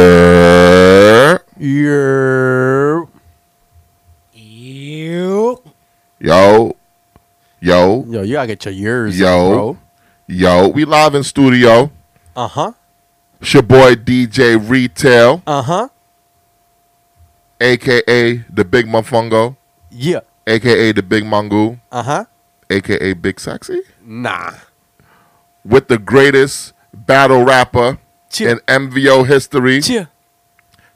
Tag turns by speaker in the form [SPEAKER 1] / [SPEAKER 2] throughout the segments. [SPEAKER 1] Yeah.
[SPEAKER 2] You. You.
[SPEAKER 1] Yo. Yo.
[SPEAKER 2] Yo, you gotta get your years,
[SPEAKER 1] Yo.
[SPEAKER 2] bro.
[SPEAKER 1] Yo. We live in studio.
[SPEAKER 2] Uh huh.
[SPEAKER 1] It's your boy DJ Retail,
[SPEAKER 2] Uh huh.
[SPEAKER 1] aka the Big Mumfungo,
[SPEAKER 2] Yeah.
[SPEAKER 1] aka the Big Mongo,
[SPEAKER 2] Uh huh.
[SPEAKER 1] aka Big Sexy,
[SPEAKER 2] Nah.
[SPEAKER 1] with the greatest battle rapper
[SPEAKER 2] Cheer.
[SPEAKER 1] in MVO history.
[SPEAKER 2] Cheer.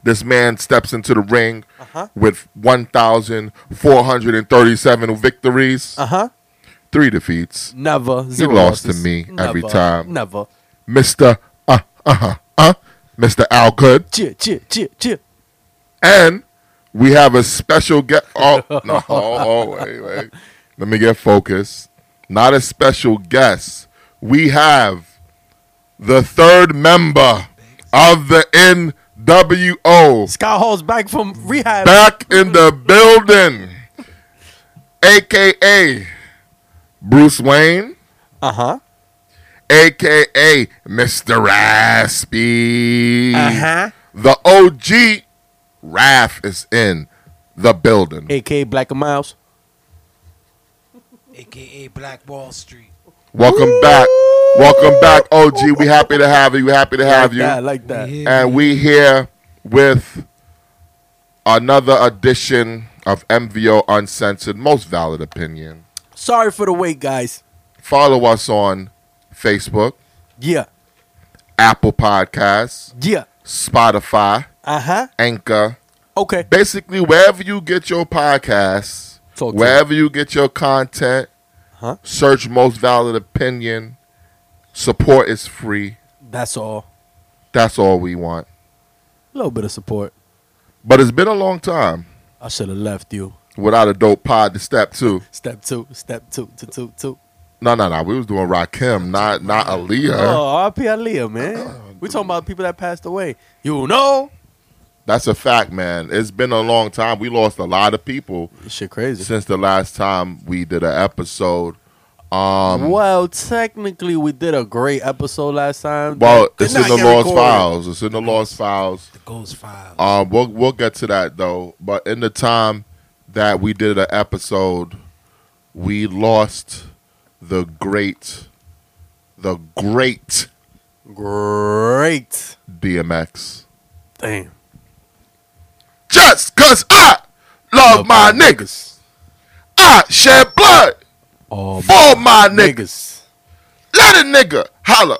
[SPEAKER 1] This man steps into the ring
[SPEAKER 2] Uh huh.
[SPEAKER 1] with 1,437 victories,
[SPEAKER 2] Uh huh.
[SPEAKER 1] three defeats.
[SPEAKER 2] Never. Zero
[SPEAKER 1] lost to
[SPEAKER 2] losses.
[SPEAKER 1] me
[SPEAKER 2] Never,
[SPEAKER 1] every time.
[SPEAKER 2] Never.
[SPEAKER 1] Mr. Uh, uh, uh, Mr. Al Good.
[SPEAKER 2] Cheer. Cheer. Cheer. Cheer.
[SPEAKER 1] And we have a special guest. Oh, no. Oh, wait, wait. Let me get focused. Not a special guest. We have the third member of the NWO
[SPEAKER 2] Scott Hall's back from rehab.
[SPEAKER 1] back in the building, aka Bruce Wayne,
[SPEAKER 2] Uh huh.
[SPEAKER 1] aka Mr. Raspy.
[SPEAKER 2] Uh
[SPEAKER 1] Mm.
[SPEAKER 2] huh.
[SPEAKER 1] The OG Raph is in the building.
[SPEAKER 2] A.K. Black and Miles.
[SPEAKER 3] aka Black Wall Street.
[SPEAKER 1] Welcome back. Welcome back, OG. We happy to have you. We happy to have
[SPEAKER 2] like
[SPEAKER 1] you.
[SPEAKER 2] That, like that.
[SPEAKER 3] We
[SPEAKER 1] And we here with another edition of MVO Uncensored, most valid opinion.
[SPEAKER 2] Sorry for the wait, guys.
[SPEAKER 1] Follow us on Facebook,
[SPEAKER 2] Yeah.
[SPEAKER 1] Apple Podcasts,
[SPEAKER 2] Yeah.
[SPEAKER 1] Spotify,
[SPEAKER 2] Uh huh.
[SPEAKER 1] Anchor.
[SPEAKER 2] Okay.
[SPEAKER 1] Basically, wherever you get your podcasts,
[SPEAKER 2] Talk to
[SPEAKER 1] wherever you get your content,
[SPEAKER 2] Huh?
[SPEAKER 1] search most valid opinion. Support is free.
[SPEAKER 2] That's all.
[SPEAKER 1] That's all we want.
[SPEAKER 2] A little bit of support.
[SPEAKER 1] But it's been a long time
[SPEAKER 2] I should have left you.
[SPEAKER 1] without a dope pod to step to.
[SPEAKER 2] Step two, step two, two, two, two.
[SPEAKER 1] No, no, no. We was doing Rakim, not not Aaliyah.
[SPEAKER 2] Oh, R.P. Aaliyah,
[SPEAKER 1] Uh-huh.
[SPEAKER 2] man. we talking about people that passed away. You know,
[SPEAKER 1] That's a fact, man. It's been a long time. We lost a lot of people
[SPEAKER 2] This shit crazy.
[SPEAKER 1] since the last time we did an episode. Um,
[SPEAKER 2] well, technically, we did a great episode last time.
[SPEAKER 1] Well,
[SPEAKER 2] Did
[SPEAKER 1] it's in
[SPEAKER 2] not
[SPEAKER 1] the
[SPEAKER 2] get
[SPEAKER 1] lost
[SPEAKER 2] recorded.
[SPEAKER 1] files. It's in the lost files.
[SPEAKER 3] the Ghost Files.
[SPEAKER 1] Um, we'll we'll get to that though. But in the time that we did an episode, we lost the great, the great
[SPEAKER 2] Great.
[SPEAKER 1] DMX.
[SPEAKER 2] Damn.
[SPEAKER 1] Just cause I love, my niggas, I shed blood
[SPEAKER 2] All my
[SPEAKER 1] for Oh, my niggas.
[SPEAKER 2] niggas.
[SPEAKER 1] Let a nigga holler,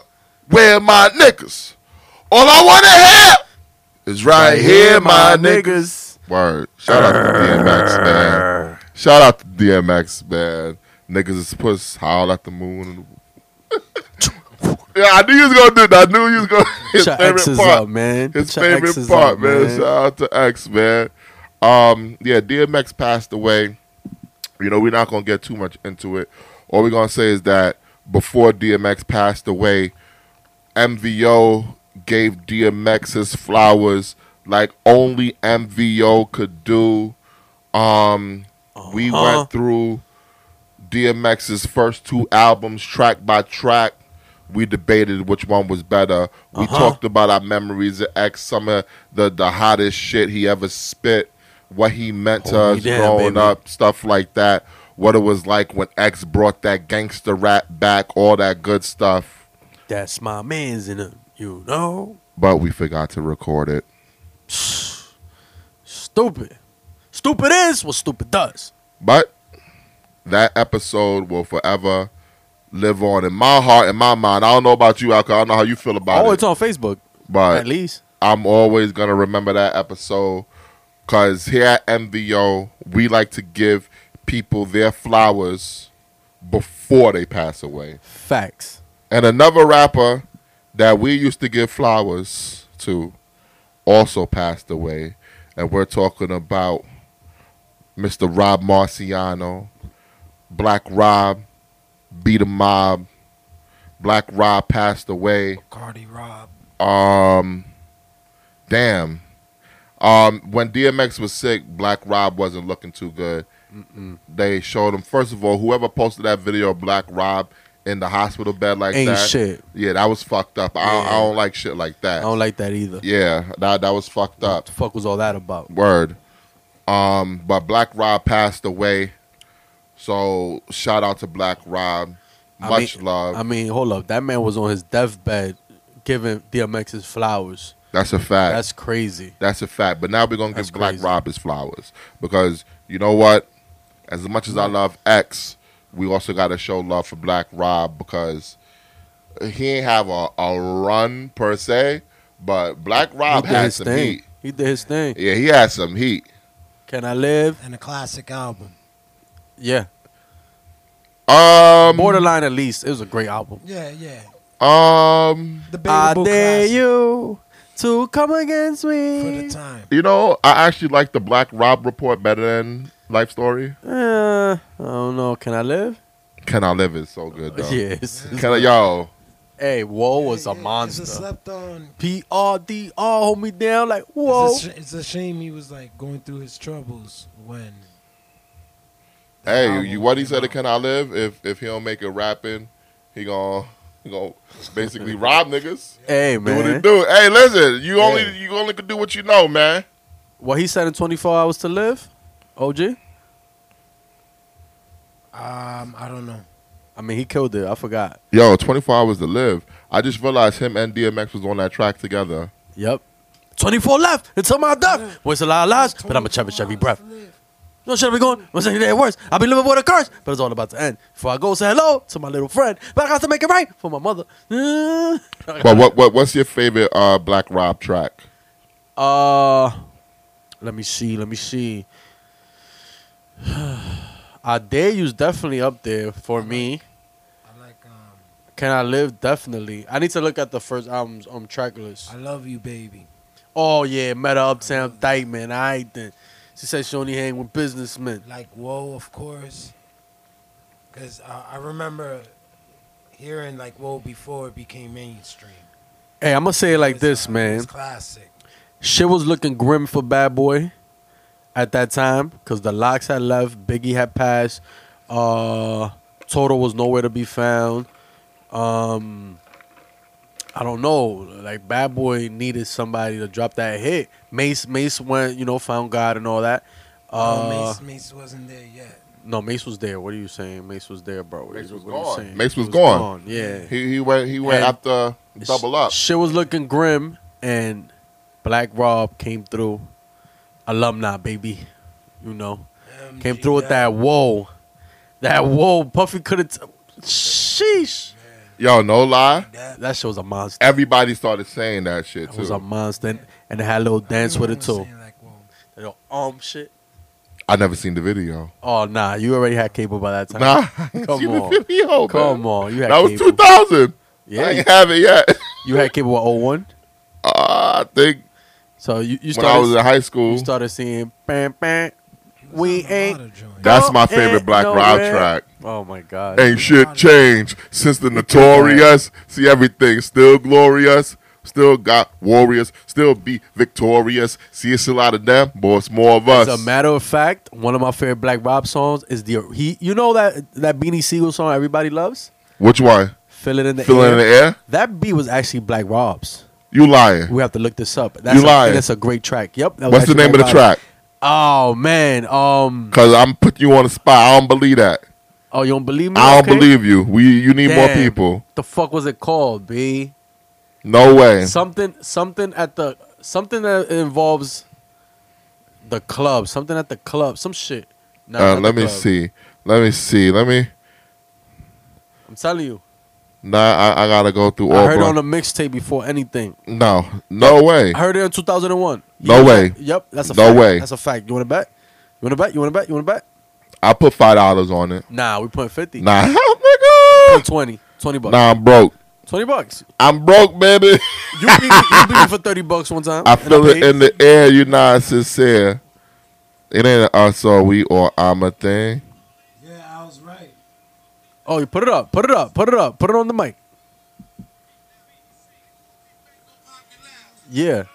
[SPEAKER 1] where my niggas. All I wanna have is right, here, my niggas. Word. Shout out to DMX, man. Shout out to DMX, man. Niggas is puss howl at the moon. yeah, I knew you was gonna do that. I knew you was gonna his
[SPEAKER 2] Put your
[SPEAKER 1] favorite
[SPEAKER 2] exes
[SPEAKER 1] part.
[SPEAKER 2] up, man.
[SPEAKER 1] His
[SPEAKER 2] Put your
[SPEAKER 1] favorite
[SPEAKER 2] exes
[SPEAKER 1] part,
[SPEAKER 2] up,
[SPEAKER 1] man. Shout out to X, man. Um, yeah, DMX passed away. You know, we're not gonna get too much into it. All we're gonna say is that before DMX passed away, MVO gave DMX his flowers like only MVO could do. Um, we
[SPEAKER 2] Uh-huh.
[SPEAKER 1] went through DMX's first two albums track by track. We debated which one was better. We
[SPEAKER 2] Uh-huh.
[SPEAKER 1] talked about our memories of X, some of the, the hottest shit he ever spit, what he meant to
[SPEAKER 2] Hold me
[SPEAKER 1] us
[SPEAKER 2] down,
[SPEAKER 1] growing
[SPEAKER 2] Oh, baby.
[SPEAKER 1] up, stuff like that. What it was like when X brought that gangster rap back, all that good stuff.
[SPEAKER 2] That's my man's in it. You know.
[SPEAKER 1] But we forgot to record it.
[SPEAKER 2] Stupid. Stupid is what stupid does.
[SPEAKER 1] But that episode will forever live on in my heart and my mind. I don't know about you, Alka. I don't know how you feel about
[SPEAKER 2] Oh,
[SPEAKER 1] it.
[SPEAKER 2] it's on Facebook.
[SPEAKER 1] but
[SPEAKER 2] At least.
[SPEAKER 1] I'm always gonna remember that episode because here at MVO, we like to give people their flowers before they pass away.
[SPEAKER 2] Facts.
[SPEAKER 1] And another rapper that we used to give flowers to also passed away, and we're talking about Mr. Rob Marciano, Black Rob, Beat 'em Mob. Black Rob passed away
[SPEAKER 3] Cardi Rob.
[SPEAKER 1] um damn um when dmx was sick black rob wasn't looking too good they showed him first of all whoever posted that video of black rob in the hospital bed like
[SPEAKER 2] Ain't
[SPEAKER 1] that.
[SPEAKER 2] shit.
[SPEAKER 1] Yeah, that was fucked up. I, don't, I
[SPEAKER 2] Yeah. Oh,
[SPEAKER 1] don't like shit like that.
[SPEAKER 2] I don't like that either.
[SPEAKER 1] yeah, that that was fucked
[SPEAKER 2] What
[SPEAKER 1] up.
[SPEAKER 2] the fuck was all that about?
[SPEAKER 1] Word. Um, but Black Rob passed away. So shout out to Black Rob.
[SPEAKER 2] I
[SPEAKER 1] Much
[SPEAKER 2] mean-
[SPEAKER 1] love.
[SPEAKER 2] I mean, hold up. That man was on his deathbed giving DMX his flowers.
[SPEAKER 1] That's a fact. That's,
[SPEAKER 2] That's crazy.
[SPEAKER 1] a fact. But now we're gonna
[SPEAKER 2] That's
[SPEAKER 1] give Black
[SPEAKER 2] crazy.
[SPEAKER 1] Rob his flowers because you know what? As much as I love X, we also gotta show love for Black Rob because he ain't have a, a run per se, but Black Rob
[SPEAKER 2] he did
[SPEAKER 1] had
[SPEAKER 2] his
[SPEAKER 1] some
[SPEAKER 2] thing.
[SPEAKER 1] heat.
[SPEAKER 2] He did his thing.
[SPEAKER 1] Yeah, he had some heat.
[SPEAKER 2] Can I live?
[SPEAKER 3] And a classic album.
[SPEAKER 2] Yeah.
[SPEAKER 1] Um,
[SPEAKER 2] Borderline at least. It was a great album.
[SPEAKER 3] Yeah, yeah.
[SPEAKER 1] um,
[SPEAKER 3] The
[SPEAKER 2] I
[SPEAKER 3] classic
[SPEAKER 2] dare you to come against me.
[SPEAKER 3] for the time.
[SPEAKER 1] you know, I actually like the Black Rob report better than Life Story.
[SPEAKER 2] Uh, I don't know. Can I live?
[SPEAKER 1] Can I live is so good though.
[SPEAKER 2] Yes.
[SPEAKER 1] Can I, yo?
[SPEAKER 2] Hey, Woe was
[SPEAKER 3] Yeah,
[SPEAKER 2] a
[SPEAKER 3] yeah, It's a
[SPEAKER 2] monster.
[SPEAKER 3] slept on.
[SPEAKER 2] P R D R hold me down like whoa.
[SPEAKER 3] It's a, sh- it's a shame he was like going through his troubles when. the
[SPEAKER 1] Hey,
[SPEAKER 3] album
[SPEAKER 1] you, what he
[SPEAKER 3] came
[SPEAKER 1] said to
[SPEAKER 3] out.
[SPEAKER 1] Can I Live, if if he don't make it rapping, he gon' he gon' basically rob niggas.
[SPEAKER 2] Hey
[SPEAKER 1] Do what he
[SPEAKER 2] man,
[SPEAKER 1] do. Hey, listen, you
[SPEAKER 2] Yeah.
[SPEAKER 1] only you only could do what you know, man.
[SPEAKER 2] what he said in 24 hours to live, OG.
[SPEAKER 3] Um, I don't know.
[SPEAKER 2] I mean, he killed it. I forgot.
[SPEAKER 1] Yo, 24 hours to live. I just realized him and DMX was on that track together.
[SPEAKER 2] Yep. 24 left until my death. Waste a lot of lives, but I'm a chubby, chubby
[SPEAKER 3] Twenty-four
[SPEAKER 2] breath.
[SPEAKER 3] hours to live.
[SPEAKER 2] No shit, we going. What's any day worse? I've been living with a curse, but it's all about to end. Before I go, say hello to my little friend, but I got to make it right for my mother.
[SPEAKER 1] But what what what's your favorite uh Black Rob track?
[SPEAKER 2] Uh, let me see. Let me see. I dare you's definitely up there for me.
[SPEAKER 3] I like. Um,
[SPEAKER 2] Can I live? Definitely. I need to look at the first album's um track list.
[SPEAKER 3] I love you, baby.
[SPEAKER 2] Oh yeah, Meta Uptown Dykeman. I then. She said she only hang with businessmen.
[SPEAKER 3] Like whoa, of course. Because uh, I remember hearing like whoa before it became mainstream.
[SPEAKER 2] Hey, I'm gonna say it like
[SPEAKER 3] It's,
[SPEAKER 2] this,
[SPEAKER 3] uh,
[SPEAKER 2] man.
[SPEAKER 3] It's classic.
[SPEAKER 2] Shit was looking grim for Bad Boy at that time because the locks had left, Biggie had passed, uh, Toto was nowhere to be found. Um, I don't know. Like Bad Boy needed somebody to drop that hit. Mace, Mace went, you know, found God and all that. Uh,
[SPEAKER 3] no, Oh, Mace, Mace wasn't there yet.
[SPEAKER 2] No, Mace was there. What are you saying? Mace was Mm-hmm. there, bro.
[SPEAKER 1] Mace was
[SPEAKER 2] What are you
[SPEAKER 1] gone.
[SPEAKER 2] saying?
[SPEAKER 1] Mace
[SPEAKER 2] He
[SPEAKER 1] was gone.
[SPEAKER 2] Yeah.
[SPEAKER 1] He he went he went
[SPEAKER 2] And-
[SPEAKER 1] after Double Up.
[SPEAKER 2] Shit was looking grim, and Black Rob came through. Alumni, baby. You know, came
[SPEAKER 3] MGK.
[SPEAKER 2] through with that whoa. That whoa. Puffy couldn't. T- Sheesh.
[SPEAKER 1] Yo, no lie.
[SPEAKER 3] That,
[SPEAKER 2] That shit was a monster.
[SPEAKER 1] Everybody started saying that shit
[SPEAKER 2] It was
[SPEAKER 1] too.
[SPEAKER 2] a
[SPEAKER 1] I
[SPEAKER 2] monster. And, and it had a little dance with it,
[SPEAKER 3] everyone was
[SPEAKER 2] too.
[SPEAKER 3] saying, Like, whoa.
[SPEAKER 2] That little um shit.
[SPEAKER 1] never seen the video.
[SPEAKER 2] Oh, nah. You already had cable by that time.
[SPEAKER 1] Nah, I ain't
[SPEAKER 2] Come
[SPEAKER 1] seen
[SPEAKER 2] on.
[SPEAKER 1] the video.
[SPEAKER 2] Come
[SPEAKER 1] man.
[SPEAKER 2] on. You had
[SPEAKER 1] That was
[SPEAKER 2] cable.
[SPEAKER 1] 2000. I
[SPEAKER 2] Yeah. you-
[SPEAKER 1] ain't have it yet.
[SPEAKER 2] You had cable with 01.
[SPEAKER 1] Uh, I think
[SPEAKER 2] So you, you
[SPEAKER 1] when I was
[SPEAKER 2] started,
[SPEAKER 1] in high school,
[SPEAKER 2] you started seeing. Bam, bam.
[SPEAKER 3] He was
[SPEAKER 2] We
[SPEAKER 3] on a lot
[SPEAKER 2] ain't
[SPEAKER 3] of joints.
[SPEAKER 1] that's
[SPEAKER 2] Don't
[SPEAKER 1] my favorite
[SPEAKER 2] end
[SPEAKER 1] Black Rob
[SPEAKER 2] nowhere.
[SPEAKER 1] track.
[SPEAKER 2] Oh, my God.
[SPEAKER 1] Ain't shit changed since the notorious. See everything still glorious. Still got warriors. Still be victorious. See it's a lot of them, boy. It's more of us.
[SPEAKER 2] As a matter of fact, one of my favorite Black Rob songs is the he. You know that that Beanie Siegel song everybody loves,
[SPEAKER 1] Which one?
[SPEAKER 2] "Feel It in the
[SPEAKER 1] Feeling
[SPEAKER 2] Air."
[SPEAKER 1] in the air?
[SPEAKER 2] That beat was actually Black Rob's.
[SPEAKER 1] You lying?
[SPEAKER 2] We have to look this up. That's
[SPEAKER 1] You
[SPEAKER 2] a,
[SPEAKER 1] lying.
[SPEAKER 2] That's a great track. Yep. that was
[SPEAKER 1] What's the
[SPEAKER 2] actually
[SPEAKER 1] name of the
[SPEAKER 2] Black Rob's.
[SPEAKER 1] track?
[SPEAKER 2] Oh man. Um.
[SPEAKER 1] Cause I'm putting you on the spot. I don't believe that.
[SPEAKER 2] Oh, you don't believe me?
[SPEAKER 1] I don't
[SPEAKER 2] Okay.
[SPEAKER 1] believe you. We you need more
[SPEAKER 2] Damn.
[SPEAKER 1] people.
[SPEAKER 2] The fuck was it called, B?
[SPEAKER 1] No way.
[SPEAKER 2] Something. Something at the. Something that involves. The club. Something at the club. Some shit. Nah,
[SPEAKER 1] Uh,
[SPEAKER 2] not
[SPEAKER 1] let
[SPEAKER 2] the
[SPEAKER 1] me
[SPEAKER 2] club.
[SPEAKER 1] see. Let me see. Let me.
[SPEAKER 2] I'm telling you.
[SPEAKER 1] Nah, I, I gotta go through all.
[SPEAKER 2] I heard it
[SPEAKER 1] Bro-
[SPEAKER 2] on a mixtape before anything.
[SPEAKER 1] no, no way.
[SPEAKER 2] I heard it in 2001. You
[SPEAKER 1] No
[SPEAKER 2] know
[SPEAKER 1] way.
[SPEAKER 2] that? Yep, that's a
[SPEAKER 1] No
[SPEAKER 2] fact.
[SPEAKER 1] way.
[SPEAKER 2] That's a fact. You want to bet? You want to bet? You want to bet? You want to bet?
[SPEAKER 1] I put five dollars on it.
[SPEAKER 2] Nah, we put 50.
[SPEAKER 1] Nah,
[SPEAKER 2] We put
[SPEAKER 1] nigga.
[SPEAKER 2] 20. 20 bucks.
[SPEAKER 1] Nah, I'm broke.
[SPEAKER 2] 20 bucks.
[SPEAKER 1] I'm broke, baby.
[SPEAKER 2] You beat, me, you beat me for 30 bucks one time.
[SPEAKER 1] I
[SPEAKER 2] and
[SPEAKER 1] feel it
[SPEAKER 2] paid.
[SPEAKER 1] in the air. You're not sincere. It ain't a us or we or I'm a thing.
[SPEAKER 3] Yeah, I was right.
[SPEAKER 2] Oh, you put it up. Put it up. Put it up. Put it on the mic. Yeah.
[SPEAKER 4] And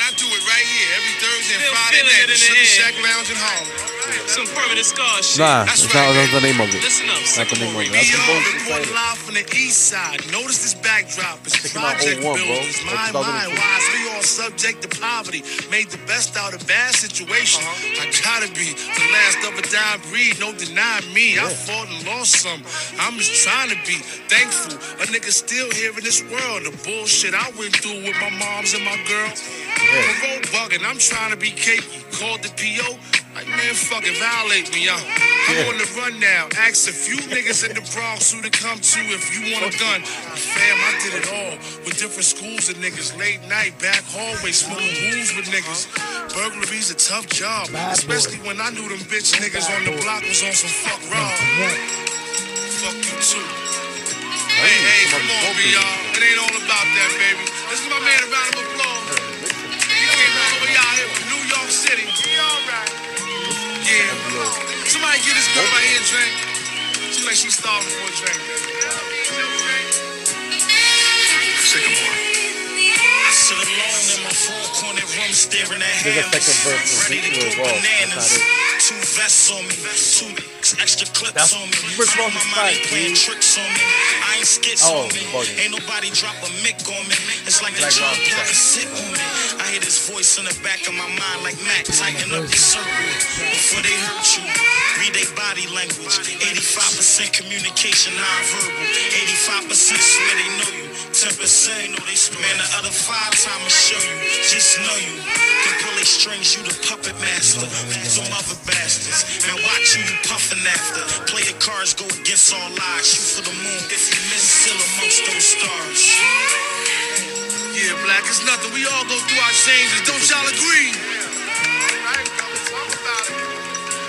[SPEAKER 4] I do it right here every Thursday still feeling it in the end. Some permanent scar shit.
[SPEAKER 2] Nah, that's not that's the name of it.
[SPEAKER 4] Listen up,
[SPEAKER 2] Not the name
[SPEAKER 4] Sycamore
[SPEAKER 2] of it.
[SPEAKER 4] Reed.
[SPEAKER 2] That's the
[SPEAKER 5] Beyond
[SPEAKER 2] bullshit
[SPEAKER 5] reporting
[SPEAKER 2] title.
[SPEAKER 5] live from the east side. Notice this backdrop. It's
[SPEAKER 2] Check him out,
[SPEAKER 5] project
[SPEAKER 2] 01, bro.
[SPEAKER 5] buildings.
[SPEAKER 2] Like
[SPEAKER 5] My, my,
[SPEAKER 2] 2002.
[SPEAKER 5] wise. We all subject to poverty. Made the best out of bad situation.
[SPEAKER 2] Uh-huh.
[SPEAKER 5] I gotta be the last of a dying breed. No deny me. I fought and lost some. I'm just trying to be thankful. A nigga still here in this world. The bullshit I went through with my moms and my girl. Parole bugging. I'm trying to be cakey. Called the PO. Like, man, fucking violate me, y'all. I'm on the run now. Ask a few niggas in the Bronx who to come to if you want a gun. Fam, I did it all with different schools of niggas. Late night, back hallway, smoking booze with niggas. Burglary's a tough job,
[SPEAKER 3] Bad
[SPEAKER 5] especially when I knew them bitch niggas on the block was on some fuck raw. Fuck you too. Hey, hey, come on, B, y'all. It ain't all about that, baby. This is my man, a round of applause. He came all the way out here from New York City. He all right. Yeah. Somebody get this girl right here a drink. She like she's starving for a drink. Sycamore.
[SPEAKER 4] I sit alone in my four corner room staring at
[SPEAKER 2] There's a
[SPEAKER 4] hammers.
[SPEAKER 2] second verse in
[SPEAKER 4] Ready to
[SPEAKER 2] Beat
[SPEAKER 4] go
[SPEAKER 2] Wars, wow, that's
[SPEAKER 4] bananas.
[SPEAKER 2] not
[SPEAKER 4] Two vests on me, two extra clips
[SPEAKER 2] That's
[SPEAKER 4] on me.
[SPEAKER 2] Rick
[SPEAKER 4] All
[SPEAKER 2] Ross's
[SPEAKER 4] my
[SPEAKER 2] fight,
[SPEAKER 4] money playing
[SPEAKER 2] dude.
[SPEAKER 4] tricks on me. I ain't skits
[SPEAKER 2] Oh,
[SPEAKER 4] on me.
[SPEAKER 2] bugging.
[SPEAKER 4] Ain't nobody drop a mic on me. It's like a
[SPEAKER 2] Black
[SPEAKER 4] drop
[SPEAKER 2] Ross's
[SPEAKER 4] block
[SPEAKER 2] fight.
[SPEAKER 4] and sit on me. I hear this voice in the back of my mind like Mac tighten up your circle before they hurt you. Read they body language. 85% communication non-verbal. 85% swear they know you. 10% know they swear. Man, the other five time I show you. Just know you. Can pull they strings, you the puppet master. Some other bastards. Man, watch who you puffing after. Play the cards, go against all odds. Shoot for the moon. If you miss, still amongst those stars.
[SPEAKER 5] Yeah, black is nothing. We all go through our changes. Don't y'all agree?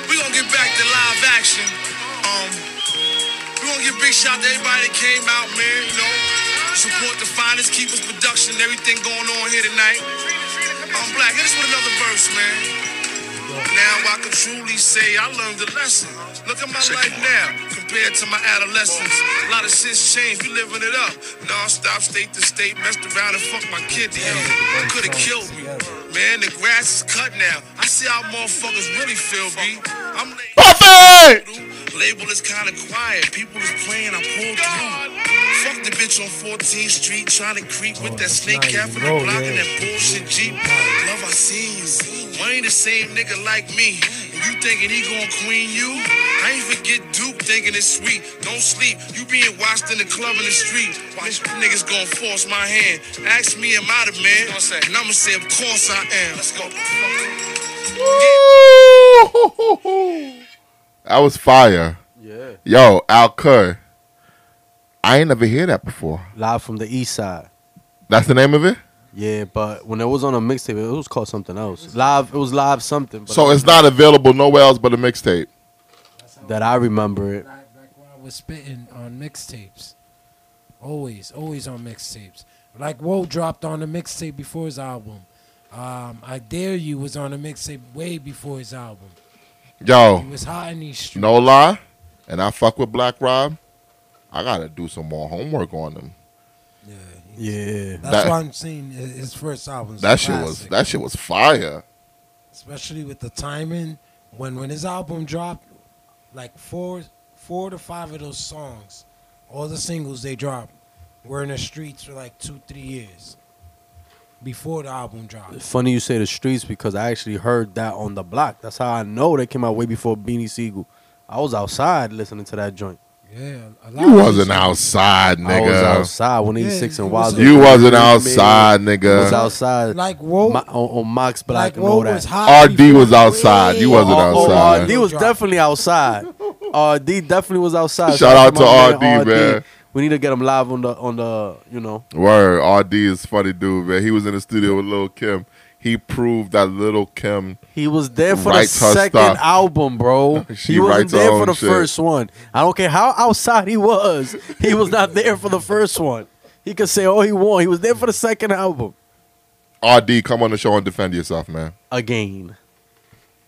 [SPEAKER 5] We gonna get back to live action. Um, we gonna give a big shout to everybody that came out, man. You know, support the finest keepers production. Everything going on here tonight. Um, black, hit us with another verse, man. Now I can truly say I learned a lesson. Look at my life now compared to my adolescence. A lot of shit's changed. We living it up. Non-stop, state to state. Messed around and fucked my kid together. Could have killed me. Man, the grass is cut now. I see how motherfuckers really feel, B. I'm late.
[SPEAKER 1] Buffett!
[SPEAKER 5] Label is kind of quiet. People is playing. I pulled through. Fuck the bitch on 14th Street trying to creep with that snake
[SPEAKER 3] nice.
[SPEAKER 5] cap from the
[SPEAKER 3] Roll,
[SPEAKER 5] block and
[SPEAKER 3] yeah.
[SPEAKER 5] that bullshit Jeep. Love, I seen you. You ain't the same nigga like me. And you thinking he gon' queen you? I ain't forget Duke thinking it's sweet. Don't sleep. You being watched in the club in the street. Watch you niggas gon' force my hand. Ask me, am I the man? And I'ma say, of course I am. Let's go.
[SPEAKER 1] That was fire.
[SPEAKER 2] Yeah.
[SPEAKER 1] Yo, Al Kerr. I ain't never hear that before.
[SPEAKER 2] Live from the east side.
[SPEAKER 1] That's the name of it?
[SPEAKER 2] Yeah, but when it was on a mixtape, it was called something else. Live, it was live something. But
[SPEAKER 1] So it's not available nowhere else but a mixtape.
[SPEAKER 2] that I remember it.
[SPEAKER 3] Back, back when I was spitting on mixtapes, always, always on mixtapes. Like Woe dropped on a mixtape before his album. Um, I dare you was on a mixtape way before his album.
[SPEAKER 1] Yo,
[SPEAKER 2] Oh.
[SPEAKER 3] He was hot in these streets.
[SPEAKER 1] no lie. And I fuck with Black Rob. I gotta do some more homework on him.
[SPEAKER 3] Yeah.
[SPEAKER 2] Yeah.
[SPEAKER 3] That's
[SPEAKER 1] That-
[SPEAKER 3] why I'm saying hi- his first album.
[SPEAKER 1] That shit was that shit was fire.
[SPEAKER 3] especially with the timing when when his album dropped like four four to five of those songs all the singles they dropped were in the streets for like two three years before the album dropped
[SPEAKER 2] Funny you say the streets because I actually heard that on the block. That's how I know they came out way before Beanie Siegel. I was outside listening to that joint.
[SPEAKER 3] yeah a lot
[SPEAKER 1] You
[SPEAKER 3] of
[SPEAKER 1] wasn't
[SPEAKER 3] these-
[SPEAKER 1] outside,
[SPEAKER 2] I was
[SPEAKER 1] nigga.
[SPEAKER 2] outside 186
[SPEAKER 3] Yeah,
[SPEAKER 2] and
[SPEAKER 3] you was
[SPEAKER 2] Wild.
[SPEAKER 1] You wasn't
[SPEAKER 2] I
[SPEAKER 1] outside,
[SPEAKER 2] was
[SPEAKER 1] nigga.
[SPEAKER 2] outside.
[SPEAKER 3] like whoa
[SPEAKER 2] Ma- on, on Mox Black
[SPEAKER 3] like
[SPEAKER 2] and all
[SPEAKER 3] whoa
[SPEAKER 2] that.
[SPEAKER 3] was hot
[SPEAKER 1] RD was outside. You wasn't
[SPEAKER 2] R- oh,
[SPEAKER 1] outside.
[SPEAKER 2] RD was definitely outside. RD definitely was outside.
[SPEAKER 1] Shout
[SPEAKER 2] Shout
[SPEAKER 1] out
[SPEAKER 2] my
[SPEAKER 1] to
[SPEAKER 2] man,
[SPEAKER 1] RD, man.
[SPEAKER 2] We need to get him live on the on the you know.
[SPEAKER 1] Word, RD is funny dude, man. He was in the studio with Lil Kim. He proved that Lil Kim
[SPEAKER 2] He was there for
[SPEAKER 1] Writes
[SPEAKER 2] the
[SPEAKER 1] her
[SPEAKER 2] second
[SPEAKER 1] stuff.
[SPEAKER 2] album, bro.
[SPEAKER 1] She
[SPEAKER 2] he wasn't
[SPEAKER 1] writes her
[SPEAKER 2] there for
[SPEAKER 1] own
[SPEAKER 2] the
[SPEAKER 1] shit.
[SPEAKER 2] first one. I don't care how outside he was. He was not there for the first one. He could say all he want. He was there for the second album
[SPEAKER 1] RD, come on the show and defend yourself, man.
[SPEAKER 2] again.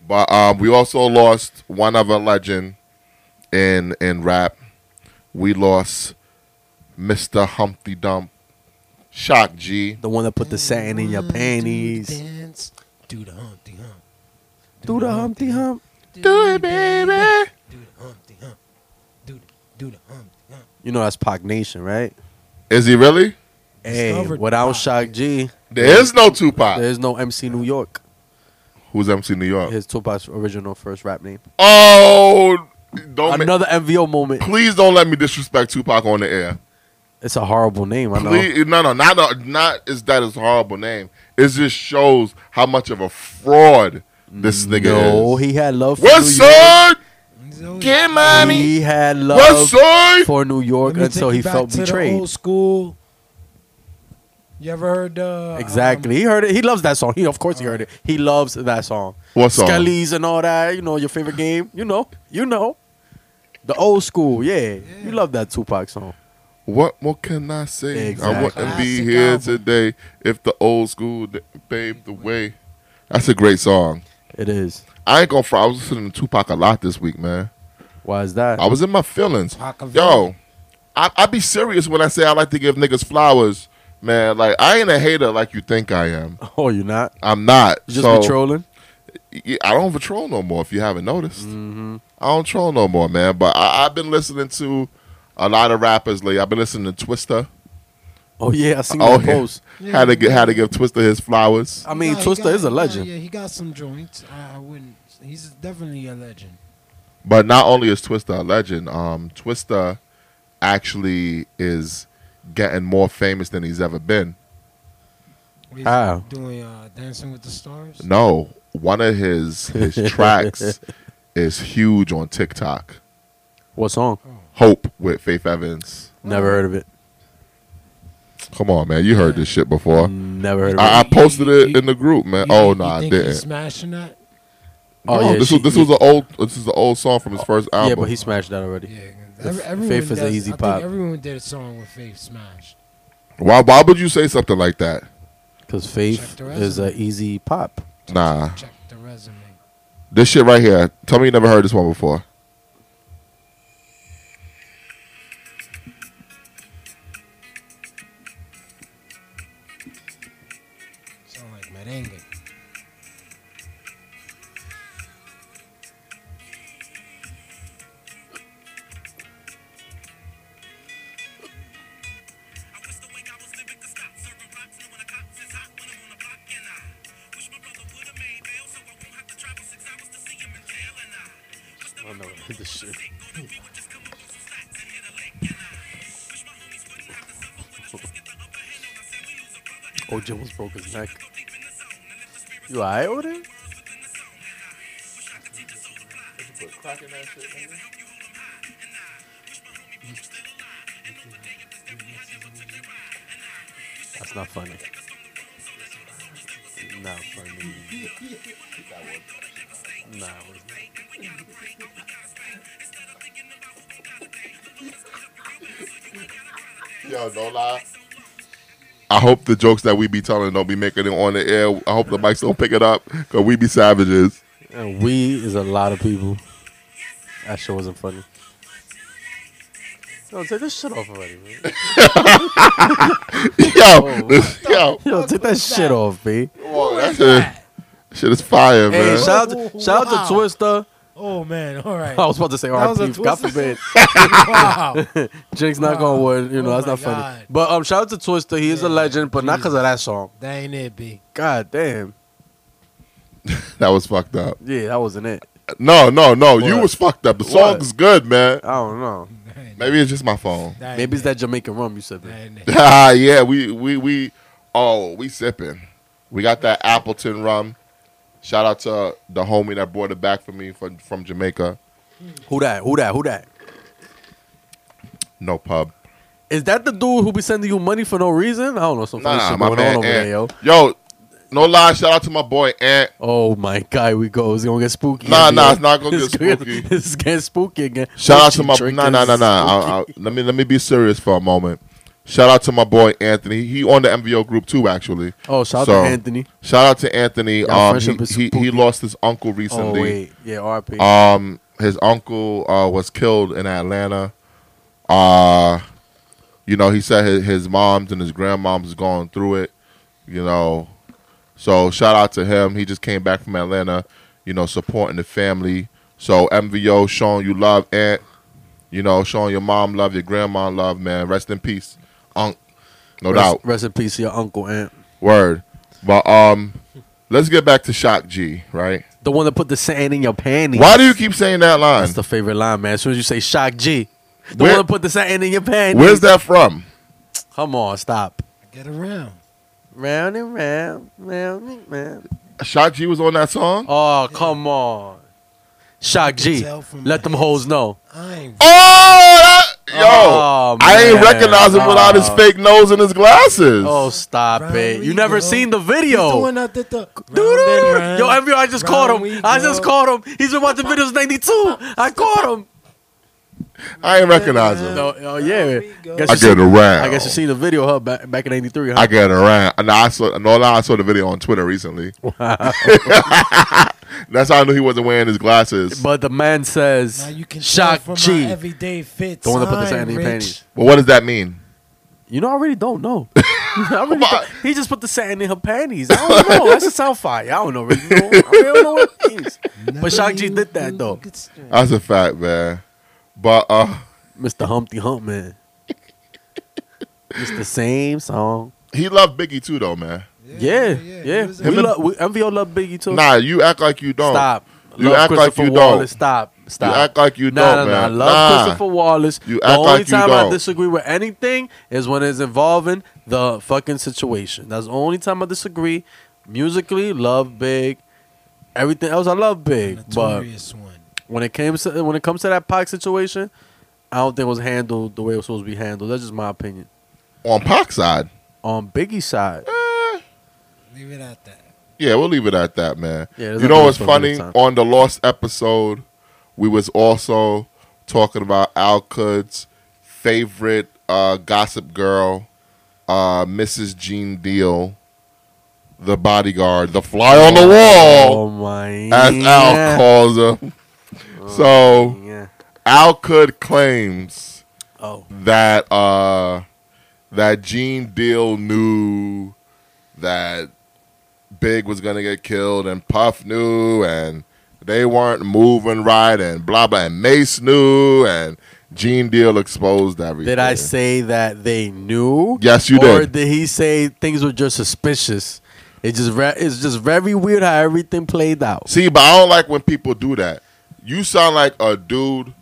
[SPEAKER 1] But um, we also lost one other legend in in rap. We lost Mr. Humpty Dump, Shock G.
[SPEAKER 2] The one that put the satin in your panties.
[SPEAKER 3] dance Do the Humpty Hump.
[SPEAKER 2] Through the Humpty Hump.
[SPEAKER 1] Do it, baby.
[SPEAKER 3] Do the Humpty Hump. Do the, do the Humpty Hump.
[SPEAKER 2] You know that's Pac Nation, right?
[SPEAKER 1] Is he really?
[SPEAKER 2] Hey,
[SPEAKER 3] Discovered
[SPEAKER 2] without
[SPEAKER 3] Pac.
[SPEAKER 2] Shock G,
[SPEAKER 1] There is no Tupac.
[SPEAKER 2] there's no MC New York.
[SPEAKER 1] Who's MC New York?
[SPEAKER 2] His Tupac's original first rap name.
[SPEAKER 1] Oh, don't ma-
[SPEAKER 2] Another MVO moment.
[SPEAKER 1] please don't let me disrespect Tupac on the air.
[SPEAKER 2] It's a horrible name. I know.
[SPEAKER 1] Please, no, no, not a, not is that his horrible name. It just shows how much of a fraud this nigga
[SPEAKER 2] No,
[SPEAKER 1] is.
[SPEAKER 2] Mm, he had love for
[SPEAKER 1] What's
[SPEAKER 2] New York.
[SPEAKER 1] up?
[SPEAKER 3] So,
[SPEAKER 1] Get
[SPEAKER 2] He
[SPEAKER 1] money.
[SPEAKER 2] had love
[SPEAKER 1] What's up?
[SPEAKER 2] for New York
[SPEAKER 3] let me
[SPEAKER 2] until
[SPEAKER 3] take
[SPEAKER 2] he
[SPEAKER 3] you back
[SPEAKER 2] felt
[SPEAKER 3] to the
[SPEAKER 2] betrayed.
[SPEAKER 3] old school. You ever heard uh,
[SPEAKER 2] Exactly.
[SPEAKER 3] um,
[SPEAKER 2] he heard it. He loves that song. He of course he heard it. He loves that song.
[SPEAKER 1] What song?
[SPEAKER 2] Skelly's and all that. You know your favorite game. You know. You know. The old school. Yeah. You love that Tupac song.
[SPEAKER 1] What more can I say? I
[SPEAKER 2] Exactly.
[SPEAKER 1] wouldn't be
[SPEAKER 3] Classic
[SPEAKER 1] here
[SPEAKER 3] album.
[SPEAKER 1] today if the old school d- paved the way. That's a great song.
[SPEAKER 2] It is.
[SPEAKER 1] I ain't gonna front. I was listening to Tupac a lot this week, man.
[SPEAKER 2] Why is that?
[SPEAKER 1] I was in my feelings.
[SPEAKER 3] Pacaville?
[SPEAKER 1] Yo, I, I be serious when I say I like to give niggas flowers, man. Like I ain't a hater like you think I am.
[SPEAKER 2] Oh, you're not.
[SPEAKER 1] I'm not.
[SPEAKER 2] You just
[SPEAKER 1] so,
[SPEAKER 2] be trolling.
[SPEAKER 1] y- I don't patrol no more. If you haven't noticed,
[SPEAKER 2] Mm-hmm.
[SPEAKER 1] I don't troll no more, man. But I, I've been listening to a lot of rappers lately. I've been listening to Twista.
[SPEAKER 2] Oh yeah, I seen
[SPEAKER 1] Oh,
[SPEAKER 2] that
[SPEAKER 1] yeah. Uh,
[SPEAKER 2] post.
[SPEAKER 1] Had to get had to give Twista his flowers.
[SPEAKER 2] I mean,
[SPEAKER 3] Nah, he
[SPEAKER 2] Twista
[SPEAKER 3] got-
[SPEAKER 2] is a
[SPEAKER 3] nah,
[SPEAKER 2] legend.
[SPEAKER 3] yeah, he got some joints. I, I wouldn't. He's definitely a legend.
[SPEAKER 1] But not only is Twista a legend, um, Twista actually is getting more famous than he's ever been.
[SPEAKER 3] He's
[SPEAKER 2] How?
[SPEAKER 3] doing uh, Dancing with the Stars.
[SPEAKER 1] No, one of his his tracks is huge on TikTok.
[SPEAKER 2] What song?
[SPEAKER 3] Oh.
[SPEAKER 1] Hope with Faith Evans.
[SPEAKER 2] Never heard of it.
[SPEAKER 1] Come on, man, you heard this shit before.
[SPEAKER 2] Never heard of it.
[SPEAKER 1] I, I posted it in the group, man.
[SPEAKER 3] You
[SPEAKER 1] Oh
[SPEAKER 3] think-
[SPEAKER 1] no,
[SPEAKER 3] you
[SPEAKER 1] I
[SPEAKER 3] think He's
[SPEAKER 1] didn't.
[SPEAKER 3] smashing that.
[SPEAKER 2] oh
[SPEAKER 1] No,
[SPEAKER 2] yeah,
[SPEAKER 1] this
[SPEAKER 2] she- Oh,
[SPEAKER 1] was this was an old this is an old song from his first album.
[SPEAKER 2] yeah, but he smashed that already.
[SPEAKER 3] Yeah,
[SPEAKER 2] If-
[SPEAKER 3] every, everyone
[SPEAKER 2] Faith is an
[SPEAKER 3] does-
[SPEAKER 2] easy
[SPEAKER 3] I
[SPEAKER 2] pop.
[SPEAKER 3] Think everyone did a song with Faith smashed.
[SPEAKER 1] why why would you say something like that?
[SPEAKER 2] Cause
[SPEAKER 3] Check
[SPEAKER 2] Faith
[SPEAKER 3] the
[SPEAKER 2] is an easy pop.
[SPEAKER 1] Nah,
[SPEAKER 3] Check the resume.
[SPEAKER 1] this shit right here. Tell me you never heard this one before.
[SPEAKER 3] Sound like merengue.
[SPEAKER 2] OJ was broke his neck. You alright with it? That's not funny. Not funny. Nah, it was not.
[SPEAKER 1] Yo, don't lie. I hope the jokes that we be telling don't be making it on the air. I hope the mics don't pick it up because we be savages.
[SPEAKER 2] And we is a lot of people. That shit wasn't funny. Yo, take this shit off already, man.
[SPEAKER 1] Yo,
[SPEAKER 2] Oh.
[SPEAKER 1] this, yo,
[SPEAKER 2] Yo, take that shit off, B.
[SPEAKER 1] Whoa, that shit, shit is fire,
[SPEAKER 2] Hey,
[SPEAKER 1] man.
[SPEAKER 2] shout out to, shout out
[SPEAKER 3] Oh, Wow.
[SPEAKER 2] to Twista.
[SPEAKER 3] Oh man! All right.
[SPEAKER 2] I was about to say
[SPEAKER 3] was a
[SPEAKER 2] RP. God forbid.
[SPEAKER 3] wow.
[SPEAKER 2] Jake's not going to win. You know,
[SPEAKER 3] Oh
[SPEAKER 2] that's
[SPEAKER 3] my
[SPEAKER 2] not funny.
[SPEAKER 3] God.
[SPEAKER 2] But um, shout out to Twista. He is a
[SPEAKER 3] Yeah,
[SPEAKER 2] legend, but not because of that song.
[SPEAKER 3] That ain't it, B.
[SPEAKER 2] God damn.
[SPEAKER 1] that was fucked up.
[SPEAKER 2] Yeah, that wasn't it.
[SPEAKER 1] No, no, no. You
[SPEAKER 2] What?
[SPEAKER 1] was fucked up. The
[SPEAKER 2] What?
[SPEAKER 1] song's good, man.
[SPEAKER 2] I don't know.
[SPEAKER 3] That ain't it.
[SPEAKER 1] Maybe it's just my phone.
[SPEAKER 3] That ain't
[SPEAKER 2] Maybe it's
[SPEAKER 3] it.
[SPEAKER 2] that Jamaican rum you said.
[SPEAKER 3] That ain't it.
[SPEAKER 1] Ah, yeah, we we we. Oh, we sipping. We got that Appleton rum. Shout out to the homie that brought it back for me from from Jamaica.
[SPEAKER 2] Who that? Who that? Who that?
[SPEAKER 1] No pub.
[SPEAKER 2] Is that the dude who be sending you money for no reason? I don't know. Some funny
[SPEAKER 1] Nah,
[SPEAKER 2] shit
[SPEAKER 1] my
[SPEAKER 2] going on
[SPEAKER 1] man. eh.
[SPEAKER 2] over there, yo.
[SPEAKER 1] Ant. Yo. no lie. Shout out to my boy Ant.
[SPEAKER 2] Oh my god, here we go. It's gonna get spooky.
[SPEAKER 1] Nah,
[SPEAKER 2] in
[SPEAKER 1] nah,
[SPEAKER 2] here.
[SPEAKER 1] it's not gonna
[SPEAKER 2] It's
[SPEAKER 1] get spooky.
[SPEAKER 2] It's getting spooky again.
[SPEAKER 1] Shout out
[SPEAKER 2] What
[SPEAKER 1] to
[SPEAKER 2] you
[SPEAKER 1] my
[SPEAKER 2] drinking
[SPEAKER 1] nah nah nah
[SPEAKER 2] is spooky.
[SPEAKER 1] nah. I, I, let me let me be serious for a moment. Shout out to my boy Anthony. He on the MVO group too, actually.
[SPEAKER 2] Oh, shout
[SPEAKER 1] So,
[SPEAKER 2] out to Anthony.
[SPEAKER 1] Shout out to Anthony.
[SPEAKER 2] Y'all
[SPEAKER 1] Um,
[SPEAKER 2] friendship
[SPEAKER 1] he,
[SPEAKER 2] is
[SPEAKER 1] he, he
[SPEAKER 2] spooky.
[SPEAKER 1] lost his uncle
[SPEAKER 2] Oh
[SPEAKER 1] recently.
[SPEAKER 2] wait, yeah, RP.
[SPEAKER 1] um, his uncle uh, was killed in Atlanta. Uh, you know, he said his, his mom's and his grandmom's going through it. You know, So shout out to him. He just came back from Atlanta, you know, supporting the family. So MVO showing you love, aunt. You know, showing your mom love, your grandma love, man. Rest in peace, Unc. No
[SPEAKER 2] rest,
[SPEAKER 1] doubt.
[SPEAKER 2] Rest in peace, to your uncle and
[SPEAKER 1] Word. But um, let's get back to Shock G, right?
[SPEAKER 2] the one that put the sand in your panties.
[SPEAKER 1] Why do you keep saying that line?
[SPEAKER 2] That's the favorite line, man. As soon as you say "Shock G," the
[SPEAKER 1] Where-
[SPEAKER 2] one that put the sand in your panties.
[SPEAKER 1] Where's that from?
[SPEAKER 2] Come on, stop.
[SPEAKER 3] Get around.
[SPEAKER 2] Round and round, round and round.
[SPEAKER 1] Shock G was on that song.
[SPEAKER 2] Oh, come on. Shock
[SPEAKER 3] You can
[SPEAKER 2] G.
[SPEAKER 3] tell from
[SPEAKER 2] Let
[SPEAKER 3] my
[SPEAKER 2] them hoes know.
[SPEAKER 3] I ain't.
[SPEAKER 1] Oh, that, yo!
[SPEAKER 2] Oh,
[SPEAKER 1] I ain't
[SPEAKER 2] man.
[SPEAKER 1] recognize him without his
[SPEAKER 2] Oh.
[SPEAKER 1] fake nose and his glasses.
[SPEAKER 2] Oh, stop
[SPEAKER 3] Round
[SPEAKER 2] it.
[SPEAKER 3] we
[SPEAKER 2] You never
[SPEAKER 3] go.
[SPEAKER 2] seen the
[SPEAKER 3] He's the
[SPEAKER 2] video.
[SPEAKER 3] one that did the.
[SPEAKER 2] Dude,
[SPEAKER 3] round and round.
[SPEAKER 2] Yo, MVO, I just
[SPEAKER 3] Round
[SPEAKER 2] caught
[SPEAKER 3] we
[SPEAKER 2] him. I just
[SPEAKER 3] go.
[SPEAKER 2] caught him. He's been watching videos since 92. I caught him.
[SPEAKER 1] I ain't recognize him.
[SPEAKER 2] No, oh, yeah.
[SPEAKER 3] we go.
[SPEAKER 2] Guess
[SPEAKER 1] I
[SPEAKER 2] you seen-
[SPEAKER 1] get around.
[SPEAKER 2] I guess you seen the video, huh? Back, back in 83, huh?
[SPEAKER 1] I get around. And I saw. No, lie, I saw the video on Twitter recently. That's how I knew he wasn't wearing his glasses. But,
[SPEAKER 2] But the man
[SPEAKER 3] Now
[SPEAKER 2] says,
[SPEAKER 3] you can
[SPEAKER 2] Shock
[SPEAKER 3] tell from
[SPEAKER 2] G.
[SPEAKER 3] my everyday fits.
[SPEAKER 2] the one that put the
[SPEAKER 3] I'm
[SPEAKER 2] sand in your
[SPEAKER 3] rich.
[SPEAKER 2] panties.
[SPEAKER 1] what does that mean?
[SPEAKER 2] You know, I really don't know. I really
[SPEAKER 1] Come on.
[SPEAKER 2] don't- he just put the sand in her panties. I don't know. That's a sound fire. I don't know. Really, know. I really don't know what it means.
[SPEAKER 3] Never
[SPEAKER 2] But Shock G
[SPEAKER 3] knew
[SPEAKER 2] did that
[SPEAKER 3] you
[SPEAKER 2] though.
[SPEAKER 3] could stretch.
[SPEAKER 1] That's a fact, man. But uh,
[SPEAKER 2] Mr. Humpty Hump Man. It's the same song.
[SPEAKER 1] he loved Biggie too, though, man.
[SPEAKER 2] Yeah, yeah.
[SPEAKER 3] He was
[SPEAKER 2] We
[SPEAKER 3] in-
[SPEAKER 2] love, we, MVO love Biggie too.
[SPEAKER 1] Nah, you act like you don't.
[SPEAKER 2] Stop.
[SPEAKER 1] You
[SPEAKER 2] love
[SPEAKER 1] act like
[SPEAKER 2] Christopher
[SPEAKER 1] you
[SPEAKER 2] Wallace.
[SPEAKER 1] don't.
[SPEAKER 2] Stop. Stop.
[SPEAKER 1] You act like you
[SPEAKER 2] nah,
[SPEAKER 1] don't,
[SPEAKER 2] nah,
[SPEAKER 1] man.
[SPEAKER 2] Nah, I love
[SPEAKER 1] Nah.
[SPEAKER 2] Christopher Wallace.
[SPEAKER 1] You
[SPEAKER 2] the
[SPEAKER 1] act
[SPEAKER 2] only
[SPEAKER 1] like you
[SPEAKER 2] time I
[SPEAKER 1] don't.
[SPEAKER 2] disagree with anything is when it's involving the fucking situation. That's the only time I disagree. Musically, love Big. Everything else, I love Big. But
[SPEAKER 3] Notorious one.
[SPEAKER 2] when it came to, when it comes to that Pac situation, I don't think it was handled the way it was supposed to be handled. That's just my opinion.
[SPEAKER 1] On Pac's side,
[SPEAKER 2] On Biggie's side,
[SPEAKER 3] Leave it at that.
[SPEAKER 1] Yeah, we'll leave it at that, man.
[SPEAKER 2] Yeah, there's
[SPEAKER 1] you
[SPEAKER 2] nothing
[SPEAKER 1] know what's
[SPEAKER 2] else for a
[SPEAKER 1] funny?
[SPEAKER 2] good time.
[SPEAKER 1] On the lost episode, we was also talking about Al Kud's favorite uh, gossip girl, uh, Mrs. Jean Deal, the bodyguard, the fly on the wall,
[SPEAKER 2] oh my,
[SPEAKER 1] as Al calls her.
[SPEAKER 2] Oh,
[SPEAKER 1] So
[SPEAKER 2] yeah.
[SPEAKER 1] Al Kud claims
[SPEAKER 2] Oh,
[SPEAKER 1] that uh that Gene Deal knew that Big was gonna get killed and Puff knew and they weren't moving right and blah blah and Mace knew and Gene Deal exposed everything.
[SPEAKER 2] Did I say that they knew?
[SPEAKER 1] Yes, you
[SPEAKER 2] or
[SPEAKER 1] did.
[SPEAKER 2] did he say things were just suspicious? It just re- it's just very weird how everything played out.
[SPEAKER 1] See, but I don't like when people do that. You sound like a dude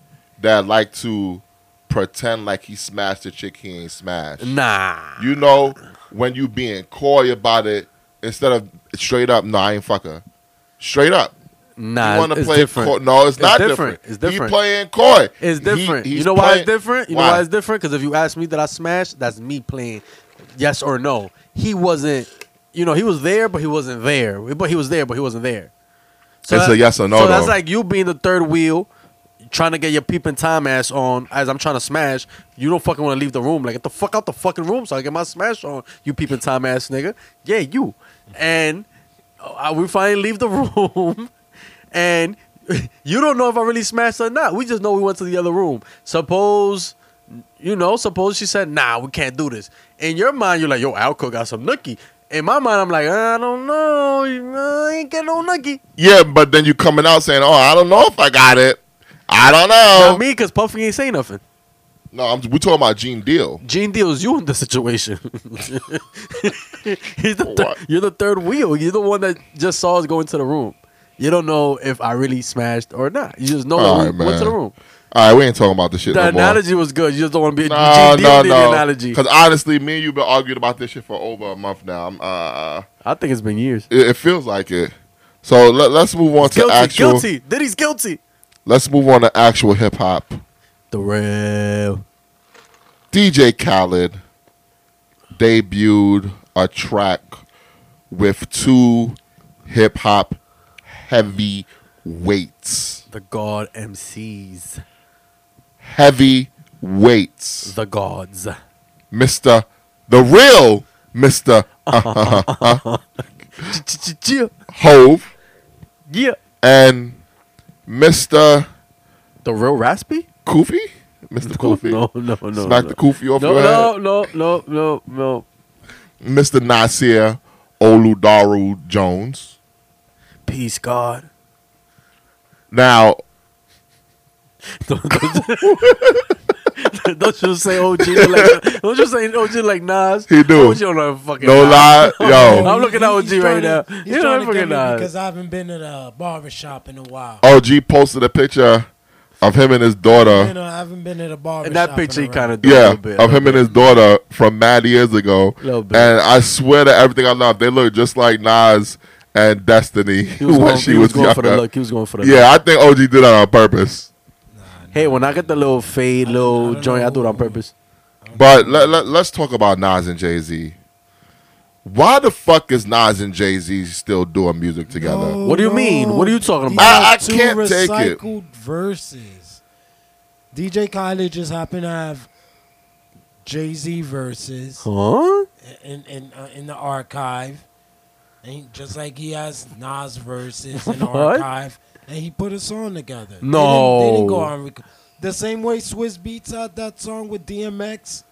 [SPEAKER 1] that like to pretend like he smashed a chick he ain't smashed.
[SPEAKER 2] Nah,
[SPEAKER 1] You know, when you being coy about it, instead of straight up, no, I ain't fuck her. Straight up.
[SPEAKER 2] nah.
[SPEAKER 1] you want to
[SPEAKER 2] it's
[SPEAKER 1] play
[SPEAKER 2] different.
[SPEAKER 1] coy. No, it's,
[SPEAKER 2] It's
[SPEAKER 1] not different.
[SPEAKER 2] different. It's different.
[SPEAKER 1] He playing coy.
[SPEAKER 2] It's
[SPEAKER 1] He-
[SPEAKER 2] different. you
[SPEAKER 1] he's
[SPEAKER 2] know why
[SPEAKER 1] playing-
[SPEAKER 2] it's different? You
[SPEAKER 1] why?
[SPEAKER 2] know why it's different? Because if you ask me that I smashed, that's me playing yes or no. He wasn't. You know, he was there, but he wasn't there. But he was there, but he wasn't there.
[SPEAKER 1] It's a yes or no,
[SPEAKER 2] So that's
[SPEAKER 1] though.
[SPEAKER 2] like you being the third wheel, trying to get your peeping time ass on as I'm trying to smash. You don't fucking want to leave the room. Like get the fuck out the fucking room so I get my smash on. You peeping time ass nigga. Yeah, you. And uh, we finally leave the room, and you don't know if I really smashed or not. We just know we went to the other room. Suppose. You know, suppose she said, "Nah, we can't do this." In your mind, you're like, "Yo, Alco got some nookie." In my mind, I'm like, "I don't know, I ain't get no nookie."
[SPEAKER 1] Yeah, but then you coming out saying, "Oh, I don't know if I got it. I don't know."
[SPEAKER 2] Not me, because Puffy ain't saying nothing.
[SPEAKER 1] No, I'm, we're talking about Gene Deal.
[SPEAKER 2] Gene deals you in the situation. He's the thir-
[SPEAKER 1] What?
[SPEAKER 2] you're the third wheel. You're the one that just saw us go into the room. You don't know if I really smashed or not. You just know that
[SPEAKER 1] All
[SPEAKER 2] we
[SPEAKER 1] right,
[SPEAKER 2] went to the
[SPEAKER 1] man.
[SPEAKER 2] room.
[SPEAKER 1] All right, we ain't talking about this shit
[SPEAKER 2] The
[SPEAKER 1] no more.
[SPEAKER 2] analogy was good. You just don't want to be.
[SPEAKER 1] no,
[SPEAKER 2] Gene
[SPEAKER 1] no,
[SPEAKER 2] Deal did the
[SPEAKER 1] no.
[SPEAKER 2] analogy.
[SPEAKER 1] Because honestly, me and you've been arguing about this shit for over a month now. I'm, uh,
[SPEAKER 2] I think it's been years.
[SPEAKER 1] it, it feels like it. So let, let's move on to
[SPEAKER 2] Guilty,
[SPEAKER 1] actual.
[SPEAKER 2] guilty. Diddy's guilty.
[SPEAKER 1] Let's move on to actual hip hop.
[SPEAKER 2] The real.
[SPEAKER 1] DJ Khaled debuted a track with two hip hop heavy weights.
[SPEAKER 2] The God MCs.
[SPEAKER 1] Heavy weights.
[SPEAKER 2] The gods.
[SPEAKER 1] Mr. The real Mr.
[SPEAKER 2] Yeah.
[SPEAKER 1] Hove
[SPEAKER 2] Yeah.
[SPEAKER 1] and Mr.
[SPEAKER 2] The real raspy?
[SPEAKER 1] Koofy? Mr. Koofy.
[SPEAKER 2] No, no, no.
[SPEAKER 1] Smack
[SPEAKER 2] no.
[SPEAKER 1] the Koofy off
[SPEAKER 2] No,
[SPEAKER 1] your head.
[SPEAKER 2] no, no, no, no, no.
[SPEAKER 1] Mr. Nasir Oludaru Jones.
[SPEAKER 2] Peace, God.
[SPEAKER 1] Now,
[SPEAKER 2] Don't, don't- don't you say OG like don't you say OG like Nas?
[SPEAKER 1] He do.
[SPEAKER 2] OG on a fucking
[SPEAKER 1] no
[SPEAKER 2] Nas.
[SPEAKER 1] lie, yo,
[SPEAKER 2] I'm looking at OG
[SPEAKER 3] He's
[SPEAKER 2] right
[SPEAKER 3] trying to-
[SPEAKER 2] now.
[SPEAKER 3] he's
[SPEAKER 2] You know
[SPEAKER 3] trying
[SPEAKER 2] I
[SPEAKER 3] to
[SPEAKER 2] fucking
[SPEAKER 3] get me
[SPEAKER 2] Nas.
[SPEAKER 3] because I haven't been to the barber shop in a while.
[SPEAKER 1] OG posted a picture of him and his
[SPEAKER 3] you
[SPEAKER 1] daughter.
[SPEAKER 3] know, I haven't been to the barber
[SPEAKER 2] Uh-huh. And
[SPEAKER 3] shop.
[SPEAKER 2] that picture
[SPEAKER 3] in a
[SPEAKER 2] kind
[SPEAKER 3] while.
[SPEAKER 2] of
[SPEAKER 1] Yeah, of him and his daughter from mad years ago.
[SPEAKER 2] Little bit.
[SPEAKER 1] And I swear to everything I love, they look just like Nas and Destiny
[SPEAKER 2] He was,
[SPEAKER 1] when
[SPEAKER 2] going,
[SPEAKER 1] she
[SPEAKER 2] he was
[SPEAKER 1] was,
[SPEAKER 2] going for the
[SPEAKER 1] younger.
[SPEAKER 2] look. He was going for the look.
[SPEAKER 1] Yeah, I think OG did that on purpose.
[SPEAKER 2] Hey, when I get the little fade,
[SPEAKER 3] I
[SPEAKER 2] little
[SPEAKER 3] don't
[SPEAKER 2] joint, I do it
[SPEAKER 3] know.
[SPEAKER 2] on purpose.
[SPEAKER 1] But let, let, us talk about Nas and Jay Z. Why the fuck is Nas and Jay Z still doing music together?
[SPEAKER 2] What do you mean? What are you talking
[SPEAKER 3] These
[SPEAKER 2] about?
[SPEAKER 1] I-
[SPEAKER 3] are
[SPEAKER 1] I
[SPEAKER 3] two
[SPEAKER 1] can't take it.
[SPEAKER 3] recycled Verses. DJ Khaled just happened to have Jay Z verses
[SPEAKER 2] Huh?
[SPEAKER 3] in in, uh, in the archive, and he- just like he has Nas verses in the
[SPEAKER 2] What?
[SPEAKER 3] archive, and he put a song together. They didn't- they didn't,
[SPEAKER 2] No.
[SPEAKER 3] go on rec- the same way Swiss Beats had that song with DMX,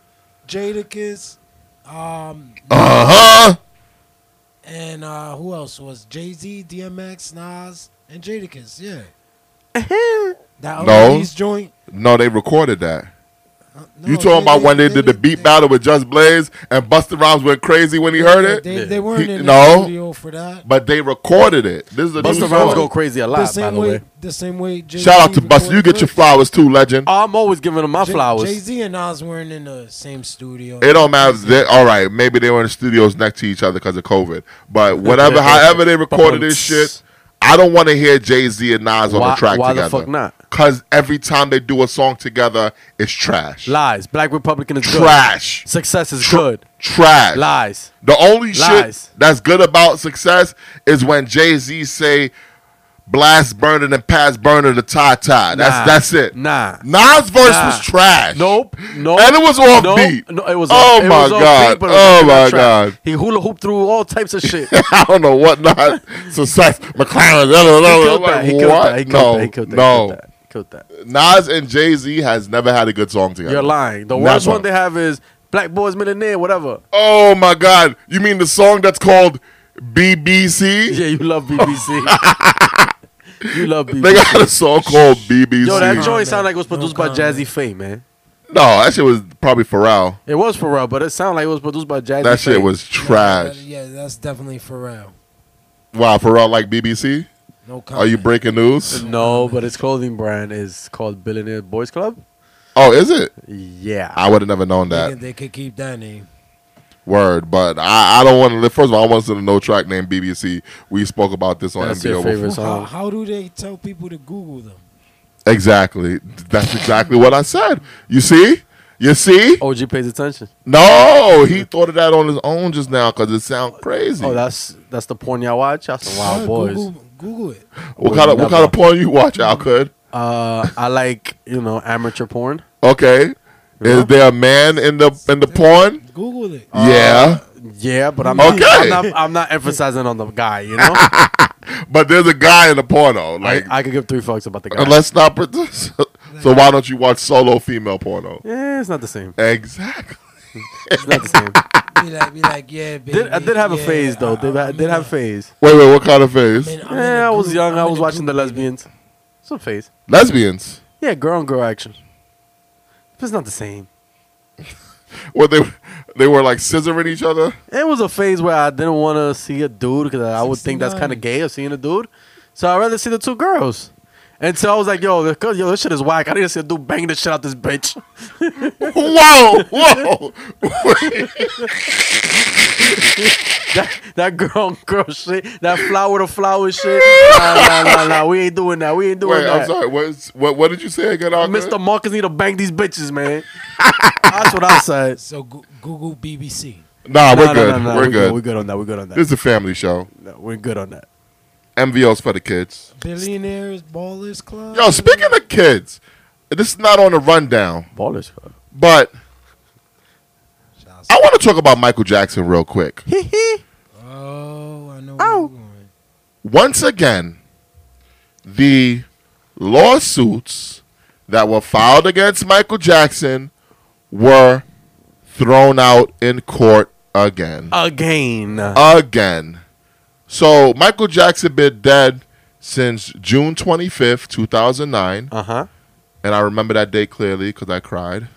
[SPEAKER 3] Jadakiss, um,
[SPEAKER 1] Uh huh.
[SPEAKER 3] and uh, who else was Jay Z, DMX, Nas, and Jadakiss? Yeah. That
[SPEAKER 1] No.
[SPEAKER 3] Overseas joint.
[SPEAKER 1] No, they recorded that.
[SPEAKER 3] uh,
[SPEAKER 1] you
[SPEAKER 3] no,
[SPEAKER 1] talking about when they, did the
[SPEAKER 3] didn't-
[SPEAKER 1] beat
[SPEAKER 3] they-
[SPEAKER 1] battle with Just Blaze and Buster Rhymes went crazy when he heard it?
[SPEAKER 3] They, they weren't
[SPEAKER 1] He-
[SPEAKER 3] in the
[SPEAKER 1] no.
[SPEAKER 3] studio for that.
[SPEAKER 1] but they recorded it. This is a
[SPEAKER 2] Busta
[SPEAKER 1] new
[SPEAKER 2] Rhymes
[SPEAKER 1] song.
[SPEAKER 2] go crazy a
[SPEAKER 3] The
[SPEAKER 2] lot, by
[SPEAKER 3] same
[SPEAKER 2] the
[SPEAKER 3] way,
[SPEAKER 2] way.
[SPEAKER 3] the same way. Jay-Z
[SPEAKER 1] Shout out to Buster. You get your flowers too, legend.
[SPEAKER 2] I'm always giving them my flowers.
[SPEAKER 3] Jay Z and Nas weren't in the same studio.
[SPEAKER 1] It don't matter. They- all right, maybe they were in the studios next to each other because of COVID. But whatever, however they recorded this shit, I don't want to hear Jay Z and Nas on
[SPEAKER 2] Why-
[SPEAKER 1] a track
[SPEAKER 2] why the
[SPEAKER 1] together.
[SPEAKER 2] fuck not?
[SPEAKER 1] Because every time they do a song together, it's trash.
[SPEAKER 2] Lies. Black Republican is
[SPEAKER 1] Trash.
[SPEAKER 2] good. Success is
[SPEAKER 1] Tr-
[SPEAKER 2] good.
[SPEAKER 1] Trash.
[SPEAKER 2] Lies.
[SPEAKER 1] The only
[SPEAKER 2] Lies.
[SPEAKER 1] shit that's good about success is when Jay Z say, "Blast burning and pass burning the tie tie." That's
[SPEAKER 2] Nah.
[SPEAKER 1] that's it.
[SPEAKER 2] Nah.
[SPEAKER 1] Nas verse
[SPEAKER 2] Nah.
[SPEAKER 1] was trash.
[SPEAKER 2] Nope. Nope.
[SPEAKER 1] And it was off
[SPEAKER 2] nope,
[SPEAKER 1] beat.
[SPEAKER 2] No, it was.
[SPEAKER 1] Oh
[SPEAKER 2] off- it
[SPEAKER 1] my
[SPEAKER 2] was off
[SPEAKER 1] God.
[SPEAKER 2] beat, but it was
[SPEAKER 1] Oh
[SPEAKER 2] a good
[SPEAKER 1] my
[SPEAKER 2] track.
[SPEAKER 1] God.
[SPEAKER 2] He hula hooped through all types of shit.
[SPEAKER 1] I don't know what not success McLaren. Blah, blah, blah,
[SPEAKER 2] killed
[SPEAKER 1] blah.
[SPEAKER 2] that. He killed
[SPEAKER 1] What?
[SPEAKER 2] that. He killed
[SPEAKER 1] no,
[SPEAKER 2] that. He killed that.
[SPEAKER 1] no.
[SPEAKER 2] He killed that. He killed that.
[SPEAKER 1] Nas and Jay Z has never had a good song together.
[SPEAKER 2] You're lying. The
[SPEAKER 1] Never.
[SPEAKER 2] worst one they have is Black Boys Millionaire, whatever.
[SPEAKER 1] Oh my God! You mean the song that's called BBC?
[SPEAKER 2] Yeah, you love BBC. you love
[SPEAKER 1] They
[SPEAKER 2] BBC.
[SPEAKER 1] got a song called BBC.
[SPEAKER 2] Yo, that
[SPEAKER 3] Comment.
[SPEAKER 2] joint sounded like it was
[SPEAKER 3] No
[SPEAKER 2] produced by
[SPEAKER 3] comment.
[SPEAKER 2] Jazzy Faye, man.
[SPEAKER 1] no, that shit was probably Pharrell.
[SPEAKER 2] It was for real, but it sounded like it was produced by Jazzy.
[SPEAKER 1] That shit
[SPEAKER 2] Faye.
[SPEAKER 1] was
[SPEAKER 3] No,
[SPEAKER 1] trash.
[SPEAKER 3] that- yeah, that's definitely Pharrell.
[SPEAKER 1] Wow, Pharrell like BBC?
[SPEAKER 3] No comment.
[SPEAKER 1] Are Oh, you breaking news?
[SPEAKER 2] No, but his clothing brand is called Billionaire Boys Club.
[SPEAKER 1] Oh, is it?
[SPEAKER 2] Yeah.
[SPEAKER 1] I would have never known
[SPEAKER 3] They,
[SPEAKER 1] that
[SPEAKER 3] could, they could keep that name.
[SPEAKER 1] word, but I, I don't want to live. First of all, I want us to know track name BBC. We spoke about this on
[SPEAKER 2] That's your
[SPEAKER 1] MBO
[SPEAKER 2] favorite
[SPEAKER 1] before.
[SPEAKER 2] song.
[SPEAKER 3] How, how do they tell people to Google them?
[SPEAKER 1] Exactly. That's exactly what I said. You see? You see?
[SPEAKER 2] OG pays attention.
[SPEAKER 1] No, he thought of that on his own just now because it sounds crazy.
[SPEAKER 2] Oh, that's that's the porn y'all watch. Y'all some
[SPEAKER 3] Yeah,
[SPEAKER 2] wild boys.
[SPEAKER 3] Google, Google it.
[SPEAKER 1] what kind of what kind of porn you watch, Al? Could
[SPEAKER 2] Uh, I like you know amateur porn.
[SPEAKER 1] okay? Is there a man in the in the porn?
[SPEAKER 3] Google it.
[SPEAKER 1] Yeah,
[SPEAKER 2] Yeah, but I'm
[SPEAKER 1] Okay.
[SPEAKER 2] I'm not, I'm not emphasizing on the guy. You know,
[SPEAKER 1] but there's a guy in the porno.
[SPEAKER 2] I,
[SPEAKER 1] Like
[SPEAKER 2] I could give three fucks about the guy.
[SPEAKER 1] And let's not pretend. So why don't you watch solo female porno?
[SPEAKER 2] yeah, it's not the same.
[SPEAKER 1] Exactly.
[SPEAKER 2] It's not the same.
[SPEAKER 3] Be like, be like, yeah, baby.
[SPEAKER 2] did, I did have a
[SPEAKER 3] yeah,
[SPEAKER 2] phase though.
[SPEAKER 3] I-
[SPEAKER 2] Did I
[SPEAKER 3] I'm
[SPEAKER 2] did
[SPEAKER 3] in
[SPEAKER 2] have a
[SPEAKER 3] a-
[SPEAKER 2] phase.
[SPEAKER 1] Wait, wait. What kind of face?
[SPEAKER 3] I'm in- I'm in
[SPEAKER 2] Yeah,
[SPEAKER 3] a
[SPEAKER 2] I was
[SPEAKER 3] group-
[SPEAKER 2] young.
[SPEAKER 3] I'm
[SPEAKER 2] I
[SPEAKER 3] in
[SPEAKER 2] was
[SPEAKER 3] a
[SPEAKER 2] watching the
[SPEAKER 3] group, baby.
[SPEAKER 2] lesbians. It's a phase.
[SPEAKER 1] Lesbians.
[SPEAKER 2] Yeah, girl on girl action. But it's not the same.
[SPEAKER 1] What they they were like scissoring each other.
[SPEAKER 2] It was a phase where I didn't want to see a dude because I would think that's kind
[SPEAKER 3] 69.
[SPEAKER 2] of gay of seeing a dude. So I'd rather see the two girls. And so I was like, yo, this, yo, this shit is whack. I need to see a dude bang the shit out this bitch.
[SPEAKER 1] Whoa, whoa.
[SPEAKER 2] That, that girl on girl shit. That flower to flower shit. Nah, nah, nah, nah. We ain't doing that. We ain't doing
[SPEAKER 1] Wait,
[SPEAKER 2] that.
[SPEAKER 1] I'm sorry. What's, what what did you say again? Mr.
[SPEAKER 2] Mr. Marcus need to bang these bitches, man. that's what I said.
[SPEAKER 3] So Goo- Google BBC.
[SPEAKER 1] Nah,
[SPEAKER 2] Nah,
[SPEAKER 1] we're
[SPEAKER 2] nah,
[SPEAKER 1] good.
[SPEAKER 2] nah, nah.
[SPEAKER 1] we're, good.
[SPEAKER 2] We're good on that. We're good on that.
[SPEAKER 1] This is a family show.
[SPEAKER 2] No, we're good on that.
[SPEAKER 1] MVOs for the kids.
[SPEAKER 3] Billionaires, Ballers Club.
[SPEAKER 1] Yo, speaking of kids, this is not on the rundown,
[SPEAKER 2] Ballers. bro.
[SPEAKER 1] but
[SPEAKER 3] Shout
[SPEAKER 1] I want to talk about Michael Jackson real quick.
[SPEAKER 3] Oh, I know. Where you're going.
[SPEAKER 1] once again, the lawsuits that were filed against Michael Jackson were thrown out in court again.
[SPEAKER 2] again.
[SPEAKER 1] again. So Michael Jackson been dead since June 25th, 2009,
[SPEAKER 2] Uh huh.
[SPEAKER 1] and I remember that day clearly because I cried.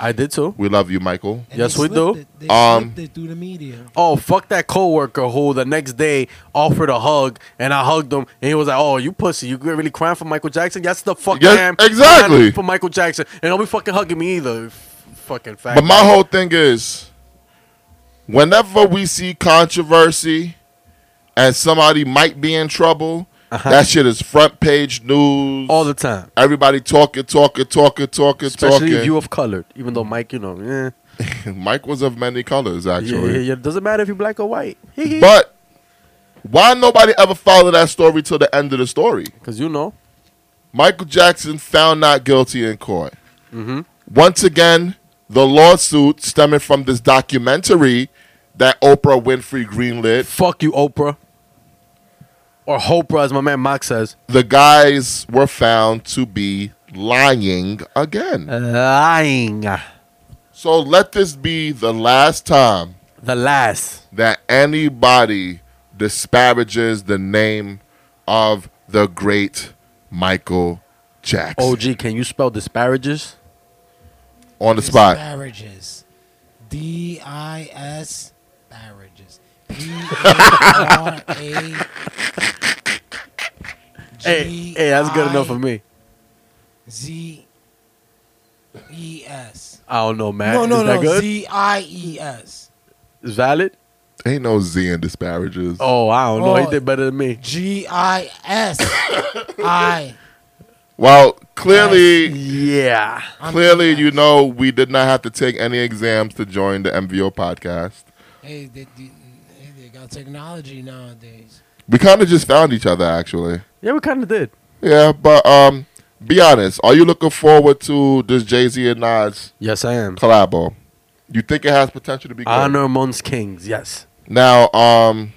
[SPEAKER 2] I did too.
[SPEAKER 1] We love you, Michael.
[SPEAKER 3] And
[SPEAKER 2] Yes,
[SPEAKER 3] they
[SPEAKER 2] we
[SPEAKER 3] slipped
[SPEAKER 2] do.
[SPEAKER 3] It. They
[SPEAKER 1] Um,
[SPEAKER 3] slipped it through the media.
[SPEAKER 2] Oh fuck that coworker who the next day offered a hug and I hugged him and he was like, "Oh, you pussy, you really crying for Michael Jackson? Yes, the fuck
[SPEAKER 1] Yes,
[SPEAKER 2] I am.
[SPEAKER 1] exactly.
[SPEAKER 2] Crying for Michael Jackson, and don't be fucking hugging me either. F- Fucking fact.
[SPEAKER 1] But my whole thing is, whenever we see controversy and somebody might be in trouble,
[SPEAKER 2] Uh-huh.
[SPEAKER 1] that shit is front page news.
[SPEAKER 2] all the time,
[SPEAKER 1] Everybody talking, talking, talking, talking,
[SPEAKER 2] especially if
[SPEAKER 1] talking.
[SPEAKER 2] you of colored. Even though Mike, you know, eh,
[SPEAKER 1] Mike was of many colors,
[SPEAKER 2] yeah,
[SPEAKER 1] actually.
[SPEAKER 2] yeah, yeah, doesn't matter if you're black or white.
[SPEAKER 1] But why nobody ever followed that story till the end of the story?
[SPEAKER 2] Because you know,
[SPEAKER 1] Michael Jackson found not guilty in court.
[SPEAKER 2] Mhm.
[SPEAKER 1] Once again, the lawsuit stemming from this documentary that Oprah Winfrey greenlit.
[SPEAKER 2] fuck you, Oprah, or Oprah, as my man Mock says,
[SPEAKER 1] The guys were found to be lying again.
[SPEAKER 2] lying.
[SPEAKER 1] so let this be the last time
[SPEAKER 2] The last.
[SPEAKER 1] that anybody disparages the name of the great Michael Jackson.
[SPEAKER 2] OG, can you spell disparages?
[SPEAKER 1] on the spot.
[SPEAKER 3] Disparages. D I S barrages. P A E R A.
[SPEAKER 2] Hey, hey, that's good enough for me.
[SPEAKER 3] Z E S.
[SPEAKER 2] I don't know, man.
[SPEAKER 3] No, no,
[SPEAKER 2] Is that
[SPEAKER 3] no.
[SPEAKER 2] good?
[SPEAKER 3] Z I E S.
[SPEAKER 2] Is valid?
[SPEAKER 1] Ain't no Z in disparages.
[SPEAKER 2] Oh, I don't know.
[SPEAKER 3] Oh.
[SPEAKER 2] He did better than me.
[SPEAKER 3] G I S I.
[SPEAKER 1] Well, clearly,
[SPEAKER 2] Yeah.
[SPEAKER 3] I'm
[SPEAKER 1] clearly,
[SPEAKER 3] G-I-S.
[SPEAKER 1] you know, we did not have to take any exams to join the MVO podcast.
[SPEAKER 3] Hey, they, they, hey, they got technology nowadays.
[SPEAKER 1] We kind of just found each other, actually.
[SPEAKER 2] Yeah, we kind of did.
[SPEAKER 1] Yeah, but um, be honest. Are you looking forward to this Jay Z and Nas
[SPEAKER 2] Yes, I am.
[SPEAKER 1] collabo? You think it has potential to be good?
[SPEAKER 2] Honor amongst kings. Yes.
[SPEAKER 1] Now, um,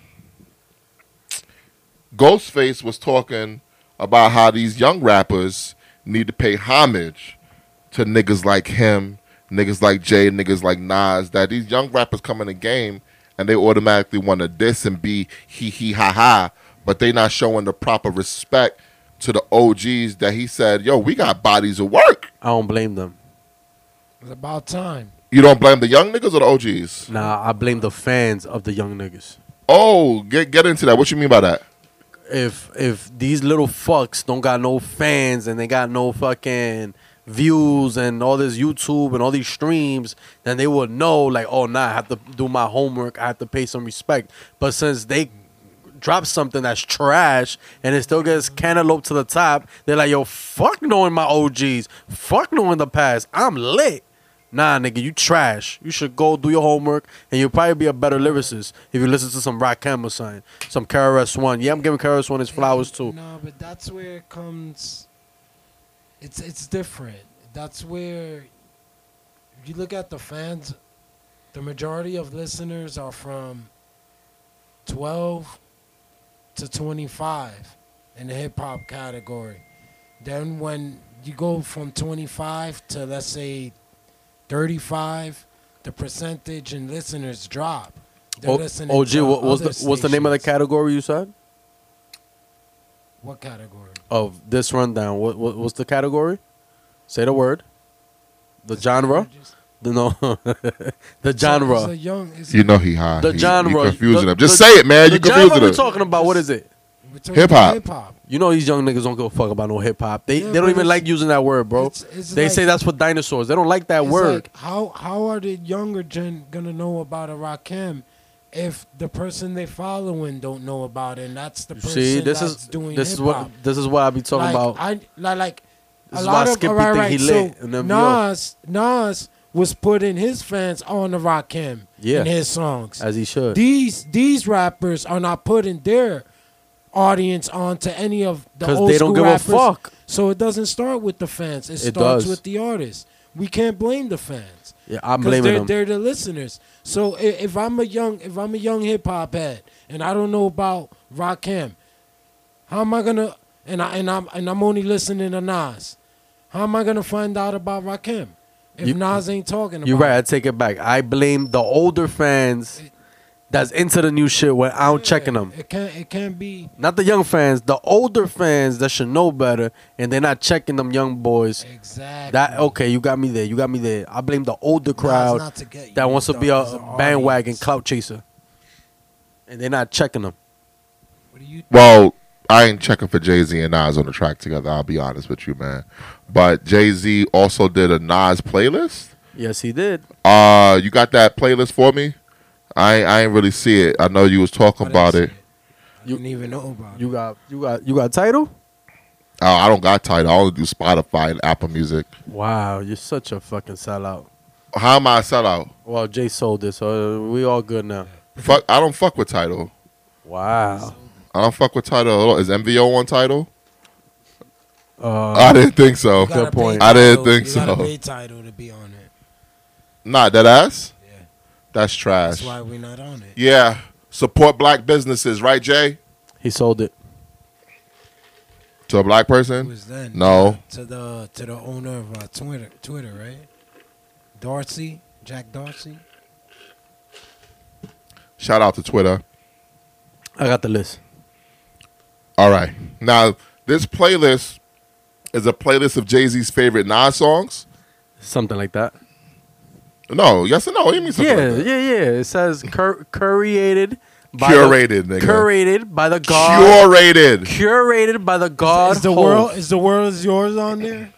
[SPEAKER 1] Ghostface was talking about how these young rappers need to pay homage to niggas like him, niggas like Jay, niggas like Nas. That these young rappers come in the game and they automatically want to diss and be he he ha ha, but they not showing the proper respect to the OGs that he said, yo, we got bodies of work.
[SPEAKER 2] I don't blame them.
[SPEAKER 3] It's about time.
[SPEAKER 1] You don't blame the young niggas or the OGs?
[SPEAKER 2] Nah, I blame the fans of the young niggas.
[SPEAKER 1] Oh, get get into that. What you mean by that?
[SPEAKER 2] If if these little fucks don't got no fans and they got no fucking views and all this YouTube and all these streams, then they will know like, oh nah, I have to do my homework. I have to pay some respect. But since they drop something that's trash and it still gets cantaloupe to the top, they're like, yo, fuck knowing my OGs. Fuck knowing the past. I'm lit. Nah, nigga, you trash. You should go do your homework and you'll probably be a better lyricist if you listen to some Rakim or something. Some KRS1. Yeah, I'm giving KRS1 his flowers too.
[SPEAKER 3] No, but that's where it comes. It's it's different. That's where if you look at the fans. The majority of listeners are from 12 to 25 in the hip hop category. Then when you go from 25 to let's say 35, the percentage in listeners drop. They're
[SPEAKER 2] Oh, O-
[SPEAKER 3] listening
[SPEAKER 2] OG,
[SPEAKER 3] to
[SPEAKER 2] what was
[SPEAKER 3] other
[SPEAKER 2] the, what's the name of the
[SPEAKER 3] stations.
[SPEAKER 2] category you said?
[SPEAKER 3] What category?
[SPEAKER 2] Of this rundown. What, what What's the category? Say the word. The genre? The, no. the genre.
[SPEAKER 3] It's a young. It's
[SPEAKER 1] You know he high.
[SPEAKER 2] The
[SPEAKER 1] He-
[SPEAKER 2] genre.
[SPEAKER 1] You confusing
[SPEAKER 2] The-
[SPEAKER 1] him. Just
[SPEAKER 2] the-
[SPEAKER 1] say it, man. You
[SPEAKER 2] the genre
[SPEAKER 1] confusing
[SPEAKER 2] we're
[SPEAKER 1] him.
[SPEAKER 2] talking about, what is it?
[SPEAKER 1] Hip hop.
[SPEAKER 3] Hip hop.
[SPEAKER 2] You know these young niggas don't give a fuck about no hip hop. They
[SPEAKER 3] Yeah,
[SPEAKER 2] they
[SPEAKER 3] but
[SPEAKER 2] don't even
[SPEAKER 3] it's-
[SPEAKER 2] like using that word, bro.
[SPEAKER 3] it's- it's
[SPEAKER 2] they
[SPEAKER 3] like-
[SPEAKER 2] say that's for dinosaurs. They don't like that
[SPEAKER 3] It's
[SPEAKER 2] word.
[SPEAKER 3] like, how how are the younger gen gonna know about a Rakim if the person they following don't know about it? And that's the
[SPEAKER 2] You
[SPEAKER 3] person
[SPEAKER 2] See, this
[SPEAKER 3] that's
[SPEAKER 2] is
[SPEAKER 3] doing
[SPEAKER 2] this is
[SPEAKER 3] hip-hop.
[SPEAKER 2] what this is what I be talking
[SPEAKER 3] like,
[SPEAKER 2] about.
[SPEAKER 3] I like like
[SPEAKER 2] This
[SPEAKER 3] a
[SPEAKER 2] is why
[SPEAKER 3] lot of
[SPEAKER 2] Skippy
[SPEAKER 3] all right,
[SPEAKER 2] think
[SPEAKER 3] right,
[SPEAKER 2] he
[SPEAKER 3] so
[SPEAKER 2] lit in them
[SPEAKER 3] Nas Nas was putting his fans on the Rakim
[SPEAKER 2] Yeah.
[SPEAKER 3] in his songs.
[SPEAKER 2] as he should.
[SPEAKER 3] these these rappers are not putting their audience onto any of the
[SPEAKER 2] 'Cause
[SPEAKER 3] old
[SPEAKER 2] they don't
[SPEAKER 3] school
[SPEAKER 2] give a
[SPEAKER 3] rappers.
[SPEAKER 2] fuck.
[SPEAKER 3] So it doesn't start with the fans. It, starts
[SPEAKER 2] does.
[SPEAKER 3] with the artists. We can't blame the fans.
[SPEAKER 2] yeah, I'm
[SPEAKER 3] 'Cause
[SPEAKER 2] blaming
[SPEAKER 3] they're,
[SPEAKER 2] them.
[SPEAKER 3] they're the listeners. So i- if I'm a young if I'm a young hip hop head and I don't know about Rakim, how am I gonna and I and I'm and I'm only listening to Nas? How am I gonna find out about Rakim? If
[SPEAKER 2] You-
[SPEAKER 3] Nas ain't talking about
[SPEAKER 2] You're right. I
[SPEAKER 3] it.
[SPEAKER 2] take it back. I blame the older fans that's into the new shit without checking them.
[SPEAKER 3] It can't it can't be
[SPEAKER 2] Not the young fans, the older fans that should know better, and they're not checking them young boys.
[SPEAKER 3] exactly
[SPEAKER 2] That oh, okay? You got me there. You got me there. I blame the older
[SPEAKER 3] Nas
[SPEAKER 2] crowd
[SPEAKER 3] not to get you,
[SPEAKER 2] that wants to
[SPEAKER 3] dog.
[SPEAKER 2] be a
[SPEAKER 3] It's an
[SPEAKER 2] bandwagon
[SPEAKER 3] audience.
[SPEAKER 2] clout chaser, and they're not checking them.
[SPEAKER 3] What do you
[SPEAKER 1] Well, I ain't checking for Jay Z and Nas on the track together. I'll be honest with you, man. But Jay Z also did a Nas playlist.
[SPEAKER 2] Yes, he did.
[SPEAKER 1] Uh, you got that playlist for me? I I ain't really see it. I know you was talking
[SPEAKER 3] I didn't
[SPEAKER 1] about
[SPEAKER 3] see
[SPEAKER 1] it.
[SPEAKER 3] I didn't even know about it.
[SPEAKER 2] You got you got you got title.
[SPEAKER 1] Oh, I don't got title. I only do Spotify and Apple Music.
[SPEAKER 2] Wow, you're such a fucking sellout.
[SPEAKER 1] How am I a sellout?
[SPEAKER 2] Well, Jay sold this, so uh, we all good now.
[SPEAKER 1] Fuck, I don't fuck with title.
[SPEAKER 2] Wow.
[SPEAKER 1] I don't fuck with title at all. Is MVO on title?
[SPEAKER 2] Uh,
[SPEAKER 1] I didn't think so.
[SPEAKER 3] You gotta pay
[SPEAKER 2] point.
[SPEAKER 1] I didn't
[SPEAKER 3] title-
[SPEAKER 1] think
[SPEAKER 3] you gotta
[SPEAKER 1] so.
[SPEAKER 3] pay title to be on it.
[SPEAKER 1] Not that ass.
[SPEAKER 3] Yeah.
[SPEAKER 1] That's trash.
[SPEAKER 3] That's why we're not on it.
[SPEAKER 1] Yeah, support black businesses, right, Jay?
[SPEAKER 2] he sold it.
[SPEAKER 1] To a black
[SPEAKER 3] Who
[SPEAKER 1] person?
[SPEAKER 3] was then?
[SPEAKER 1] No.
[SPEAKER 3] To the to the owner of uh, Twitter, Twitter, right? Darcy, Jack Darcy.
[SPEAKER 1] Shout out to Twitter.
[SPEAKER 2] I got the list.
[SPEAKER 1] All right. Now, this playlist is a playlist of Jay Z's favorite Nas songs.
[SPEAKER 2] Something like that.
[SPEAKER 1] No, yes or no? What do you mean something
[SPEAKER 2] yeah,
[SPEAKER 1] like that?
[SPEAKER 2] yeah, yeah. It says cur- curated, by
[SPEAKER 1] Curated,
[SPEAKER 2] the,
[SPEAKER 1] nigga.
[SPEAKER 2] curated by the god,
[SPEAKER 1] Curated.
[SPEAKER 2] curated by the god.
[SPEAKER 3] is the
[SPEAKER 2] Hov.
[SPEAKER 3] world is the world is yours on there?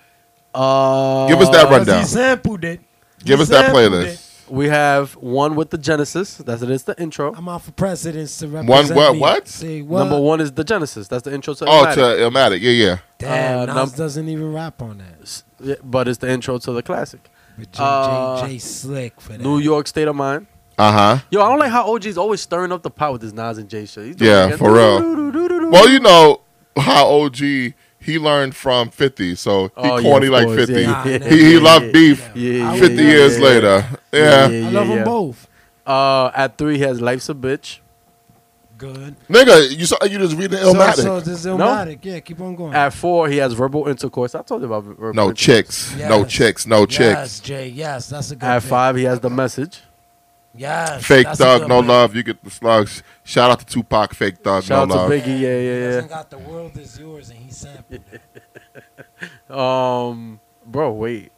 [SPEAKER 2] Uh,
[SPEAKER 1] Give us that
[SPEAKER 3] Because
[SPEAKER 1] rundown.
[SPEAKER 3] he sampled it.
[SPEAKER 1] Give
[SPEAKER 3] He
[SPEAKER 1] us that
[SPEAKER 3] sampled
[SPEAKER 1] playlist.
[SPEAKER 2] We have one with the Genesis. That's it. It's the intro.
[SPEAKER 3] it. I'm out for presidents to represent
[SPEAKER 1] One what-
[SPEAKER 3] me.
[SPEAKER 1] what?
[SPEAKER 3] Say what?
[SPEAKER 2] Number one is the Genesis. That's the intro to.
[SPEAKER 1] Oh,
[SPEAKER 2] Illmatic.
[SPEAKER 1] to Illmatic. Yeah, yeah.
[SPEAKER 3] Damn,
[SPEAKER 2] Uh,
[SPEAKER 3] Nas
[SPEAKER 2] num-
[SPEAKER 3] doesn't even rap on that.
[SPEAKER 2] S- yeah, but it's the intro to the classic.
[SPEAKER 3] But J,
[SPEAKER 2] Uh,
[SPEAKER 3] J, J Slick for that.
[SPEAKER 2] New York State of Mind.
[SPEAKER 1] Uh huh.
[SPEAKER 2] Yo, I don't like how OG's always stirring up the pot with this Nas and Jay shit. He's doing
[SPEAKER 1] Yeah,
[SPEAKER 2] like a
[SPEAKER 1] for real.
[SPEAKER 2] doo-doo-doo-doo-doo-doo.
[SPEAKER 1] Well, you know how OG he learned from Fifty, so he
[SPEAKER 2] Oh, yeah,
[SPEAKER 1] corny
[SPEAKER 2] of
[SPEAKER 1] like
[SPEAKER 2] course.
[SPEAKER 1] Fifty.
[SPEAKER 2] Yeah,
[SPEAKER 3] yeah,
[SPEAKER 1] he he
[SPEAKER 2] yeah,
[SPEAKER 1] loved
[SPEAKER 2] yeah,
[SPEAKER 1] beef.
[SPEAKER 2] yeah, yeah,
[SPEAKER 3] I
[SPEAKER 1] Fifty
[SPEAKER 3] would-
[SPEAKER 1] years
[SPEAKER 2] yeah,
[SPEAKER 1] later. Yeah.
[SPEAKER 2] yeah,
[SPEAKER 3] I love
[SPEAKER 2] yeah.
[SPEAKER 3] them both.
[SPEAKER 2] Uh, at three, he has Life's a Bitch.
[SPEAKER 3] Good.
[SPEAKER 1] nigga, you saw you just reading Illmatic.
[SPEAKER 3] So, so this is Illmatic. Yeah, keep on going.
[SPEAKER 2] At four, he has verbal intercourse. I told you about verbal
[SPEAKER 1] no
[SPEAKER 2] intercourse.
[SPEAKER 1] chicks, no
[SPEAKER 3] Yes.
[SPEAKER 1] chicks, no
[SPEAKER 3] yes,
[SPEAKER 1] chicks.
[SPEAKER 3] Jay. Yes, that's a good.
[SPEAKER 2] At
[SPEAKER 3] pick.
[SPEAKER 2] five, he has the message.
[SPEAKER 3] Yes.
[SPEAKER 1] Fake
[SPEAKER 3] that's a
[SPEAKER 1] thug,
[SPEAKER 3] good
[SPEAKER 1] no
[SPEAKER 3] pick.
[SPEAKER 1] love. You get the slugs. Shout out to Tupac. Fake thug,
[SPEAKER 2] Shout
[SPEAKER 1] no
[SPEAKER 2] out
[SPEAKER 1] love.
[SPEAKER 2] to Biggie. Yeah,
[SPEAKER 3] He
[SPEAKER 2] yeah,
[SPEAKER 3] doesn't got the world is yours, and he sampled it.
[SPEAKER 2] yeah. Um, bro, wait.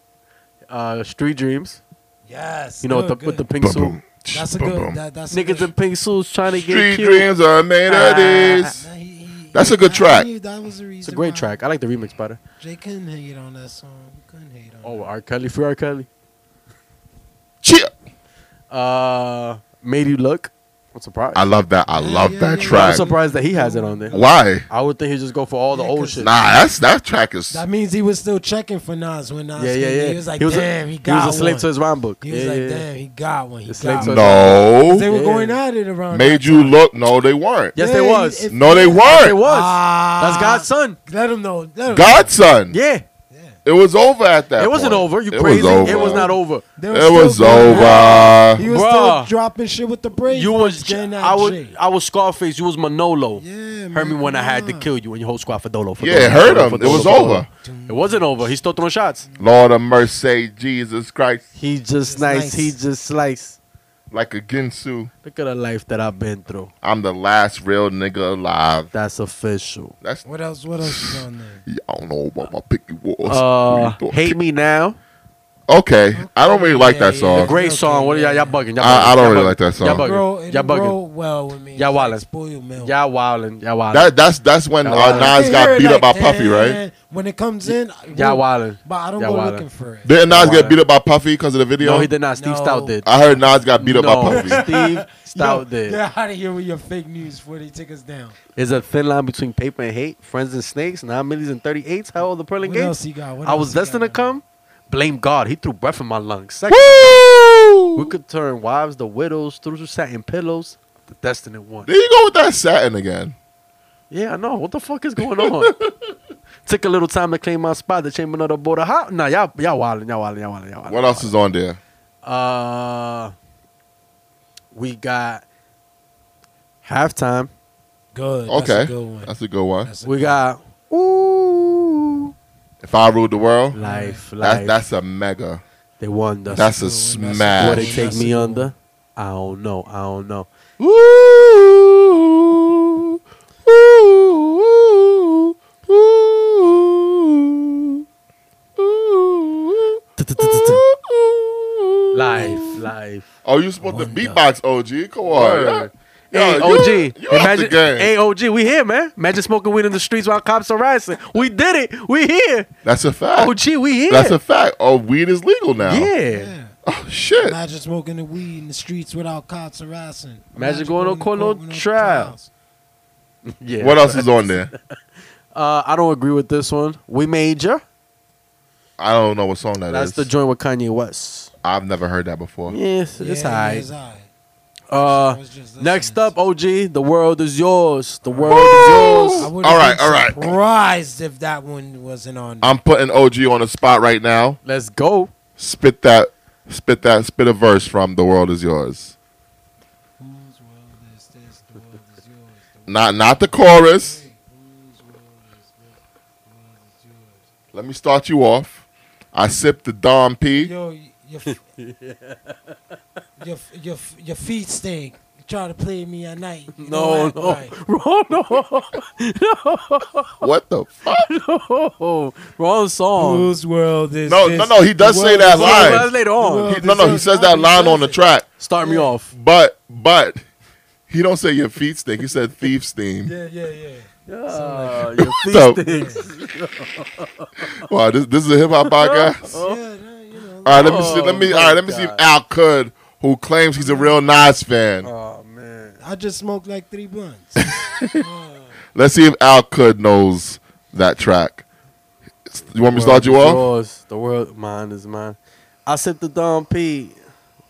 [SPEAKER 2] Uh, Street Dreams.
[SPEAKER 3] Yes. Oh,
[SPEAKER 2] You know, with the,
[SPEAKER 3] good,
[SPEAKER 2] with the
[SPEAKER 3] good.
[SPEAKER 2] pink
[SPEAKER 1] Boom,
[SPEAKER 2] suit.
[SPEAKER 1] boom.
[SPEAKER 3] That's a
[SPEAKER 1] Boom,
[SPEAKER 3] good.
[SPEAKER 1] boom.
[SPEAKER 3] That, that's a
[SPEAKER 2] Niggas
[SPEAKER 3] good.
[SPEAKER 2] in pink suits trying to
[SPEAKER 1] Street
[SPEAKER 2] get cute.
[SPEAKER 1] dreams are made of this.
[SPEAKER 3] Nah, he- he-
[SPEAKER 1] That's a good
[SPEAKER 3] I
[SPEAKER 1] track.
[SPEAKER 3] knew That was the reason.
[SPEAKER 2] It's a great
[SPEAKER 3] why
[SPEAKER 2] track. I like the remix better.
[SPEAKER 3] Jay couldn't hate on that song. He Couldn't hate on.
[SPEAKER 2] Oh,
[SPEAKER 3] it.
[SPEAKER 2] R. Kelly, free R. Kelly.
[SPEAKER 1] Cheer.
[SPEAKER 2] Uh, Made You Look. I'm surprised.
[SPEAKER 1] I love that. I
[SPEAKER 3] Yeah,
[SPEAKER 1] love
[SPEAKER 3] yeah,
[SPEAKER 1] that
[SPEAKER 3] yeah.
[SPEAKER 2] I'm
[SPEAKER 1] track.
[SPEAKER 2] surprised that he has it on there.
[SPEAKER 1] Why?
[SPEAKER 2] I would think he'd just go for all the
[SPEAKER 3] Yeah,
[SPEAKER 2] old
[SPEAKER 3] 'cause-
[SPEAKER 2] shit.
[SPEAKER 1] Nah, that's that track is.
[SPEAKER 3] That means he was still checking for Nas when Nas.
[SPEAKER 2] yeah, yeah,
[SPEAKER 3] came.
[SPEAKER 2] yeah.
[SPEAKER 3] He was like,
[SPEAKER 2] a-
[SPEAKER 3] damn, he got
[SPEAKER 2] He was a slave
[SPEAKER 3] one.
[SPEAKER 2] to his rhyme book.
[SPEAKER 3] He was
[SPEAKER 2] yeah,
[SPEAKER 3] like,
[SPEAKER 2] yeah, yeah.
[SPEAKER 3] damn, he got one. He
[SPEAKER 2] The slave
[SPEAKER 3] got
[SPEAKER 2] to-
[SPEAKER 3] one. They
[SPEAKER 1] no,
[SPEAKER 3] were
[SPEAKER 2] Yeah.
[SPEAKER 3] going at it around.
[SPEAKER 1] made
[SPEAKER 3] that
[SPEAKER 1] you
[SPEAKER 3] time.
[SPEAKER 1] look. No, they weren't.
[SPEAKER 2] Yes,
[SPEAKER 3] Yeah,
[SPEAKER 2] they
[SPEAKER 3] he-
[SPEAKER 2] was.
[SPEAKER 3] if-
[SPEAKER 1] No, they
[SPEAKER 2] yes, they
[SPEAKER 1] weren't.
[SPEAKER 2] was.
[SPEAKER 3] Ah.
[SPEAKER 2] That's God's son.
[SPEAKER 3] Let him know. Let him
[SPEAKER 1] Godson.
[SPEAKER 2] Yeah.
[SPEAKER 1] It
[SPEAKER 3] Yeah.
[SPEAKER 1] was over at that.
[SPEAKER 2] It wasn't
[SPEAKER 1] point.
[SPEAKER 2] over. You
[SPEAKER 1] It was
[SPEAKER 2] crazy.
[SPEAKER 1] over.
[SPEAKER 2] It was not over.
[SPEAKER 3] They were
[SPEAKER 1] It
[SPEAKER 3] still
[SPEAKER 1] was
[SPEAKER 3] going at it. He
[SPEAKER 1] over.
[SPEAKER 3] was
[SPEAKER 2] Bruh.
[SPEAKER 3] still dropping shit with the brains.
[SPEAKER 2] You was
[SPEAKER 3] getting at
[SPEAKER 2] I was
[SPEAKER 3] Jay.
[SPEAKER 2] I was Scarface. You was Manolo.
[SPEAKER 3] Yeah,
[SPEAKER 2] Heard me
[SPEAKER 3] man,
[SPEAKER 2] when I
[SPEAKER 3] come
[SPEAKER 2] had to
[SPEAKER 3] on.
[SPEAKER 2] kill you and your whole squad for Dolo. For
[SPEAKER 1] Yeah,
[SPEAKER 2] Dolo,
[SPEAKER 1] it
[SPEAKER 2] for
[SPEAKER 1] hurt
[SPEAKER 2] Dolo,
[SPEAKER 1] him.
[SPEAKER 2] for
[SPEAKER 1] It
[SPEAKER 2] Dolo,
[SPEAKER 1] was
[SPEAKER 2] for Dolo.
[SPEAKER 1] over.
[SPEAKER 2] It wasn't over. He's still throwing shots.
[SPEAKER 1] Lord of mercy, Jesus Christ,
[SPEAKER 2] He just
[SPEAKER 3] Just
[SPEAKER 2] nice.
[SPEAKER 3] nice.
[SPEAKER 2] He just slice.
[SPEAKER 1] like a Ginsu.
[SPEAKER 2] Look at the life that I've been through.
[SPEAKER 1] I'm the last real nigga alive.
[SPEAKER 2] That's official.
[SPEAKER 1] That's
[SPEAKER 3] What else? What else is on there?
[SPEAKER 1] I don't know about my picky walls.
[SPEAKER 2] Uh, hate me now.
[SPEAKER 1] Okay, I don't really like that
[SPEAKER 3] Yeah,
[SPEAKER 1] song.
[SPEAKER 3] yeah.
[SPEAKER 2] Great
[SPEAKER 3] Okay,
[SPEAKER 2] song. What are y'all?
[SPEAKER 3] yeah.
[SPEAKER 2] Y'all bugging? Y'all bugging.
[SPEAKER 1] I- I don't
[SPEAKER 2] Y'all
[SPEAKER 1] really
[SPEAKER 2] bugging.
[SPEAKER 1] like that song.
[SPEAKER 2] Y'all bugging.
[SPEAKER 3] Bro, it
[SPEAKER 2] Y'all bugging.
[SPEAKER 3] rolled well with me.
[SPEAKER 2] Y'all wildin'.
[SPEAKER 3] Spoil milk.
[SPEAKER 2] Y'all wildin'. Y'all wildin'.
[SPEAKER 1] That that's that's when
[SPEAKER 2] Y'all
[SPEAKER 1] uh,
[SPEAKER 2] wild.
[SPEAKER 3] I
[SPEAKER 1] Nas
[SPEAKER 3] can
[SPEAKER 1] got
[SPEAKER 3] hear it
[SPEAKER 1] beat up by
[SPEAKER 3] like,
[SPEAKER 1] Puffy, right?
[SPEAKER 3] "Damn." When it comes in,
[SPEAKER 2] y'all
[SPEAKER 3] well,
[SPEAKER 2] wildin'.
[SPEAKER 3] But I don't
[SPEAKER 2] Y'all
[SPEAKER 3] go
[SPEAKER 2] wildin'.
[SPEAKER 3] looking for it.
[SPEAKER 1] Didn't Nas get
[SPEAKER 2] wild.
[SPEAKER 1] beat up by Puffy because of the video?
[SPEAKER 2] No, he did not. Steve
[SPEAKER 3] No.
[SPEAKER 2] Stout did.
[SPEAKER 1] I heard Nas got beat up by
[SPEAKER 2] no,
[SPEAKER 1] Puffy.
[SPEAKER 2] Steve Stout did.
[SPEAKER 3] Get out of here with your fake news before they take us down.
[SPEAKER 2] There's a thin line between paper and hate, friends and snakes, nine millies and thirty eights. How old the pearling
[SPEAKER 3] What
[SPEAKER 2] gates?
[SPEAKER 3] else he got? What
[SPEAKER 2] I
[SPEAKER 3] else
[SPEAKER 2] was
[SPEAKER 3] he
[SPEAKER 2] destined
[SPEAKER 3] got
[SPEAKER 2] to come. Blame God. He threw breath in my lungs. Sex- We
[SPEAKER 1] Woo!
[SPEAKER 2] could turn wives to widows, through to satin pillows. The destined one.
[SPEAKER 1] There you go with that satin again.
[SPEAKER 2] Yeah, I know. What the fuck is going on? Took a little time to claim my spot. The chamber of the border. How? Nah, y'all, y'all wildin', y'all wildin', y'all wildin', y'all wildin'.
[SPEAKER 1] What else is on there?
[SPEAKER 2] Uh, we got halftime.
[SPEAKER 3] Good.
[SPEAKER 1] Okay,
[SPEAKER 3] That's a good one.
[SPEAKER 1] that's a good one.
[SPEAKER 3] That's a
[SPEAKER 2] We
[SPEAKER 3] good
[SPEAKER 2] got ooh,
[SPEAKER 1] If I ruled the world,
[SPEAKER 2] life, life.
[SPEAKER 1] that's that's a mega.
[SPEAKER 2] They won. That's,
[SPEAKER 1] That's a
[SPEAKER 3] That's-
[SPEAKER 2] what
[SPEAKER 1] smash.
[SPEAKER 2] they take me
[SPEAKER 3] That's-
[SPEAKER 2] under. I don't know. I don't know.
[SPEAKER 1] Ooh, ooh, ooh, ooh, ooh, ooh.
[SPEAKER 2] Life, life.
[SPEAKER 1] Oh, you supposed to
[SPEAKER 3] Wonder.
[SPEAKER 1] beatbox, OG? Come on. Oh, Yeah.
[SPEAKER 2] Word. Hey,
[SPEAKER 1] Yo,
[SPEAKER 2] OG.
[SPEAKER 1] you, you imagine,
[SPEAKER 2] imagine, hey, OG, we here, man. Imagine smoking weed in the streets while cops are harassing. We did it. We here.
[SPEAKER 1] That's a fact.
[SPEAKER 2] OG, we here.
[SPEAKER 1] That's a fact. Oh, weed is legal now.
[SPEAKER 2] yeah.
[SPEAKER 3] Oh, Yeah.
[SPEAKER 1] Oh, shit.
[SPEAKER 3] Imagine smoking the weed in the streets without cops harassing. Imagine,
[SPEAKER 2] going on
[SPEAKER 3] to
[SPEAKER 2] court, no
[SPEAKER 3] court with
[SPEAKER 2] trial. Yeah.
[SPEAKER 1] What else is on there?
[SPEAKER 2] Uh, I don't agree with this one. We major.
[SPEAKER 1] I don't know what song that
[SPEAKER 2] That's
[SPEAKER 1] is.
[SPEAKER 2] the joint with Kanye West.
[SPEAKER 1] I've never heard that before.
[SPEAKER 2] Yes,
[SPEAKER 3] Yeah,
[SPEAKER 2] it's
[SPEAKER 3] yeah,
[SPEAKER 2] high.
[SPEAKER 3] It's high.
[SPEAKER 2] Uh,
[SPEAKER 3] was just
[SPEAKER 2] next
[SPEAKER 3] listening.
[SPEAKER 2] up, OG. The world is yours. The world is yours.
[SPEAKER 3] I wouldn't
[SPEAKER 1] All right,
[SPEAKER 3] be
[SPEAKER 1] all right. Uh,
[SPEAKER 3] Surprised if that one wasn't on.
[SPEAKER 1] I'm putting OG on the spot right now.
[SPEAKER 2] Let's go.
[SPEAKER 1] Spit that, spit that, spit a verse from "The World Is Yours."
[SPEAKER 3] Whose world is this? The world is yours.
[SPEAKER 1] Not, not the chorus.
[SPEAKER 3] Whose world is this? The world is yours.
[SPEAKER 1] Let me start you off. I sipped the Dom P.
[SPEAKER 3] Yo, y- your f- your f- your f- your feet stink. You try to play me at night. You
[SPEAKER 2] No,
[SPEAKER 3] don't act
[SPEAKER 2] no,
[SPEAKER 3] right.
[SPEAKER 2] wrong, no,
[SPEAKER 1] What the fuck?
[SPEAKER 2] no, Oh, wrong song.
[SPEAKER 3] Whose world is
[SPEAKER 1] No,
[SPEAKER 3] this?
[SPEAKER 1] no, no. He does
[SPEAKER 3] The
[SPEAKER 1] say
[SPEAKER 3] world
[SPEAKER 1] that
[SPEAKER 3] is-
[SPEAKER 2] Hold on,
[SPEAKER 1] line.
[SPEAKER 2] that's later on.
[SPEAKER 1] He- no, no. He says that line on the track,
[SPEAKER 2] Start me off.
[SPEAKER 1] but, but he don't say your feet stink. He said thieves theme.
[SPEAKER 3] Yeah, yeah, yeah.
[SPEAKER 2] Uh, your
[SPEAKER 1] So-
[SPEAKER 2] feet stinks.
[SPEAKER 1] Wow, this, this is a hip hop podcast. All
[SPEAKER 3] Yeah, no, you know.
[SPEAKER 1] right, let me see. Let me.
[SPEAKER 2] Oh,
[SPEAKER 1] All right,
[SPEAKER 2] my
[SPEAKER 1] let me see if
[SPEAKER 2] God.
[SPEAKER 1] Al Kud, who claims he's a real Nas fan,
[SPEAKER 2] Oh man,
[SPEAKER 3] I just smoked like three blunts.
[SPEAKER 1] Let's see if Al Kud knows that track. You want me to start you
[SPEAKER 2] World is
[SPEAKER 1] off?
[SPEAKER 2] yours. The world, mine is mine. I sip the Dom P,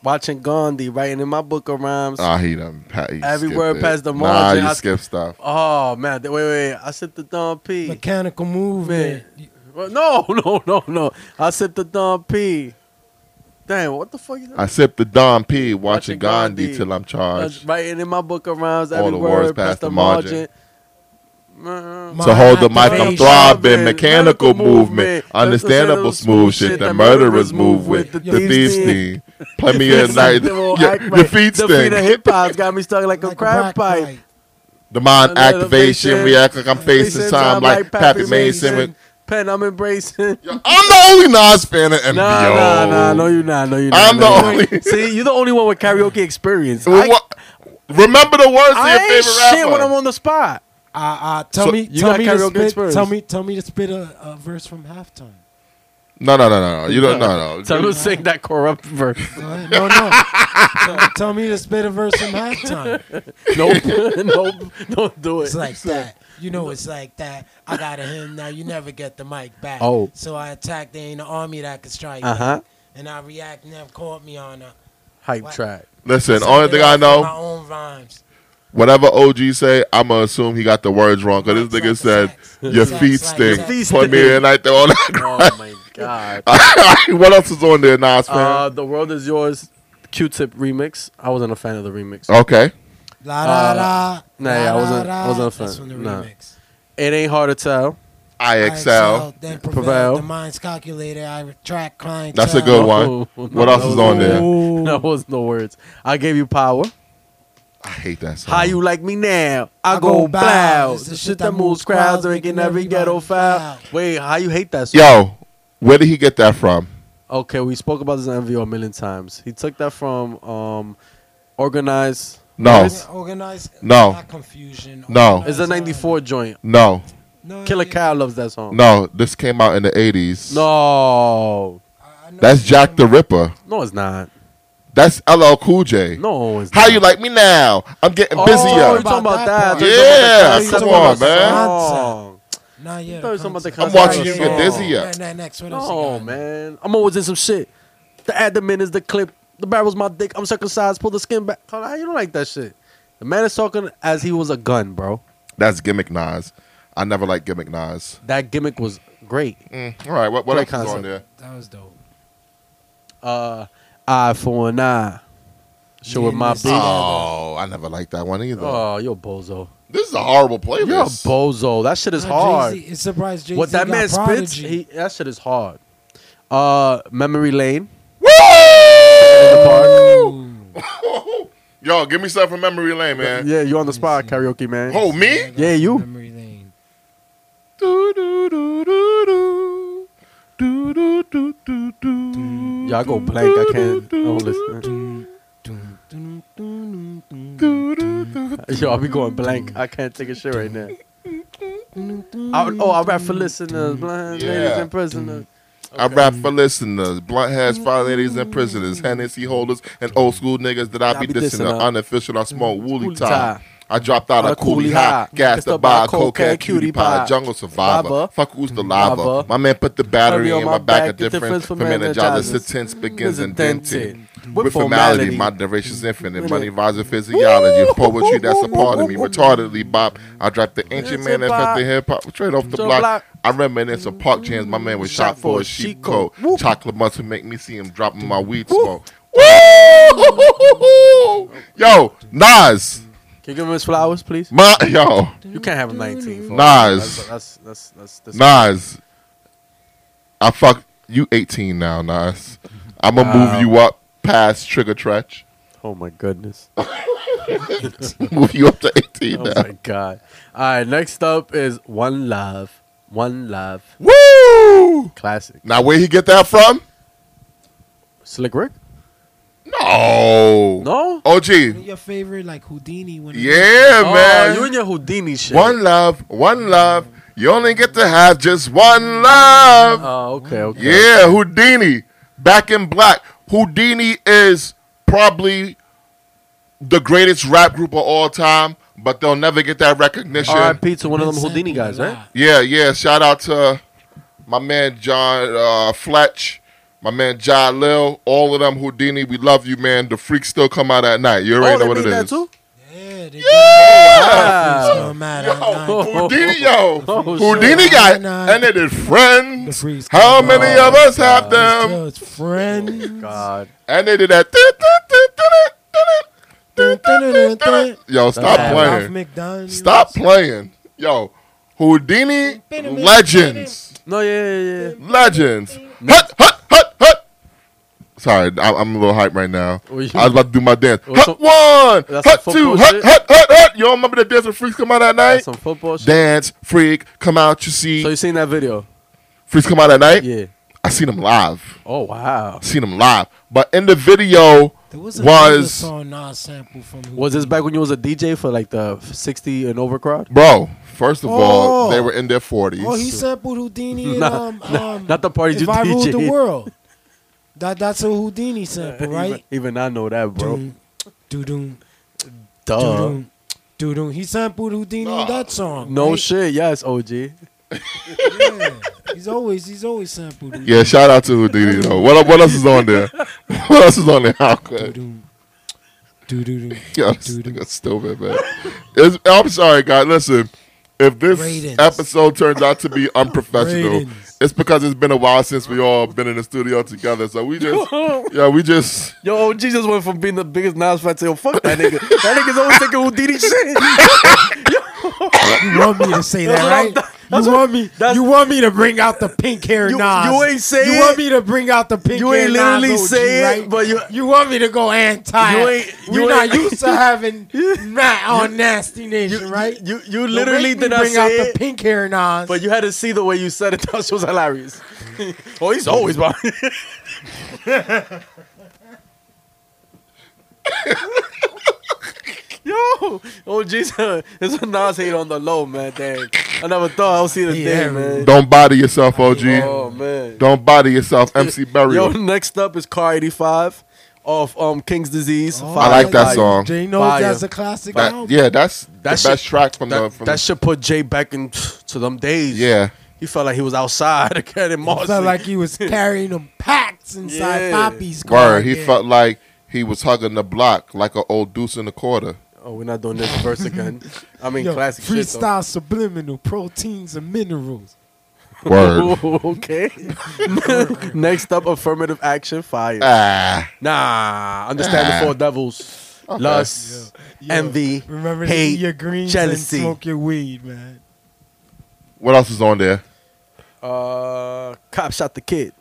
[SPEAKER 2] watching Gandhi, writing in my book of rhymes.
[SPEAKER 1] Ah, he done. pa- He
[SPEAKER 2] Every
[SPEAKER 1] skipped
[SPEAKER 2] word
[SPEAKER 1] it.
[SPEAKER 2] past the
[SPEAKER 1] Nah,
[SPEAKER 2] margin,
[SPEAKER 1] you
[SPEAKER 2] I-
[SPEAKER 1] skip stuff.
[SPEAKER 2] oh man, wait, wait. I sip the Dom P.
[SPEAKER 3] Mechanical movement.
[SPEAKER 2] Well, No, no, no, no. I sip the Dom P. Damn, what the fuck? Is that?
[SPEAKER 1] I sipped the Don P watching
[SPEAKER 2] Watching
[SPEAKER 1] Gandhi,
[SPEAKER 2] Gandhi.
[SPEAKER 1] till I'm
[SPEAKER 2] That's
[SPEAKER 1] charged.
[SPEAKER 2] writing in my book of rhymes.
[SPEAKER 1] All
[SPEAKER 2] Every
[SPEAKER 1] the words
[SPEAKER 2] word
[SPEAKER 1] past
[SPEAKER 2] past
[SPEAKER 1] the
[SPEAKER 2] the
[SPEAKER 1] margin.
[SPEAKER 2] margin. Mm,
[SPEAKER 3] My
[SPEAKER 1] So hold the mic, I'm
[SPEAKER 3] activation.
[SPEAKER 1] throbbing. Mechanical movement, understandable smooth shit that murderers move with. The thieves thing. Play me at night. Yeah, The feet
[SPEAKER 2] The feet of
[SPEAKER 1] thing.
[SPEAKER 2] hip hop's got me stuck like a
[SPEAKER 3] Like a
[SPEAKER 2] crab
[SPEAKER 3] crack
[SPEAKER 2] pipe.
[SPEAKER 3] pipe.
[SPEAKER 1] The mind
[SPEAKER 2] Elevation.
[SPEAKER 1] activation. React like I'm facing
[SPEAKER 2] Facing
[SPEAKER 1] time
[SPEAKER 2] time
[SPEAKER 1] like
[SPEAKER 2] like
[SPEAKER 1] Pappy
[SPEAKER 2] Pappy
[SPEAKER 1] Mason.
[SPEAKER 2] Mason. Pen I'm embracing.
[SPEAKER 1] Yo, I'm the only Nas fan in NBO.
[SPEAKER 2] Nah, nah, nah. No, you not. No, you not.
[SPEAKER 1] I'm
[SPEAKER 2] no,
[SPEAKER 1] the
[SPEAKER 2] you not.
[SPEAKER 1] only-
[SPEAKER 2] See, you're the only one with karaoke experience.
[SPEAKER 1] Well,
[SPEAKER 2] I-
[SPEAKER 1] what- Remember the words to
[SPEAKER 2] I
[SPEAKER 1] your
[SPEAKER 2] ain't
[SPEAKER 1] favorite
[SPEAKER 2] shit
[SPEAKER 1] rapper.
[SPEAKER 2] when I'm on the spot.
[SPEAKER 3] Uh, uh, tell
[SPEAKER 1] So-
[SPEAKER 3] me,
[SPEAKER 2] You
[SPEAKER 3] tell
[SPEAKER 2] got
[SPEAKER 3] me to
[SPEAKER 2] karaoke
[SPEAKER 3] spit.
[SPEAKER 2] experience.
[SPEAKER 3] Tell me, tell me to spit a, a verse from halftime.
[SPEAKER 1] no, no, no, no, no. You don't. No,
[SPEAKER 2] Tell
[SPEAKER 1] no.
[SPEAKER 2] him to sing that corrupt verse.
[SPEAKER 3] Go ahead. No, no. tell, tell me to spit a verse from halftime.
[SPEAKER 2] Nope, nope, don't do it.
[SPEAKER 3] It's like that. You know, it's like that. I got a hymn now. You never get the mic back.
[SPEAKER 2] Oh.
[SPEAKER 3] So I attacked. There ain't an army that could strike.
[SPEAKER 2] uh huh,
[SPEAKER 3] And I react. Never caught me on a.
[SPEAKER 2] hype
[SPEAKER 3] What?
[SPEAKER 2] track.
[SPEAKER 1] Listen, only thing I
[SPEAKER 3] My
[SPEAKER 1] know,
[SPEAKER 3] own rhymes.
[SPEAKER 1] whatever OG say, I'ma assume he got the words wrong because this nigga
[SPEAKER 3] Sex,
[SPEAKER 1] said
[SPEAKER 3] sex,
[SPEAKER 1] your
[SPEAKER 3] sex,
[SPEAKER 1] feet
[SPEAKER 3] sex,
[SPEAKER 1] stink.
[SPEAKER 3] sex.
[SPEAKER 2] Feet
[SPEAKER 1] Put me
[SPEAKER 2] stink.
[SPEAKER 1] in like the all that.
[SPEAKER 2] Oh my god.
[SPEAKER 1] what else is on there, Nas fan?
[SPEAKER 2] Uh, the world is yours. Q-tip remix. I wasn't a fan of the remix.
[SPEAKER 1] okay,
[SPEAKER 3] La da da.
[SPEAKER 2] nah, yeah, I
[SPEAKER 3] la, da,
[SPEAKER 2] wasn't-
[SPEAKER 3] da.
[SPEAKER 2] I wasn't a
[SPEAKER 3] That's
[SPEAKER 2] fan.
[SPEAKER 3] from the
[SPEAKER 2] Nah.
[SPEAKER 3] remix.
[SPEAKER 2] It ain't hard to tell.
[SPEAKER 1] I
[SPEAKER 3] I
[SPEAKER 1] excel.
[SPEAKER 3] Then
[SPEAKER 2] Prevail.
[SPEAKER 3] prevail. The mind's calculator. I retract client.
[SPEAKER 1] That's a good one.
[SPEAKER 2] No,
[SPEAKER 1] What
[SPEAKER 2] no,
[SPEAKER 1] else
[SPEAKER 2] that
[SPEAKER 1] is
[SPEAKER 2] was
[SPEAKER 1] on
[SPEAKER 2] no
[SPEAKER 1] there?
[SPEAKER 2] words. That was no words. I gave you power.
[SPEAKER 1] I hate that song.
[SPEAKER 2] How you like me now? I,
[SPEAKER 3] I
[SPEAKER 2] go
[SPEAKER 3] go bow.
[SPEAKER 2] bow.
[SPEAKER 3] It's
[SPEAKER 2] The shit that moves crowds, making every ghetto
[SPEAKER 3] everybody
[SPEAKER 2] foul. Wait, how you hate that song?
[SPEAKER 1] Yo, where did he get that from?
[SPEAKER 2] Okay, we spoke about this in MVO a million times. He took that from um, Organized.
[SPEAKER 1] No,
[SPEAKER 2] Where's-
[SPEAKER 3] Organized.
[SPEAKER 1] No.
[SPEAKER 3] Not confusion.
[SPEAKER 1] No.
[SPEAKER 2] It's a 94 joint.
[SPEAKER 1] no,
[SPEAKER 3] No,
[SPEAKER 2] Killer
[SPEAKER 3] yeah.
[SPEAKER 2] Cow loves that song.
[SPEAKER 1] no. This came out in the '80s.
[SPEAKER 2] No.
[SPEAKER 3] I- I know
[SPEAKER 1] that's
[SPEAKER 3] what
[SPEAKER 1] Jack
[SPEAKER 3] you're
[SPEAKER 1] the
[SPEAKER 3] talking
[SPEAKER 1] Ripper.
[SPEAKER 2] No, it's not.
[SPEAKER 1] That's LL Cool J.
[SPEAKER 2] No, it's
[SPEAKER 1] How
[SPEAKER 2] not.
[SPEAKER 1] you like me now? I'm getting
[SPEAKER 2] Oh,
[SPEAKER 1] busier.
[SPEAKER 2] you're talking about that.
[SPEAKER 3] part.
[SPEAKER 2] I thought you were talking
[SPEAKER 1] Yeah, come
[SPEAKER 2] about the concept
[SPEAKER 1] on,
[SPEAKER 2] of the
[SPEAKER 1] man.
[SPEAKER 2] song.
[SPEAKER 3] about. Nah, yeah,
[SPEAKER 2] I thought you were talking about the
[SPEAKER 3] concept.
[SPEAKER 1] I'm
[SPEAKER 2] concept
[SPEAKER 1] watching
[SPEAKER 2] of
[SPEAKER 1] you
[SPEAKER 2] the
[SPEAKER 1] get dizzy,
[SPEAKER 2] song.
[SPEAKER 1] yeah.
[SPEAKER 3] Nah, nah, next, what else you
[SPEAKER 2] No,
[SPEAKER 3] got?
[SPEAKER 2] Oh, man. I'm always in some shit. The abdomen is the clip. The barrel's my dick. I'm circumcised. Pull the skin back. Hold on, How you don't like that shit? The man is talking as he was a gun, bro.
[SPEAKER 1] That's gimmick Nas. I never liked gimmick Nas.
[SPEAKER 2] That gimmick was great.
[SPEAKER 1] Mm, All right, what, what else
[SPEAKER 2] Great
[SPEAKER 1] is on
[SPEAKER 2] concept.
[SPEAKER 1] there?
[SPEAKER 3] That was dope.
[SPEAKER 2] Uh, eye for an eye. Show with my
[SPEAKER 3] Yes.
[SPEAKER 2] big.
[SPEAKER 3] Ah.
[SPEAKER 1] Oh, I never liked that one either.
[SPEAKER 2] Oh, you're a bozo.
[SPEAKER 1] This is a horrible
[SPEAKER 2] You're a
[SPEAKER 1] playlist.
[SPEAKER 2] bozo. That shit is
[SPEAKER 3] Nah,
[SPEAKER 2] hard.
[SPEAKER 3] Jay-Z, it's surprised Jay Z.
[SPEAKER 2] what that man spits,
[SPEAKER 3] Prodigy.
[SPEAKER 2] he, that shit is hard. Uh, Memory Lane.
[SPEAKER 1] Woo! Yo, give me stuff from memory lane, man.
[SPEAKER 2] Yeah, you on the spot, karaoke man.
[SPEAKER 1] Oh, me?
[SPEAKER 2] Yeah, you.
[SPEAKER 3] Memory lane.
[SPEAKER 1] Do, do, do, do, do. Do, do, do, do, do.
[SPEAKER 2] Yeah, I go blank. I can't. I don't listen.
[SPEAKER 3] Dun, dun, dun, dun, dun.
[SPEAKER 1] Do, do, do, do.
[SPEAKER 2] Yo, I be going blank. I can't take a shit right now. I, oh, I rap for listeners, blind ladies
[SPEAKER 1] Yeah.
[SPEAKER 2] and prisoners.
[SPEAKER 1] I rap for listeners, blunt heads, fire ladies, and prisoners, Hennessy holders, and old school niggas that I be dissing. are Unofficial, I smoke woolly tie. I dropped out of
[SPEAKER 2] Out of coolie
[SPEAKER 1] coolie
[SPEAKER 2] high.
[SPEAKER 1] high, gassed
[SPEAKER 2] Gassed
[SPEAKER 1] up
[SPEAKER 2] up by
[SPEAKER 1] by
[SPEAKER 2] a
[SPEAKER 1] a
[SPEAKER 2] cocaine
[SPEAKER 1] cocaine cutie
[SPEAKER 2] cutie pie.
[SPEAKER 1] pie, jungle survivor.
[SPEAKER 2] Survivor.
[SPEAKER 1] Fuck who's the lava?
[SPEAKER 2] Lava.
[SPEAKER 1] My man put the battery
[SPEAKER 2] Battery on
[SPEAKER 1] in
[SPEAKER 2] my
[SPEAKER 1] my back.
[SPEAKER 2] back,
[SPEAKER 1] A
[SPEAKER 2] the difference
[SPEAKER 1] difference
[SPEAKER 2] from
[SPEAKER 1] from energizer.
[SPEAKER 2] energizers.
[SPEAKER 1] Sentence begins
[SPEAKER 2] Is
[SPEAKER 1] and
[SPEAKER 2] indented.
[SPEAKER 1] dented.
[SPEAKER 2] With
[SPEAKER 1] With formality,
[SPEAKER 2] formality.
[SPEAKER 1] my duration's infinite.
[SPEAKER 2] Minute.
[SPEAKER 1] Money rising physiology, poetry that's a part of me. Retardedly bop, I drop the ancient
[SPEAKER 2] It's
[SPEAKER 1] man
[SPEAKER 2] a
[SPEAKER 1] that felt
[SPEAKER 2] bop.
[SPEAKER 1] the hip hop straight off the
[SPEAKER 2] Straight
[SPEAKER 1] block.
[SPEAKER 2] block.
[SPEAKER 1] I reminisce of park jams. My man was shot for a sheep coat.
[SPEAKER 2] Whoop.
[SPEAKER 1] Chocolate must have make me see him dropping my weed smoke. Woo! Yo, Nas,
[SPEAKER 2] Can you give him his flowers, please?
[SPEAKER 1] my yo,
[SPEAKER 2] You can't have him 19. for-
[SPEAKER 1] Nas.
[SPEAKER 2] That's that's that's, that's,
[SPEAKER 1] Nas. I fuck you. 18 now, Nas. I'm gonna
[SPEAKER 2] Wow.
[SPEAKER 1] move you up past Trigger Tretch.
[SPEAKER 2] Oh my goodness.
[SPEAKER 1] move you up to 18
[SPEAKER 2] Oh
[SPEAKER 1] now.
[SPEAKER 2] my god. All right, next up is One Love. One Love.
[SPEAKER 1] Woo!
[SPEAKER 2] Classic.
[SPEAKER 1] Now where he get that from?
[SPEAKER 2] Slick Rick?
[SPEAKER 1] No.
[SPEAKER 2] No?
[SPEAKER 1] OG.
[SPEAKER 3] Who Your favorite, like Houdini. When
[SPEAKER 1] Yeah,
[SPEAKER 2] Oh,
[SPEAKER 1] man.
[SPEAKER 2] you and your Houdini shit.
[SPEAKER 1] One love, one love. You only get to have just one love.
[SPEAKER 2] Oh, okay, okay.
[SPEAKER 1] yeah, Houdini. Back in black. Houdini is probably the greatest rap group of all time, but they'll never get that recognition.
[SPEAKER 2] R.I.P. to one of them Houdini guys, right?
[SPEAKER 1] Yeah, yeah. Shout out to my man John uh, Fletch, my man John Lil, all of them Houdini. We love you, man. The freaks still come out at night. You already
[SPEAKER 2] oh,
[SPEAKER 1] know
[SPEAKER 2] they
[SPEAKER 1] what
[SPEAKER 2] made
[SPEAKER 1] it is.
[SPEAKER 2] that too?
[SPEAKER 3] Yeah, they yeah. So mad.
[SPEAKER 1] Yo,
[SPEAKER 3] at nine.
[SPEAKER 1] Houdini, yo.
[SPEAKER 2] Oh,
[SPEAKER 1] Houdini
[SPEAKER 3] shit.
[SPEAKER 1] got,
[SPEAKER 3] Nah, nah.
[SPEAKER 1] and it is
[SPEAKER 3] The
[SPEAKER 1] friends.
[SPEAKER 3] freaks
[SPEAKER 1] How
[SPEAKER 3] come
[SPEAKER 1] many
[SPEAKER 2] out.
[SPEAKER 1] of us have
[SPEAKER 3] Yo,
[SPEAKER 1] them?
[SPEAKER 3] it's friend.
[SPEAKER 2] Oh, God.
[SPEAKER 1] And they did that. "Dun, dun, dun, dun, dun, dun, dun, dun, dun." Yo,
[SPEAKER 2] bad.
[SPEAKER 1] stop
[SPEAKER 3] Ralph
[SPEAKER 1] playing.
[SPEAKER 3] McDonald.
[SPEAKER 1] Stop playing. Yo, Houdini legends.
[SPEAKER 2] No, yeah, yeah, yeah.
[SPEAKER 1] Legends. Hut, hut, hut, hut. Sorry, I- I'm a little hype right now. I
[SPEAKER 2] Well, you-
[SPEAKER 1] was about to do my dance.
[SPEAKER 2] Well, some-
[SPEAKER 1] Hut one,
[SPEAKER 2] That's some
[SPEAKER 1] hut two,
[SPEAKER 2] football
[SPEAKER 1] hut,
[SPEAKER 2] shit.
[SPEAKER 1] hut, hut, hut. You all remember the dance when freaks come out at night?
[SPEAKER 2] That's some football shit.
[SPEAKER 1] Dance, freak, come out, you see.
[SPEAKER 2] So you seen that video?
[SPEAKER 1] Freaks come out at night.
[SPEAKER 2] Yeah.
[SPEAKER 1] I seen them live.
[SPEAKER 2] Oh wow.
[SPEAKER 1] Seen them live. But in the video
[SPEAKER 3] There was
[SPEAKER 1] was,
[SPEAKER 3] a was, song Nas sample from Houdini.
[SPEAKER 2] Was this back when you was a DJ for like the 60 and over crowd?
[SPEAKER 1] bro. First of all,
[SPEAKER 3] Oh.
[SPEAKER 1] they were in their forties.
[SPEAKER 3] Oh, he sampled Houdini and
[SPEAKER 2] Nah,
[SPEAKER 3] um,
[SPEAKER 2] nah,
[SPEAKER 3] um
[SPEAKER 2] not the parties
[SPEAKER 3] If
[SPEAKER 2] you
[SPEAKER 3] I ruled the
[SPEAKER 2] DJ'd.
[SPEAKER 3] world. That that's a Houdini sample,
[SPEAKER 2] Even,
[SPEAKER 3] right?
[SPEAKER 2] even I know that, bro.
[SPEAKER 3] Doom, doo doom,
[SPEAKER 2] Duh.
[SPEAKER 3] doo
[SPEAKER 1] Uh,
[SPEAKER 3] doom, doo doom. He sampled Houdini in that song.
[SPEAKER 2] No
[SPEAKER 3] right?
[SPEAKER 2] shit. Yes, OG.
[SPEAKER 3] Yeah. He's always he's always sampled. Houdini.
[SPEAKER 1] yeah, shout out to Houdini though. What what else is on there? what else is on there? How
[SPEAKER 3] Doo
[SPEAKER 1] could?
[SPEAKER 3] doom, doo doo doo.
[SPEAKER 1] Yo, this nigga stupid, man. It's, I'm sorry, guys. Listen, if this
[SPEAKER 3] Ratings.
[SPEAKER 1] episode turns out to be unprofessional,
[SPEAKER 3] Ratings.
[SPEAKER 1] it's because it's been a while since we all been in the studio together. So we just, yeah, we just.
[SPEAKER 2] Yo, OG just went from being the biggest Nas fan to yo, fuck that nigga. that nigga's always taking Houdini shit.
[SPEAKER 3] You want me to say that,
[SPEAKER 2] That's what I'm-
[SPEAKER 3] right? you want me?
[SPEAKER 2] that's-
[SPEAKER 3] You want me to bring out the pink hair
[SPEAKER 2] You-
[SPEAKER 3] Nas?
[SPEAKER 2] you ain't say
[SPEAKER 3] You
[SPEAKER 2] it.
[SPEAKER 3] want me to bring out the pink
[SPEAKER 2] You
[SPEAKER 3] hair
[SPEAKER 2] ain't
[SPEAKER 3] Nas
[SPEAKER 2] literally
[SPEAKER 3] OG,
[SPEAKER 2] say it,
[SPEAKER 3] right?
[SPEAKER 2] but you-
[SPEAKER 3] you want me to go anti?
[SPEAKER 2] You ain't- you
[SPEAKER 3] We're not
[SPEAKER 2] ain't-
[SPEAKER 3] used to having Matt on Nasty Nation, right?
[SPEAKER 2] You you
[SPEAKER 3] Don't
[SPEAKER 2] literally
[SPEAKER 3] make me
[SPEAKER 2] did not
[SPEAKER 3] bring out
[SPEAKER 2] say
[SPEAKER 3] the
[SPEAKER 2] it,
[SPEAKER 3] pink hair Nas.
[SPEAKER 2] but you had to see the way you said it. That shit was hilarious. oh, he's always behind. Yo, OG, said, it's a Nas hate on the low, man. Dang, I never thought I would see the
[SPEAKER 3] Yeah,
[SPEAKER 2] day, man.
[SPEAKER 1] Don't body yourself, OG.
[SPEAKER 2] Oh man.
[SPEAKER 1] Don't body yourself, MC
[SPEAKER 2] Yo,
[SPEAKER 1] Burial.
[SPEAKER 2] next up is Car 85 off um King's Disease.
[SPEAKER 3] Oh.
[SPEAKER 1] I
[SPEAKER 2] Fire,
[SPEAKER 1] like that
[SPEAKER 2] fire.
[SPEAKER 1] song.
[SPEAKER 3] Jay knows
[SPEAKER 2] Fire.
[SPEAKER 3] that's a classic
[SPEAKER 1] That-
[SPEAKER 3] album.
[SPEAKER 1] yeah, that's the
[SPEAKER 2] That
[SPEAKER 1] best
[SPEAKER 2] shit-
[SPEAKER 1] track from the
[SPEAKER 2] That,
[SPEAKER 1] from.
[SPEAKER 2] that
[SPEAKER 1] the,
[SPEAKER 2] should put Jay back into them days.
[SPEAKER 1] yeah,
[SPEAKER 2] He felt like he was outside again in
[SPEAKER 3] It
[SPEAKER 2] Marcy.
[SPEAKER 3] felt like he was carrying them packs inside
[SPEAKER 2] Yeah.
[SPEAKER 3] Poppy's car.
[SPEAKER 1] word. He
[SPEAKER 3] yeah.
[SPEAKER 1] felt like he was hugging the block like an old deuce in the quarter.
[SPEAKER 2] oh, we're not doing this verse again. I mean,
[SPEAKER 3] Yo,
[SPEAKER 2] classic shit. though.
[SPEAKER 3] freestyle subliminal proteins and minerals.
[SPEAKER 1] Word.
[SPEAKER 2] Oh, okay. Next up, affirmative action, fire.
[SPEAKER 1] ah,
[SPEAKER 2] nah, understand the four devils: lust,
[SPEAKER 3] Yo,
[SPEAKER 2] envy,
[SPEAKER 3] Remember
[SPEAKER 2] hate,
[SPEAKER 3] to eat your greens
[SPEAKER 2] jealousy.
[SPEAKER 3] and smoke your weed, man.
[SPEAKER 1] what else is on there?
[SPEAKER 2] uh, cop shot the kid.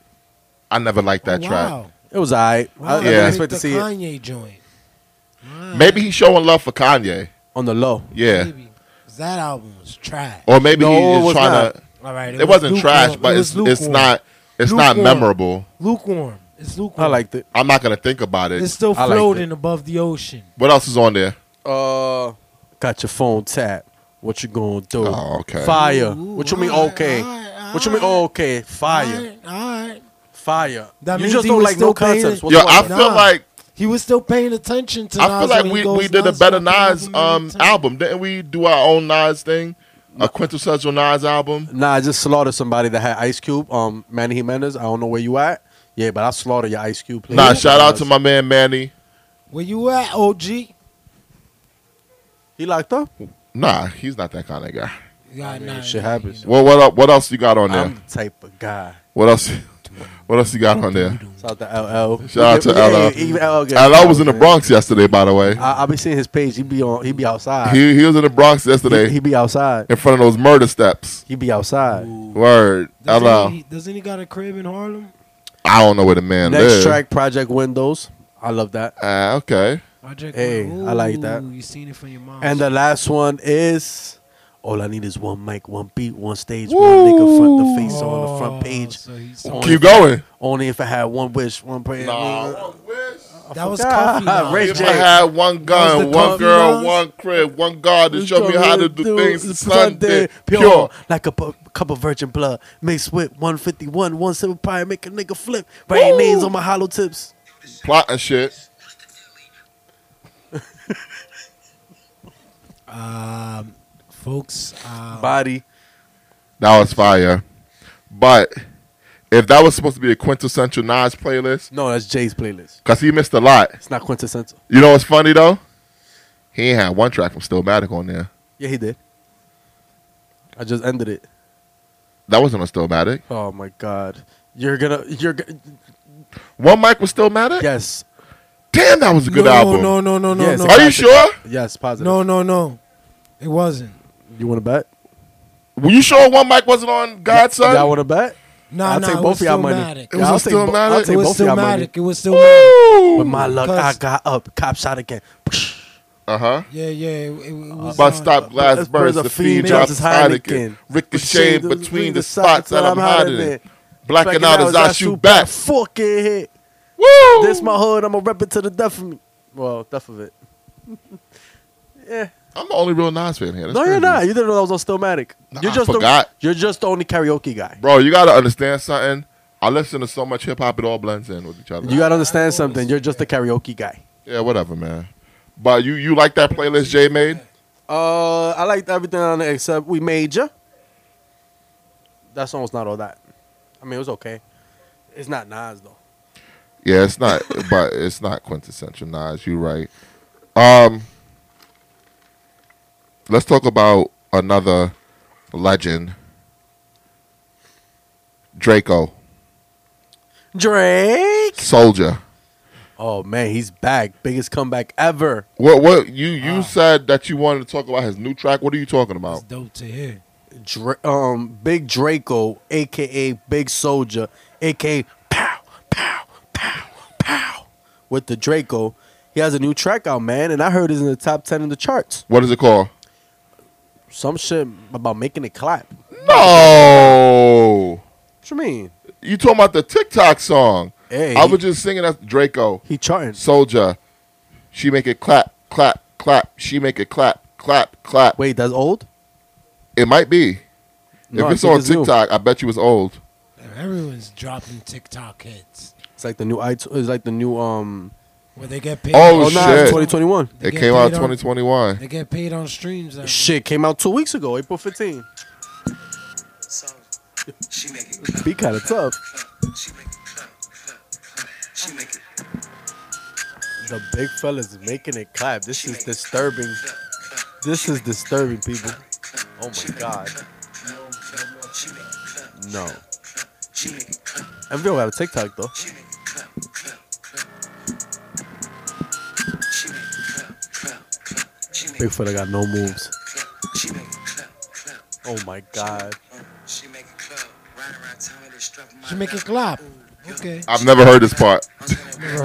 [SPEAKER 1] I never liked that track.
[SPEAKER 3] Wow.
[SPEAKER 2] It was all right. I, I
[SPEAKER 1] Yeah.
[SPEAKER 2] didn't
[SPEAKER 1] Like
[SPEAKER 2] expect to
[SPEAKER 3] the
[SPEAKER 2] see it
[SPEAKER 3] Kanye joint.
[SPEAKER 1] Maybe he's showing love for Kanye.
[SPEAKER 2] on the low.
[SPEAKER 1] Yeah.
[SPEAKER 3] Maybe. 'Cause that album was trash.
[SPEAKER 1] Or maybe
[SPEAKER 2] No, it
[SPEAKER 1] he is
[SPEAKER 2] was
[SPEAKER 1] trying
[SPEAKER 2] not.
[SPEAKER 1] to.
[SPEAKER 3] All right,
[SPEAKER 1] It,
[SPEAKER 3] was
[SPEAKER 1] wasn't
[SPEAKER 3] lukewarm.
[SPEAKER 1] trash, but
[SPEAKER 3] It
[SPEAKER 1] it's
[SPEAKER 3] was
[SPEAKER 1] it's
[SPEAKER 3] lukewarm.
[SPEAKER 1] not it's not
[SPEAKER 3] Lukewarm.
[SPEAKER 1] memorable.
[SPEAKER 3] lukewarm. It's lukewarm.
[SPEAKER 2] I liked it.
[SPEAKER 1] I'm not gonna think about it.
[SPEAKER 3] It's still
[SPEAKER 2] I liked it.
[SPEAKER 3] floating above the ocean.
[SPEAKER 1] what else is on there?
[SPEAKER 2] Uh, got your phone tapped. What you gonna do?
[SPEAKER 1] Oh, okay.
[SPEAKER 2] Fire.
[SPEAKER 3] Ooh,
[SPEAKER 2] what you mean
[SPEAKER 3] alright,
[SPEAKER 2] okay?
[SPEAKER 3] alright,
[SPEAKER 2] what you mean
[SPEAKER 3] alright.
[SPEAKER 2] okay? Fire.
[SPEAKER 3] All right, all right.
[SPEAKER 2] Fire.
[SPEAKER 3] That
[SPEAKER 2] you
[SPEAKER 3] means
[SPEAKER 2] just
[SPEAKER 3] he
[SPEAKER 2] don't
[SPEAKER 3] was
[SPEAKER 2] like no
[SPEAKER 3] still paying
[SPEAKER 2] concepts.
[SPEAKER 3] it.
[SPEAKER 1] Yo, I
[SPEAKER 2] whatsoever.
[SPEAKER 3] Nah.
[SPEAKER 1] feel like
[SPEAKER 3] He was still paying attention to.
[SPEAKER 1] I feel
[SPEAKER 3] Nas
[SPEAKER 1] like
[SPEAKER 3] when he
[SPEAKER 1] we,
[SPEAKER 3] goes,
[SPEAKER 1] we did a
[SPEAKER 3] Nas
[SPEAKER 1] better
[SPEAKER 3] gonna come
[SPEAKER 1] Nas
[SPEAKER 3] up
[SPEAKER 1] um
[SPEAKER 3] with a
[SPEAKER 1] album. Didn't we do our own Nas thing? A quintessential Nas album?
[SPEAKER 2] Nah, I just slaughtered somebody that had Ice Cube. Um, Manny Jimenez. I don't know where you at. Yeah, but I slaughtered your Ice Cube.
[SPEAKER 1] Nah,
[SPEAKER 2] playlist.
[SPEAKER 1] shout out to my man Manny.
[SPEAKER 3] Where you at, OG? You
[SPEAKER 2] He locked up.
[SPEAKER 1] Nah, he's not that kind of guy.
[SPEAKER 3] got
[SPEAKER 2] mean,
[SPEAKER 3] nine.
[SPEAKER 2] shit happens.
[SPEAKER 1] Well, what up? What else you got on there?
[SPEAKER 2] I'm the type of guy.
[SPEAKER 1] what else? What else you got on there?
[SPEAKER 2] Shout out to LL.
[SPEAKER 1] Shout
[SPEAKER 2] We
[SPEAKER 1] out to
[SPEAKER 2] get-
[SPEAKER 1] LL.
[SPEAKER 2] yeah, Even LL, get-
[SPEAKER 1] And I was in the Bronx yesterday, by the way.
[SPEAKER 2] I, I be seeing his page. He be on. He be outside.
[SPEAKER 1] He he was in the Bronx
[SPEAKER 2] he, he
[SPEAKER 1] yesterday
[SPEAKER 2] be outside.
[SPEAKER 1] in front of those murder steps.
[SPEAKER 2] He be outside.
[SPEAKER 1] Word,
[SPEAKER 3] Doesn't
[SPEAKER 1] LL.
[SPEAKER 3] he, doesn't he got a crib in Harlem?
[SPEAKER 1] I don't know where the man
[SPEAKER 2] Next
[SPEAKER 1] lives.
[SPEAKER 2] track, Project Windows. I love that.
[SPEAKER 1] Ah, okay.
[SPEAKER 3] Project
[SPEAKER 2] Hey,
[SPEAKER 3] One.
[SPEAKER 2] I like that.
[SPEAKER 3] Ooh, You seen it from your mom.
[SPEAKER 2] And the last one is all I need is one mic, one beat, one stage,
[SPEAKER 1] Woo.
[SPEAKER 2] one nigga front the face on the front page.
[SPEAKER 3] Oh,
[SPEAKER 2] Oh,
[SPEAKER 3] So he's-
[SPEAKER 2] Only,
[SPEAKER 1] Keep going.
[SPEAKER 2] only if I had one wish, one prayer.
[SPEAKER 3] that
[SPEAKER 2] forgot.
[SPEAKER 3] was coffee. Now.
[SPEAKER 2] Ray
[SPEAKER 1] If
[SPEAKER 2] J.
[SPEAKER 1] I had one
[SPEAKER 3] Those
[SPEAKER 1] gun,
[SPEAKER 3] the
[SPEAKER 1] one
[SPEAKER 3] coffee
[SPEAKER 1] girl,
[SPEAKER 3] mugs?
[SPEAKER 1] one crib, one God to show me how to do things Sunday
[SPEAKER 2] pure,
[SPEAKER 1] pure.
[SPEAKER 2] like a pu- cup of virgin blood mixed with 151, one silver pie, make a nigga flip. Writing names on my hollow tips.
[SPEAKER 1] Plot and shit.
[SPEAKER 3] Um, folks, uh,
[SPEAKER 2] Body.
[SPEAKER 1] That was fire. But if that was supposed to be a quintessential Nas playlist,
[SPEAKER 2] No, that's Jay's playlist.
[SPEAKER 1] because he missed a lot.
[SPEAKER 2] It's not quintessential.
[SPEAKER 1] You know what's funny though? He ain't had one track from Stillmatic on there.
[SPEAKER 2] Yeah, he did. I just ended it.
[SPEAKER 1] That wasn't on Stillmatic.
[SPEAKER 2] Oh my god. You're gonna you're gonna
[SPEAKER 1] One mic was Stillmatic.
[SPEAKER 2] yes.
[SPEAKER 1] Damn, that was a good
[SPEAKER 3] no,
[SPEAKER 1] album.
[SPEAKER 3] No, no, no, no,
[SPEAKER 2] Yes,
[SPEAKER 3] no.
[SPEAKER 1] Are you
[SPEAKER 2] Classic.
[SPEAKER 1] sure?
[SPEAKER 2] Yes, positive.
[SPEAKER 3] No, no, no. It wasn't.
[SPEAKER 2] You wanna bet?
[SPEAKER 1] Were you sure one mic wasn't on Godson?
[SPEAKER 2] Y'all wanna bet?
[SPEAKER 3] Nah,
[SPEAKER 2] I'll
[SPEAKER 3] nah,
[SPEAKER 2] take
[SPEAKER 3] it
[SPEAKER 2] both
[SPEAKER 3] was
[SPEAKER 2] of y'all
[SPEAKER 3] still
[SPEAKER 2] money.
[SPEAKER 3] Matic.
[SPEAKER 1] It was
[SPEAKER 2] I'll
[SPEAKER 1] on
[SPEAKER 2] take, bo-
[SPEAKER 1] Stillmatic?
[SPEAKER 2] I'll take
[SPEAKER 3] It was
[SPEAKER 2] both of
[SPEAKER 3] still
[SPEAKER 2] y'all money.
[SPEAKER 3] Matic. It was still Matic.
[SPEAKER 2] With my luck, I
[SPEAKER 3] Because-
[SPEAKER 2] got up. Cop shot again.
[SPEAKER 1] Uh huh.
[SPEAKER 3] Yeah, yeah. It, it was
[SPEAKER 1] But
[SPEAKER 3] on-
[SPEAKER 1] stop glass
[SPEAKER 2] Birds
[SPEAKER 1] burst,
[SPEAKER 2] of
[SPEAKER 1] the fiend
[SPEAKER 2] females
[SPEAKER 1] drops
[SPEAKER 2] is
[SPEAKER 1] Heineken.
[SPEAKER 2] Heineken.
[SPEAKER 1] Ricocheted
[SPEAKER 2] Ricocheted
[SPEAKER 1] between the spots that I'm hiding in. Blacking
[SPEAKER 2] Blacking
[SPEAKER 1] out as I shoot back.
[SPEAKER 2] Fucking hit.
[SPEAKER 1] Woo!
[SPEAKER 2] This my hood. I'ma rep it to the death of me. Well, death of it. yeah.
[SPEAKER 1] I'm the only real Nas fan here. That's
[SPEAKER 2] no,
[SPEAKER 1] crazy.
[SPEAKER 2] you're not. You didn't know that was on Stillmatic.
[SPEAKER 1] Nah,
[SPEAKER 2] you're
[SPEAKER 1] I
[SPEAKER 2] just
[SPEAKER 1] forgot.
[SPEAKER 2] The, you're just the only karaoke guy.
[SPEAKER 1] Bro, you gotta understand something. I listen to so much hip hop, it all blends in with each other.
[SPEAKER 2] You gotta understand something. You're just a karaoke guy.
[SPEAKER 1] yeah, whatever, man. But you you like that playlist Jay made?
[SPEAKER 2] Uh, I liked everything on it except we major. That song was not all that. I mean, it was okay. It's not Nas though.
[SPEAKER 1] Yeah, it's not, but it's not quintessential Nas. You right. Um, let's talk about another legend, Draco
[SPEAKER 2] Drake.
[SPEAKER 1] Soldier.
[SPEAKER 2] Oh man, he's back. Biggest comeback ever.
[SPEAKER 1] What what you you said that you wanted to talk about his new track? What are you talking about?
[SPEAKER 3] It's dope to hear.
[SPEAKER 2] Dra- um, Big Draco, aka Big Soldier, aka Pow Pow Pow Pow, with the Draco. He has a new track out, man, and I heard it's in the top ten in the charts.
[SPEAKER 1] What is it called?
[SPEAKER 2] Some shit about making it clap.
[SPEAKER 1] No,
[SPEAKER 2] What you mean?
[SPEAKER 1] you talking about the TikTok song?
[SPEAKER 2] Hey,
[SPEAKER 1] I was just singing that Draco
[SPEAKER 2] he charting.
[SPEAKER 1] Soldier. She make it clap, clap, clap. She make it clap, clap, clap.
[SPEAKER 2] Wait, that's old.
[SPEAKER 1] It might be.
[SPEAKER 2] No,
[SPEAKER 1] if
[SPEAKER 2] I
[SPEAKER 1] it's
[SPEAKER 2] think
[SPEAKER 1] on
[SPEAKER 2] new.
[SPEAKER 1] TikTok, I bet you it's old.
[SPEAKER 3] Everyone's dropping TikTok hits
[SPEAKER 2] It's like the new iTunes. It's like the new um.
[SPEAKER 3] where they get paid.
[SPEAKER 1] Oh,
[SPEAKER 2] Oh,
[SPEAKER 1] shit.
[SPEAKER 2] nah, it's 2021.
[SPEAKER 3] They
[SPEAKER 1] it
[SPEAKER 3] get
[SPEAKER 1] came out
[SPEAKER 3] paid on-
[SPEAKER 1] 2021.
[SPEAKER 3] They get paid on streams. I mean.
[SPEAKER 2] Shit came out two weeks ago, April 15.
[SPEAKER 6] So she make it clap,
[SPEAKER 2] Be kind of tough.
[SPEAKER 6] clap. She make it clap, clap, clap. She make it clap,
[SPEAKER 2] The big fella's making it clap. This is disturbing. This is disturbing, people. Oh my god,
[SPEAKER 6] clap. She make it clap,
[SPEAKER 2] no.
[SPEAKER 6] clap. She make it clap,
[SPEAKER 2] Everyone got a TikTok though.
[SPEAKER 6] she make it clap, clap, clap. She make it clap, clap, clap. She make
[SPEAKER 2] Big
[SPEAKER 6] it
[SPEAKER 2] fella got no moves.
[SPEAKER 6] clap. She make it clap, clap.
[SPEAKER 2] Oh my god.
[SPEAKER 6] She make it clap, right?
[SPEAKER 3] She make it clap. Okay.
[SPEAKER 1] I've never heard this part.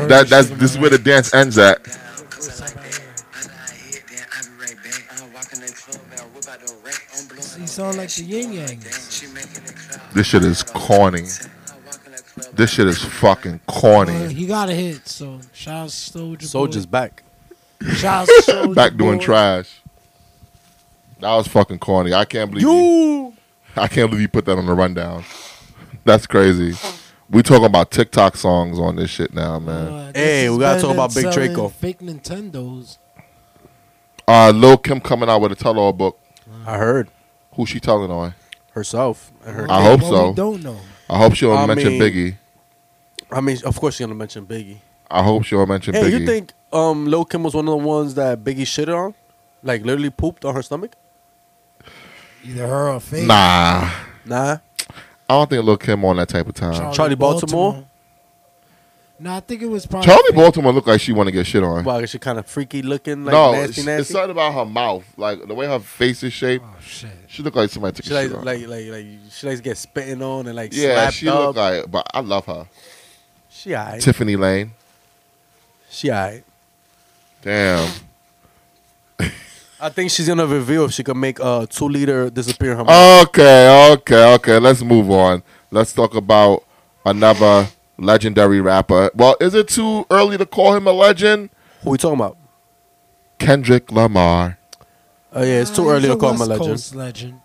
[SPEAKER 1] That that's this is where the dance ends at.
[SPEAKER 3] He sound like the yin yang.
[SPEAKER 1] This shit is corny. This shit is fucking corny.
[SPEAKER 3] he got a hit, so shout out Soldier
[SPEAKER 2] Soldier's back.
[SPEAKER 3] Shout out Soldier
[SPEAKER 1] Back doing
[SPEAKER 3] Boy.
[SPEAKER 1] trash. That was fucking corny. I can't believe you.
[SPEAKER 2] You.
[SPEAKER 1] I can't believe you put that on the rundown. That's crazy. We talking about TikTok songs on this shit now, man.
[SPEAKER 3] Uh,
[SPEAKER 2] Hey, we gotta talk about Big
[SPEAKER 3] selling
[SPEAKER 2] Draco.
[SPEAKER 3] Fake Nintendos.
[SPEAKER 1] Uh, Lil Kim coming out with a tell-all book.
[SPEAKER 2] I heard
[SPEAKER 1] Who she telling on?
[SPEAKER 2] herself. I heard.
[SPEAKER 1] I hope
[SPEAKER 3] Well,
[SPEAKER 1] so.
[SPEAKER 3] We don't know.
[SPEAKER 1] I hope she don't
[SPEAKER 2] I
[SPEAKER 1] mention
[SPEAKER 2] mean-
[SPEAKER 1] Biggie.
[SPEAKER 2] I mean, of course, you're gonna mention Biggie.
[SPEAKER 1] I hope she don't mention
[SPEAKER 2] Hey,
[SPEAKER 1] Biggie.
[SPEAKER 2] you think um, Lil Kim was one of the ones that Biggie shitted on? Like literally pooped on her stomach?
[SPEAKER 3] Either her or fake.
[SPEAKER 1] nah, I
[SPEAKER 2] Nah.
[SPEAKER 1] don't think Lil Kim on that type of time.
[SPEAKER 3] Charlie,
[SPEAKER 2] Charlie Baltimore?
[SPEAKER 3] No, I think it was probably
[SPEAKER 1] Charlie
[SPEAKER 3] fake.
[SPEAKER 1] Baltimore looked like she want to get shit on.
[SPEAKER 2] Why is she kind of freaky looking? Like
[SPEAKER 1] no,
[SPEAKER 2] nasty,
[SPEAKER 1] it's,
[SPEAKER 2] nasty.
[SPEAKER 1] it's something about her mouth, like the way her face is shaped.
[SPEAKER 3] Oh shit.
[SPEAKER 1] She looked like somebody took
[SPEAKER 2] she
[SPEAKER 1] a
[SPEAKER 2] likes
[SPEAKER 1] shit on.
[SPEAKER 2] like, like like she likes to get spitting on and like
[SPEAKER 1] yeah,
[SPEAKER 2] slapped
[SPEAKER 1] she
[SPEAKER 2] up.
[SPEAKER 1] looked like, but I love her.
[SPEAKER 2] she alright.
[SPEAKER 1] Tiffany Lane.
[SPEAKER 2] She alright.
[SPEAKER 1] Damn.
[SPEAKER 2] I think she's gonna reveal if she can make a uh, two liter disappear
[SPEAKER 1] Oh.
[SPEAKER 2] in her mouth.
[SPEAKER 1] Okay, okay, okay. Let's move on. Let's talk about another legendary rapper. Well, is it too early to call him a legend?
[SPEAKER 2] Who we talking about?
[SPEAKER 1] Kendrick Lamar.
[SPEAKER 2] Oh yeah, it's too
[SPEAKER 3] Nah,
[SPEAKER 2] early
[SPEAKER 3] he's
[SPEAKER 2] to call him a
[SPEAKER 3] Uh, West
[SPEAKER 2] legend.
[SPEAKER 3] Coast legend.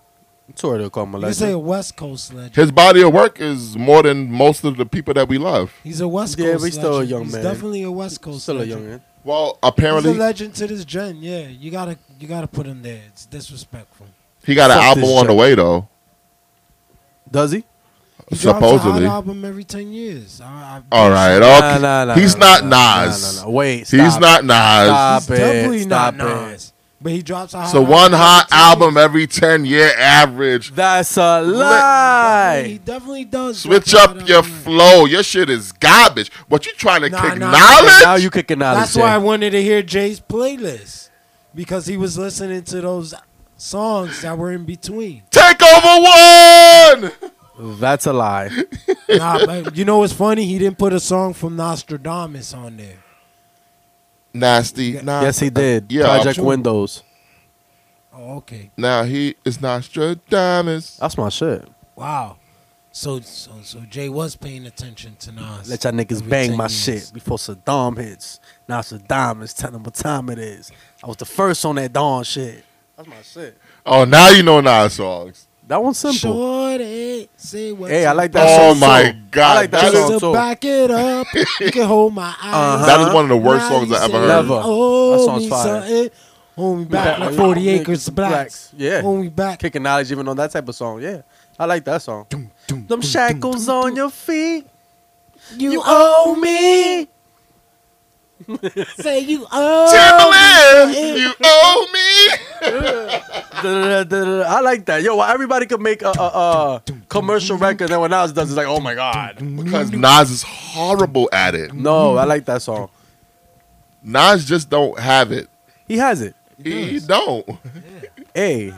[SPEAKER 2] Too early to call him a
[SPEAKER 3] You can say a
[SPEAKER 2] legend.
[SPEAKER 3] West Coast legend.
[SPEAKER 1] His body of work is more than most of the people that we love.
[SPEAKER 3] He's a West Coast.
[SPEAKER 2] Yeah, but he's still a
[SPEAKER 3] legend.
[SPEAKER 2] young
[SPEAKER 3] he's
[SPEAKER 2] man.
[SPEAKER 3] Definitely a West Coast.
[SPEAKER 2] Still a
[SPEAKER 3] legend.
[SPEAKER 2] young man.
[SPEAKER 1] Well,
[SPEAKER 3] He's a
[SPEAKER 1] apparently
[SPEAKER 3] legend to this gen. Yeah, you gotta you gotta put him there. It's disrespectful.
[SPEAKER 1] he got an
[SPEAKER 2] Fuck
[SPEAKER 1] album
[SPEAKER 2] this
[SPEAKER 1] on the
[SPEAKER 2] shit.
[SPEAKER 1] way though.
[SPEAKER 2] Does he?
[SPEAKER 3] He drops
[SPEAKER 1] Supposedly.
[SPEAKER 3] an album every ten years. I, I,
[SPEAKER 1] All right. Okay.
[SPEAKER 2] Nah, nah, nah,
[SPEAKER 1] He's
[SPEAKER 2] nah,
[SPEAKER 1] not
[SPEAKER 2] nah,
[SPEAKER 1] Nas.
[SPEAKER 2] Nah, nah, nah. Wait. Stop.
[SPEAKER 1] He's not Nas.
[SPEAKER 2] Stop
[SPEAKER 3] he's
[SPEAKER 2] it.
[SPEAKER 3] definitely
[SPEAKER 2] stop
[SPEAKER 3] not
[SPEAKER 2] it.
[SPEAKER 3] Nas. But he drops a hot
[SPEAKER 1] So
[SPEAKER 3] album
[SPEAKER 1] one
[SPEAKER 3] every
[SPEAKER 1] hot
[SPEAKER 3] 10 years.
[SPEAKER 1] album every ten year average.
[SPEAKER 2] That's a
[SPEAKER 3] He
[SPEAKER 2] lie.
[SPEAKER 3] definitely does.
[SPEAKER 1] Switch
[SPEAKER 3] drop a hot
[SPEAKER 1] up your
[SPEAKER 3] album every-
[SPEAKER 1] flow. Your shit is garbage. What you trying to
[SPEAKER 3] Nah,
[SPEAKER 1] kick
[SPEAKER 3] nah.
[SPEAKER 1] knowledge?
[SPEAKER 2] Now you kicking knowledge.
[SPEAKER 3] That's why I wanted to hear Jay's playlist because he was listening to those songs that were in between.
[SPEAKER 1] Take over one.
[SPEAKER 2] That's a lie.
[SPEAKER 3] nah, but you know what's funny? He didn't put a song from Nostradamus on there.
[SPEAKER 1] Nasty. Nah,
[SPEAKER 2] yes, he did.
[SPEAKER 1] Uh, yeah,
[SPEAKER 2] Project
[SPEAKER 1] true.
[SPEAKER 2] Windows.
[SPEAKER 3] Oh, okay.
[SPEAKER 1] Now he is Nostradamus.
[SPEAKER 2] That's my shit.
[SPEAKER 3] Wow. So so so Jay was paying attention to Nas.
[SPEAKER 2] Let y'all niggas
[SPEAKER 3] Every
[SPEAKER 2] bang
[SPEAKER 3] 10
[SPEAKER 2] my
[SPEAKER 3] years.
[SPEAKER 2] shit before Saddam hits. Now Saddam is telling what time it is. I was the first on that dawn shit. That's my shit.
[SPEAKER 1] Oh, now you know Nas songs.
[SPEAKER 2] That one's simple.
[SPEAKER 3] Shorty, say what?
[SPEAKER 2] Hey, I
[SPEAKER 3] you-
[SPEAKER 2] like that
[SPEAKER 1] Oh
[SPEAKER 2] song. too.
[SPEAKER 1] my God,
[SPEAKER 2] I like that
[SPEAKER 1] that's-
[SPEAKER 3] Just
[SPEAKER 2] song
[SPEAKER 3] to
[SPEAKER 2] too.
[SPEAKER 3] back it up, you can hold my eyes.
[SPEAKER 2] Uh-huh.
[SPEAKER 1] That is one of the worst
[SPEAKER 3] Now
[SPEAKER 1] songs
[SPEAKER 3] you
[SPEAKER 1] I ever
[SPEAKER 3] say,
[SPEAKER 1] heard.
[SPEAKER 2] Never. That
[SPEAKER 3] "Owe
[SPEAKER 2] song's
[SPEAKER 3] me
[SPEAKER 2] fire.
[SPEAKER 3] something." Hold me back
[SPEAKER 2] back
[SPEAKER 3] like
[SPEAKER 2] like
[SPEAKER 3] 40
[SPEAKER 2] niggas
[SPEAKER 3] acres of
[SPEAKER 2] blacks.
[SPEAKER 3] blacks.
[SPEAKER 2] Yeah.
[SPEAKER 3] Hold me back.
[SPEAKER 2] Kicking knowledge even on that type of song. Yeah. I like that song.
[SPEAKER 3] Doom,
[SPEAKER 2] Them
[SPEAKER 3] doom,
[SPEAKER 2] shackles
[SPEAKER 3] doom,
[SPEAKER 2] on your feet. Oh.
[SPEAKER 3] doom. You owe me. Say you owe me.
[SPEAKER 2] Oh,
[SPEAKER 1] Timberland, you owe me.
[SPEAKER 2] Da-da-da-da-da. I like that. Yo, well, everybody could make a, a, a commercial record, and when Nas does, it's like, oh my god.
[SPEAKER 1] because Nas is horrible at it.
[SPEAKER 2] No, I like that song.
[SPEAKER 1] Nas just don't have it.
[SPEAKER 2] He has it.
[SPEAKER 1] He don't.
[SPEAKER 2] Hey,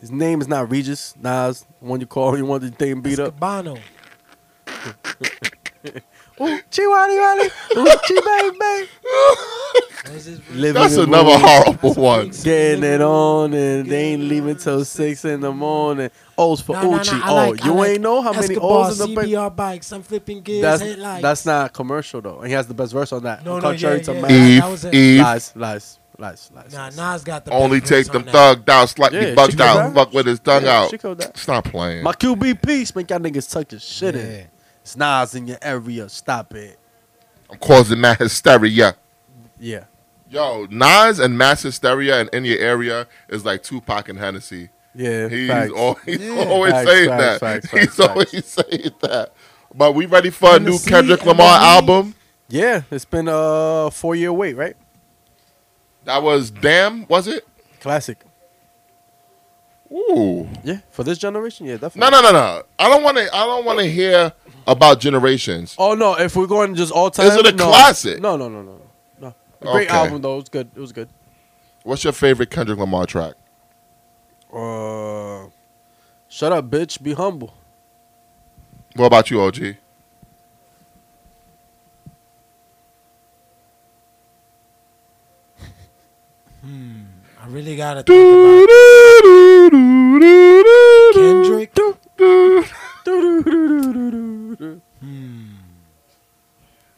[SPEAKER 2] his name is not Regis Nas. One you call, you want the thing beat up.
[SPEAKER 3] Cabano.
[SPEAKER 2] Ooh, Chiwani Wani, ooh, Chi Bang Bang. Living
[SPEAKER 1] That's
[SPEAKER 2] it
[SPEAKER 1] another
[SPEAKER 2] wrong.
[SPEAKER 1] horrible one.
[SPEAKER 2] Getting it on and they ain't leaving till six in the morning. O's for
[SPEAKER 3] Nah, nah,
[SPEAKER 2] Uchi.
[SPEAKER 3] nah, I
[SPEAKER 2] oh,
[SPEAKER 3] like- I
[SPEAKER 2] you
[SPEAKER 3] like
[SPEAKER 2] ain't know how many
[SPEAKER 3] Escobar,
[SPEAKER 2] O's in the bank.
[SPEAKER 3] CBR bikes. I'm flipping gears.
[SPEAKER 2] That's
[SPEAKER 3] headlights.
[SPEAKER 2] that's not commercial though. And he has the best verse on that.
[SPEAKER 3] No, no,
[SPEAKER 2] Contrary
[SPEAKER 3] yeah,
[SPEAKER 2] to
[SPEAKER 3] yeah,
[SPEAKER 2] man.
[SPEAKER 3] yeah.
[SPEAKER 1] Eve,
[SPEAKER 3] that was it.
[SPEAKER 1] Eve.
[SPEAKER 2] Lies, lies, lies, lies.
[SPEAKER 3] Nah,
[SPEAKER 2] lies.
[SPEAKER 3] Nas got the
[SPEAKER 1] Only
[SPEAKER 3] best verse
[SPEAKER 1] take them
[SPEAKER 3] on that.
[SPEAKER 1] thugged out, slightly
[SPEAKER 2] Yeah, she
[SPEAKER 1] bugged
[SPEAKER 2] killed
[SPEAKER 1] out,
[SPEAKER 2] that.
[SPEAKER 1] fuck with his tongue
[SPEAKER 2] Yeah,
[SPEAKER 1] out.
[SPEAKER 2] she killed that.
[SPEAKER 1] Stop playing.
[SPEAKER 2] My QB piece make y'all niggas tuck your shit
[SPEAKER 3] Yeah.
[SPEAKER 2] in. It's Nas in your area. Stop it.
[SPEAKER 1] I'm causing mad hysteria.
[SPEAKER 2] Yeah.
[SPEAKER 1] Yo, Nas and mass hysteria and in your area is like Tupac and Hennessy.
[SPEAKER 2] Yeah.
[SPEAKER 1] He's,
[SPEAKER 2] facts.
[SPEAKER 1] al- he's
[SPEAKER 3] Yeah.
[SPEAKER 1] always
[SPEAKER 2] Facts,
[SPEAKER 1] saying
[SPEAKER 2] facts,
[SPEAKER 1] that.
[SPEAKER 2] facts,
[SPEAKER 1] he's
[SPEAKER 2] facts, facts.
[SPEAKER 1] always saying that. But we ready for a new
[SPEAKER 3] Hennessy,
[SPEAKER 1] Kendrick Lamar
[SPEAKER 3] Eminem.
[SPEAKER 1] album.
[SPEAKER 2] Yeah. It's been a four year wait, right?
[SPEAKER 1] That was Damn, was it?
[SPEAKER 2] Classic.
[SPEAKER 1] Ooh.
[SPEAKER 2] Yeah. For this generation, yeah, definitely.
[SPEAKER 1] No, no, no, no. I don't want to. I don't want to hear about generations.
[SPEAKER 2] Oh no! If we're going just all time,
[SPEAKER 1] Is it a
[SPEAKER 2] no.
[SPEAKER 1] classic?
[SPEAKER 2] No, no, no, no, no. A great
[SPEAKER 1] Okay.
[SPEAKER 2] album though. It was good. It was good.
[SPEAKER 1] What's your favorite Kendrick Lamar track?
[SPEAKER 2] Uh, shut up, bitch. Be humble.
[SPEAKER 1] What about you, OG?
[SPEAKER 3] I really gotta think about it. Kendrick.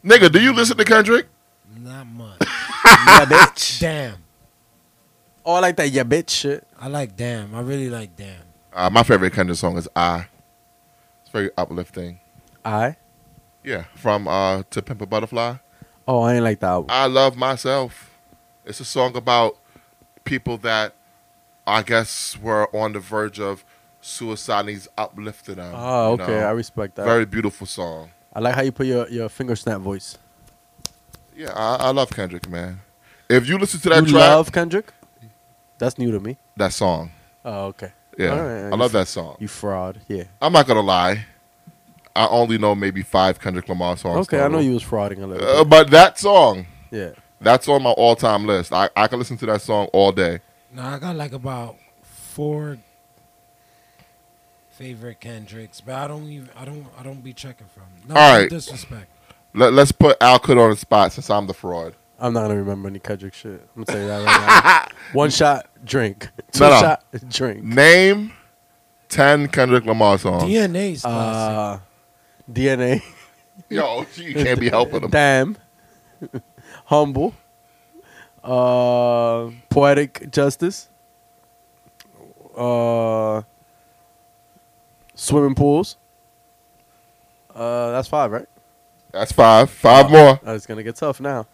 [SPEAKER 1] Nigga, do you listen to Kendrick?
[SPEAKER 3] Not much.
[SPEAKER 2] yeah, bitch.
[SPEAKER 3] Damn.
[SPEAKER 2] Oh, I like that yeah, bitch shit.
[SPEAKER 3] I like damn. I really like damn.
[SPEAKER 1] Uh, my favorite Kendrick song is "I." It's very uplifting.
[SPEAKER 2] I.
[SPEAKER 1] Yeah, from uh, "To Pimp a Butterfly."
[SPEAKER 2] Oh, I ain't like that album.
[SPEAKER 1] I love myself. It's a song about people that I guess were on the verge of suicide. And he's uplifted them.
[SPEAKER 2] Oh,
[SPEAKER 1] you
[SPEAKER 2] okay.
[SPEAKER 1] know?
[SPEAKER 2] I respect that.
[SPEAKER 1] Very beautiful song.
[SPEAKER 2] I like how you put your, your finger snap voice.
[SPEAKER 1] Yeah, I, I love Kendrick, man. If you listen to that
[SPEAKER 2] you
[SPEAKER 1] track,
[SPEAKER 2] love Kendrick? That's new to me.
[SPEAKER 1] that song.
[SPEAKER 2] Oh, okay.
[SPEAKER 1] Yeah,
[SPEAKER 2] All right,
[SPEAKER 1] I love that song.
[SPEAKER 2] You fraud. Yeah.
[SPEAKER 1] I'm not gonna lie. I only know maybe five Kendrick Lamar songs.
[SPEAKER 2] okay, I know
[SPEAKER 1] total.
[SPEAKER 2] you was frauding a little.
[SPEAKER 1] Uh,
[SPEAKER 2] bit.
[SPEAKER 1] but that song,
[SPEAKER 2] Yeah.
[SPEAKER 1] that's on my all-time list. I, I can listen to that song all day.
[SPEAKER 3] No, I got like about four favorite Kendricks, but I don't even I don't I don't be checking from. No
[SPEAKER 1] All right.
[SPEAKER 3] disrespect.
[SPEAKER 1] Let, let's put Al Kud on the spot since I'm the fraud.
[SPEAKER 2] I'm not gonna remember any Kendrick shit. I'm gonna tell you that right now. One shot, drink. Two
[SPEAKER 1] No, no.
[SPEAKER 2] shot, drink.
[SPEAKER 1] Name ten Kendrick Lamar songs.
[SPEAKER 3] DNA's classic.
[SPEAKER 2] Uh, DNA.
[SPEAKER 1] Yo, you can't be helping them.
[SPEAKER 2] Damn. Humble. Uh, poetic justice. Uh, swimming pools. Uh, that's five, right?
[SPEAKER 1] That's five. Five more.
[SPEAKER 2] Oh, it's gonna get tough now.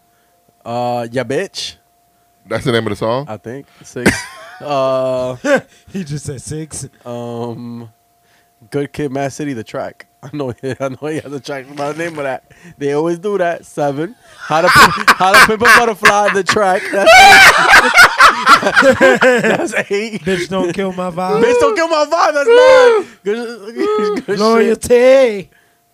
[SPEAKER 2] Uh, yeah, bitch.
[SPEAKER 1] That's the name of the song.
[SPEAKER 2] I think six. uh,
[SPEAKER 3] he just said six.
[SPEAKER 2] um, good kid, Mad City, the track. I know, I know he has a track by the name of that. They always do that. Seven. How to Pimp- how to pimp a butterfly, the track. That's eight. That's eight.
[SPEAKER 3] Bitch, don't kill my vibe.
[SPEAKER 2] Bitch, don't kill my vibe. That's nine. Good, good shit.
[SPEAKER 3] Loyalty.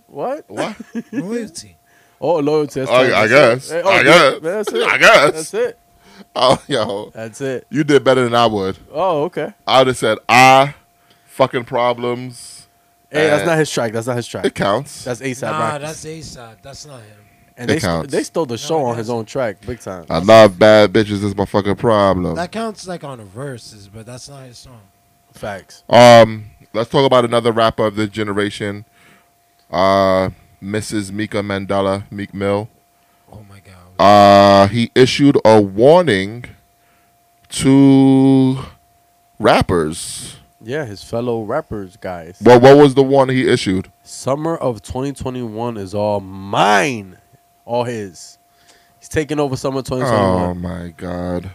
[SPEAKER 2] What?
[SPEAKER 1] What?
[SPEAKER 3] Loyalty.
[SPEAKER 2] Oh, loyalty. That's
[SPEAKER 1] I-
[SPEAKER 2] ten.
[SPEAKER 1] I
[SPEAKER 2] That's
[SPEAKER 1] guess.
[SPEAKER 2] it. oh,
[SPEAKER 1] I
[SPEAKER 2] yeah,
[SPEAKER 1] guess.
[SPEAKER 2] That's it.
[SPEAKER 1] I guess.
[SPEAKER 2] That's it.
[SPEAKER 1] Oh, yo,
[SPEAKER 2] That's it.
[SPEAKER 1] you did better than I would.
[SPEAKER 2] Oh, okay.
[SPEAKER 1] I would have said I, fucking problems.
[SPEAKER 2] Hey, that's
[SPEAKER 1] Uh,
[SPEAKER 2] not his track. That's not his
[SPEAKER 1] It
[SPEAKER 2] track.
[SPEAKER 1] counts.
[SPEAKER 2] That's ASAP.
[SPEAKER 3] Nah,
[SPEAKER 2] Rocky.
[SPEAKER 3] that's A-side. That's not him.
[SPEAKER 2] and
[SPEAKER 1] It
[SPEAKER 2] they, st-
[SPEAKER 1] counts.
[SPEAKER 2] they stole the show
[SPEAKER 3] it
[SPEAKER 2] on his
[SPEAKER 3] doesn't.
[SPEAKER 2] own track, big time.
[SPEAKER 1] I love bad bitches. Is my fucking problem.
[SPEAKER 3] That counts like on the verses, but that's not his song.
[SPEAKER 2] Facts.
[SPEAKER 1] Um, let's talk about another rapper of this generation, uh, Mrs. Mika Mandela, Meek Mill.
[SPEAKER 3] Oh my god.
[SPEAKER 1] Uh, he issued a warning to rappers.
[SPEAKER 2] Yeah, his fellow rappers, guys.
[SPEAKER 1] Well, what was the warning he issued?
[SPEAKER 2] Summer of 2021 is all mine, all his. He's taking over summer
[SPEAKER 1] Oh
[SPEAKER 2] 2021.
[SPEAKER 1] my god,
[SPEAKER 3] I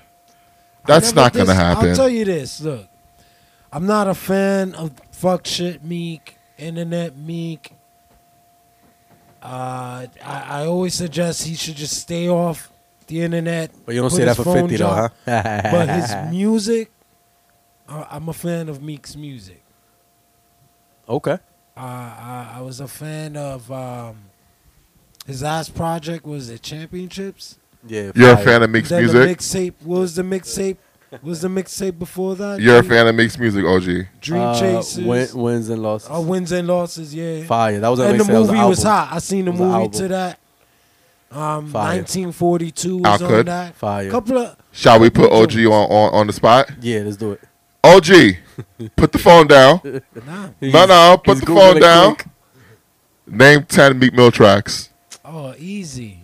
[SPEAKER 1] that's
[SPEAKER 3] never
[SPEAKER 1] not gonna
[SPEAKER 3] dis- I'll tell
[SPEAKER 1] happen.
[SPEAKER 3] you this. Look, I'm not a fan of fuck shit meek, internet meek. Uh, I, I always suggest he should just stay off the internet.
[SPEAKER 2] but you don't
[SPEAKER 3] put
[SPEAKER 2] say that
[SPEAKER 3] his
[SPEAKER 2] for
[SPEAKER 3] phone
[SPEAKER 2] 50 though, huh?
[SPEAKER 3] down. but his music, I, I'm a fan of Meek's music.
[SPEAKER 2] okay.
[SPEAKER 3] Uh, I, I was a fan of um, his last project was the championships.
[SPEAKER 2] Yeah.
[SPEAKER 1] You're a
[SPEAKER 2] fire. Uh,
[SPEAKER 1] fan of Meek's
[SPEAKER 3] Then
[SPEAKER 1] music.
[SPEAKER 3] The mixtape what was the mixtape. what Was the mixtape before that?
[SPEAKER 1] You're a
[SPEAKER 3] Dream-
[SPEAKER 1] fan of Meek's music, OG.
[SPEAKER 3] Dream
[SPEAKER 2] Uh,
[SPEAKER 3] Chasers.
[SPEAKER 2] win- wins and losses.
[SPEAKER 3] uh, wins and losses. Yeah.
[SPEAKER 2] fire. That was
[SPEAKER 3] and the
[SPEAKER 2] amazing. That
[SPEAKER 3] movie
[SPEAKER 2] an
[SPEAKER 3] was,
[SPEAKER 2] album.
[SPEAKER 3] hot. I seen
[SPEAKER 2] It
[SPEAKER 3] the
[SPEAKER 2] was an
[SPEAKER 3] movie
[SPEAKER 2] album.
[SPEAKER 3] to that. Um,
[SPEAKER 2] Fire.
[SPEAKER 3] 1942
[SPEAKER 1] I
[SPEAKER 3] was on
[SPEAKER 1] could.
[SPEAKER 3] that.
[SPEAKER 2] Fire.
[SPEAKER 3] Couple of
[SPEAKER 1] Shall we put OG on, on, on the spot?
[SPEAKER 2] Yeah, let's do it.
[SPEAKER 1] OG, put the phone down.
[SPEAKER 3] nah.
[SPEAKER 1] No, no, put
[SPEAKER 2] He's
[SPEAKER 1] the phone
[SPEAKER 2] Googling
[SPEAKER 1] down.
[SPEAKER 2] quick.
[SPEAKER 1] Name ten Meek Mill tracks.
[SPEAKER 3] Oh, easy.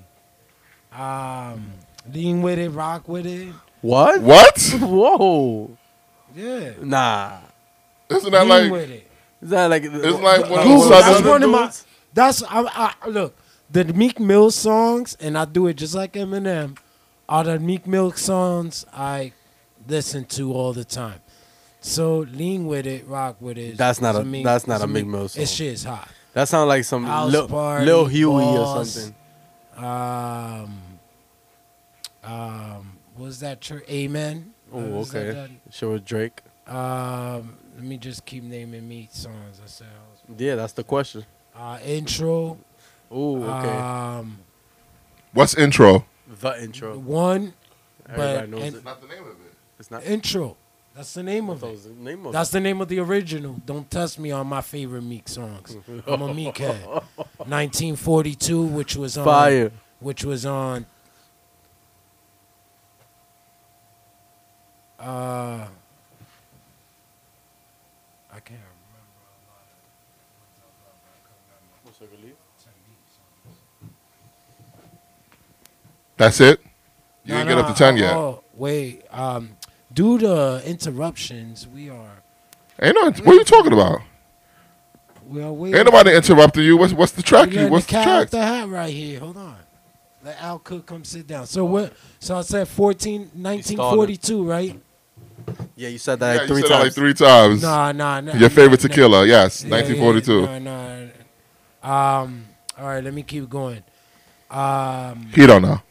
[SPEAKER 3] Um, lean with it, rock with it.
[SPEAKER 2] What?
[SPEAKER 1] What?
[SPEAKER 2] Whoa.
[SPEAKER 3] Yeah.
[SPEAKER 2] Nah.
[SPEAKER 1] Isn't that
[SPEAKER 3] lean
[SPEAKER 1] like?
[SPEAKER 3] with it.
[SPEAKER 2] Is that like
[SPEAKER 1] It's like one of
[SPEAKER 3] Dude,
[SPEAKER 1] those
[SPEAKER 3] that's
[SPEAKER 1] Southern
[SPEAKER 3] one of my.
[SPEAKER 2] dudes?
[SPEAKER 3] That's I, I look the Meek Mill songs, and I do it just like Eminem. Are the Meek Mill songs I listen to all the time. So lean with it, rock with it.
[SPEAKER 2] That's not
[SPEAKER 3] It's
[SPEAKER 2] a- that's not
[SPEAKER 3] it's
[SPEAKER 2] a Meek Mill song.
[SPEAKER 3] It shit's hot.
[SPEAKER 2] That sounds like some
[SPEAKER 3] House
[SPEAKER 2] Lil,
[SPEAKER 3] party,
[SPEAKER 2] Lil Huey or
[SPEAKER 3] boss.
[SPEAKER 2] something.
[SPEAKER 3] Um, um, was that true? Amen. Uh,
[SPEAKER 2] Oh,
[SPEAKER 3] was that
[SPEAKER 2] okay. Show with Drake.
[SPEAKER 3] that? Um, let me just keep naming Meek songs. I said,
[SPEAKER 2] Yeah, that's the question.
[SPEAKER 3] uh, intro.
[SPEAKER 2] Oh, okay.
[SPEAKER 3] Um,
[SPEAKER 1] What's intro?
[SPEAKER 2] the intro.
[SPEAKER 3] one,
[SPEAKER 2] Everybody
[SPEAKER 3] but
[SPEAKER 2] knows
[SPEAKER 3] and-
[SPEAKER 2] it.
[SPEAKER 1] Not the name of it.
[SPEAKER 2] It's not.
[SPEAKER 3] intro. That's the name of
[SPEAKER 2] That
[SPEAKER 3] it.
[SPEAKER 2] was the name of
[SPEAKER 3] That's
[SPEAKER 2] it.
[SPEAKER 3] the name of the original. Don't test me on my favorite Meek songs. I'm a Meekhead. 1942, which was on
[SPEAKER 2] Fire.
[SPEAKER 3] which was on. Uh, I can't remember.
[SPEAKER 1] That's it. You didn't get up to ten yet.
[SPEAKER 3] Oh, wait. Um, due to interruptions, we are
[SPEAKER 1] Ain't no. What are you talking about?
[SPEAKER 3] we are waiting.
[SPEAKER 1] Ain't nobody interrupting you. What's what's the
[SPEAKER 3] We
[SPEAKER 1] track? You
[SPEAKER 3] letting
[SPEAKER 1] what's
[SPEAKER 3] the
[SPEAKER 1] the
[SPEAKER 3] cat
[SPEAKER 1] track?
[SPEAKER 3] out the hat right here. Hold on. Let Al Cook come sit down. So what? So I said 14, 1942, right?
[SPEAKER 2] Yeah, you said that
[SPEAKER 1] Yeah,
[SPEAKER 2] like
[SPEAKER 1] you
[SPEAKER 2] three
[SPEAKER 1] said that
[SPEAKER 2] times.
[SPEAKER 1] like three times.
[SPEAKER 3] Nah, nah, nah.
[SPEAKER 1] Your favorite
[SPEAKER 3] nah,
[SPEAKER 1] tequila, yes,
[SPEAKER 3] nah. Yeah, yeah,
[SPEAKER 1] 1942.
[SPEAKER 3] Nah, nah. Um. All right. Let me keep going. Um.
[SPEAKER 1] He don't know.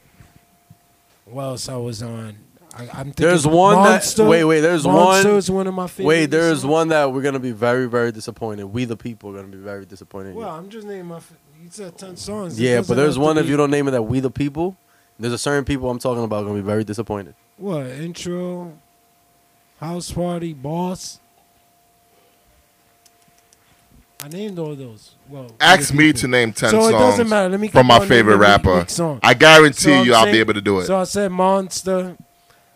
[SPEAKER 3] What else I was on? I, I'm thinking
[SPEAKER 2] There's one that-
[SPEAKER 3] Monster.
[SPEAKER 2] wait, wait, there's one-
[SPEAKER 3] Monster is one of my favorite.
[SPEAKER 2] Wait, there is
[SPEAKER 3] songs.
[SPEAKER 2] one that we're gonna be very, very disappointed. We the people are gonna be very disappointed. in you.
[SPEAKER 3] Well, I'm just naming my. f- You said ten songs. It
[SPEAKER 2] yeah, but
[SPEAKER 3] doesn't
[SPEAKER 2] there's
[SPEAKER 3] have to
[SPEAKER 2] one if
[SPEAKER 3] be-
[SPEAKER 2] you don't name it that we the people. There's a certain people I'm talking about gonna be very disappointed.
[SPEAKER 3] What intro? House party, boss. I named all those. Well,
[SPEAKER 1] Ask
[SPEAKER 3] other
[SPEAKER 1] me
[SPEAKER 3] people.
[SPEAKER 1] to name ten
[SPEAKER 3] So it
[SPEAKER 1] songs
[SPEAKER 3] doesn't matter. Let me
[SPEAKER 1] from
[SPEAKER 3] keep
[SPEAKER 1] my
[SPEAKER 3] on naming
[SPEAKER 1] favorite
[SPEAKER 3] Meek-
[SPEAKER 1] rapper.
[SPEAKER 3] Meek song.
[SPEAKER 1] I guarantee
[SPEAKER 3] So I'm
[SPEAKER 1] you, I'll
[SPEAKER 3] saying-
[SPEAKER 1] be able to do it.
[SPEAKER 3] So I said monster.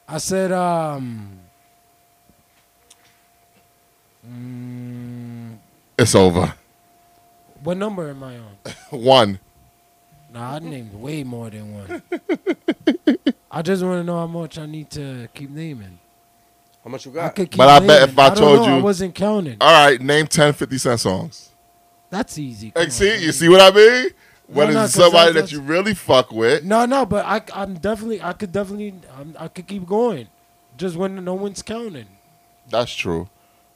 [SPEAKER 3] I said um. mm,
[SPEAKER 1] it's over.
[SPEAKER 3] what number am I on?
[SPEAKER 1] One.
[SPEAKER 3] Nah, I named way more than one. I just want to know how much I need to keep naming.
[SPEAKER 2] How much you
[SPEAKER 3] I could keep
[SPEAKER 1] But I bet
[SPEAKER 3] naming.
[SPEAKER 1] if I
[SPEAKER 3] don't
[SPEAKER 1] told
[SPEAKER 3] know, I
[SPEAKER 1] you- Uh,
[SPEAKER 3] wasn't counting.
[SPEAKER 1] All right, name 10 50 Cent songs.
[SPEAKER 3] That's easy. Come
[SPEAKER 1] Like,
[SPEAKER 3] on,
[SPEAKER 1] see,
[SPEAKER 3] man.
[SPEAKER 1] you see what I mean? When
[SPEAKER 3] No, no,
[SPEAKER 1] it's
[SPEAKER 3] 'cause
[SPEAKER 1] somebody
[SPEAKER 3] that's-
[SPEAKER 1] that you really fuck with,
[SPEAKER 3] No, no, but I, I'm definitely, I could definitely, I'm, I could keep going. Just when no one's counting.
[SPEAKER 1] that's true.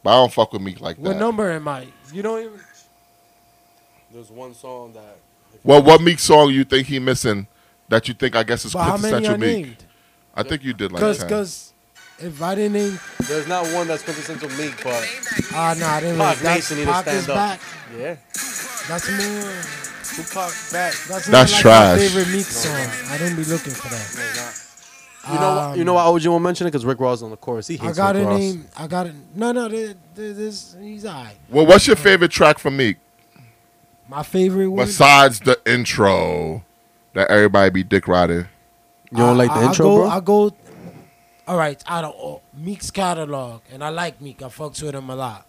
[SPEAKER 1] But I don't fuck with Meek like
[SPEAKER 3] What
[SPEAKER 1] that.
[SPEAKER 3] number am I? You don't even.
[SPEAKER 2] There's one song that
[SPEAKER 1] well, what Meek song you think he missing that you think I guess is
[SPEAKER 3] But how many I
[SPEAKER 1] quintessential Meek?
[SPEAKER 3] named?
[SPEAKER 1] I think you did like
[SPEAKER 3] Cause,
[SPEAKER 1] 10.
[SPEAKER 3] cause, if I didn't name,
[SPEAKER 2] there's not one that's quintessential me, but
[SPEAKER 3] ah, nah, I didn't.
[SPEAKER 2] Pac
[SPEAKER 3] name- that's
[SPEAKER 2] Nation need to
[SPEAKER 3] Pac is
[SPEAKER 2] stand up.
[SPEAKER 3] back.
[SPEAKER 2] yeah,
[SPEAKER 3] That's more.
[SPEAKER 2] Tupac back.
[SPEAKER 3] That's, not
[SPEAKER 1] That's
[SPEAKER 3] like
[SPEAKER 1] trash.
[SPEAKER 3] My favorite Meek song. I didn't be looking for that.
[SPEAKER 2] You know,
[SPEAKER 3] Um,
[SPEAKER 2] what you know why OG won't mention it because Rick Ross on the chorus. He
[SPEAKER 3] I
[SPEAKER 2] hates
[SPEAKER 3] got
[SPEAKER 2] Rick
[SPEAKER 3] a
[SPEAKER 2] Ross.
[SPEAKER 3] name. I got it. No, no, this, this he's alright.
[SPEAKER 1] Well, what's your favorite track from Meek
[SPEAKER 3] My favorite one.
[SPEAKER 1] besides the intro that everybody be dick riding?
[SPEAKER 2] You don't like the
[SPEAKER 3] I- I
[SPEAKER 2] intro,
[SPEAKER 3] go,
[SPEAKER 2] bro?
[SPEAKER 3] I go. All right, out of all, Meek's catalog, and I like Meek. I fucks with him a lot.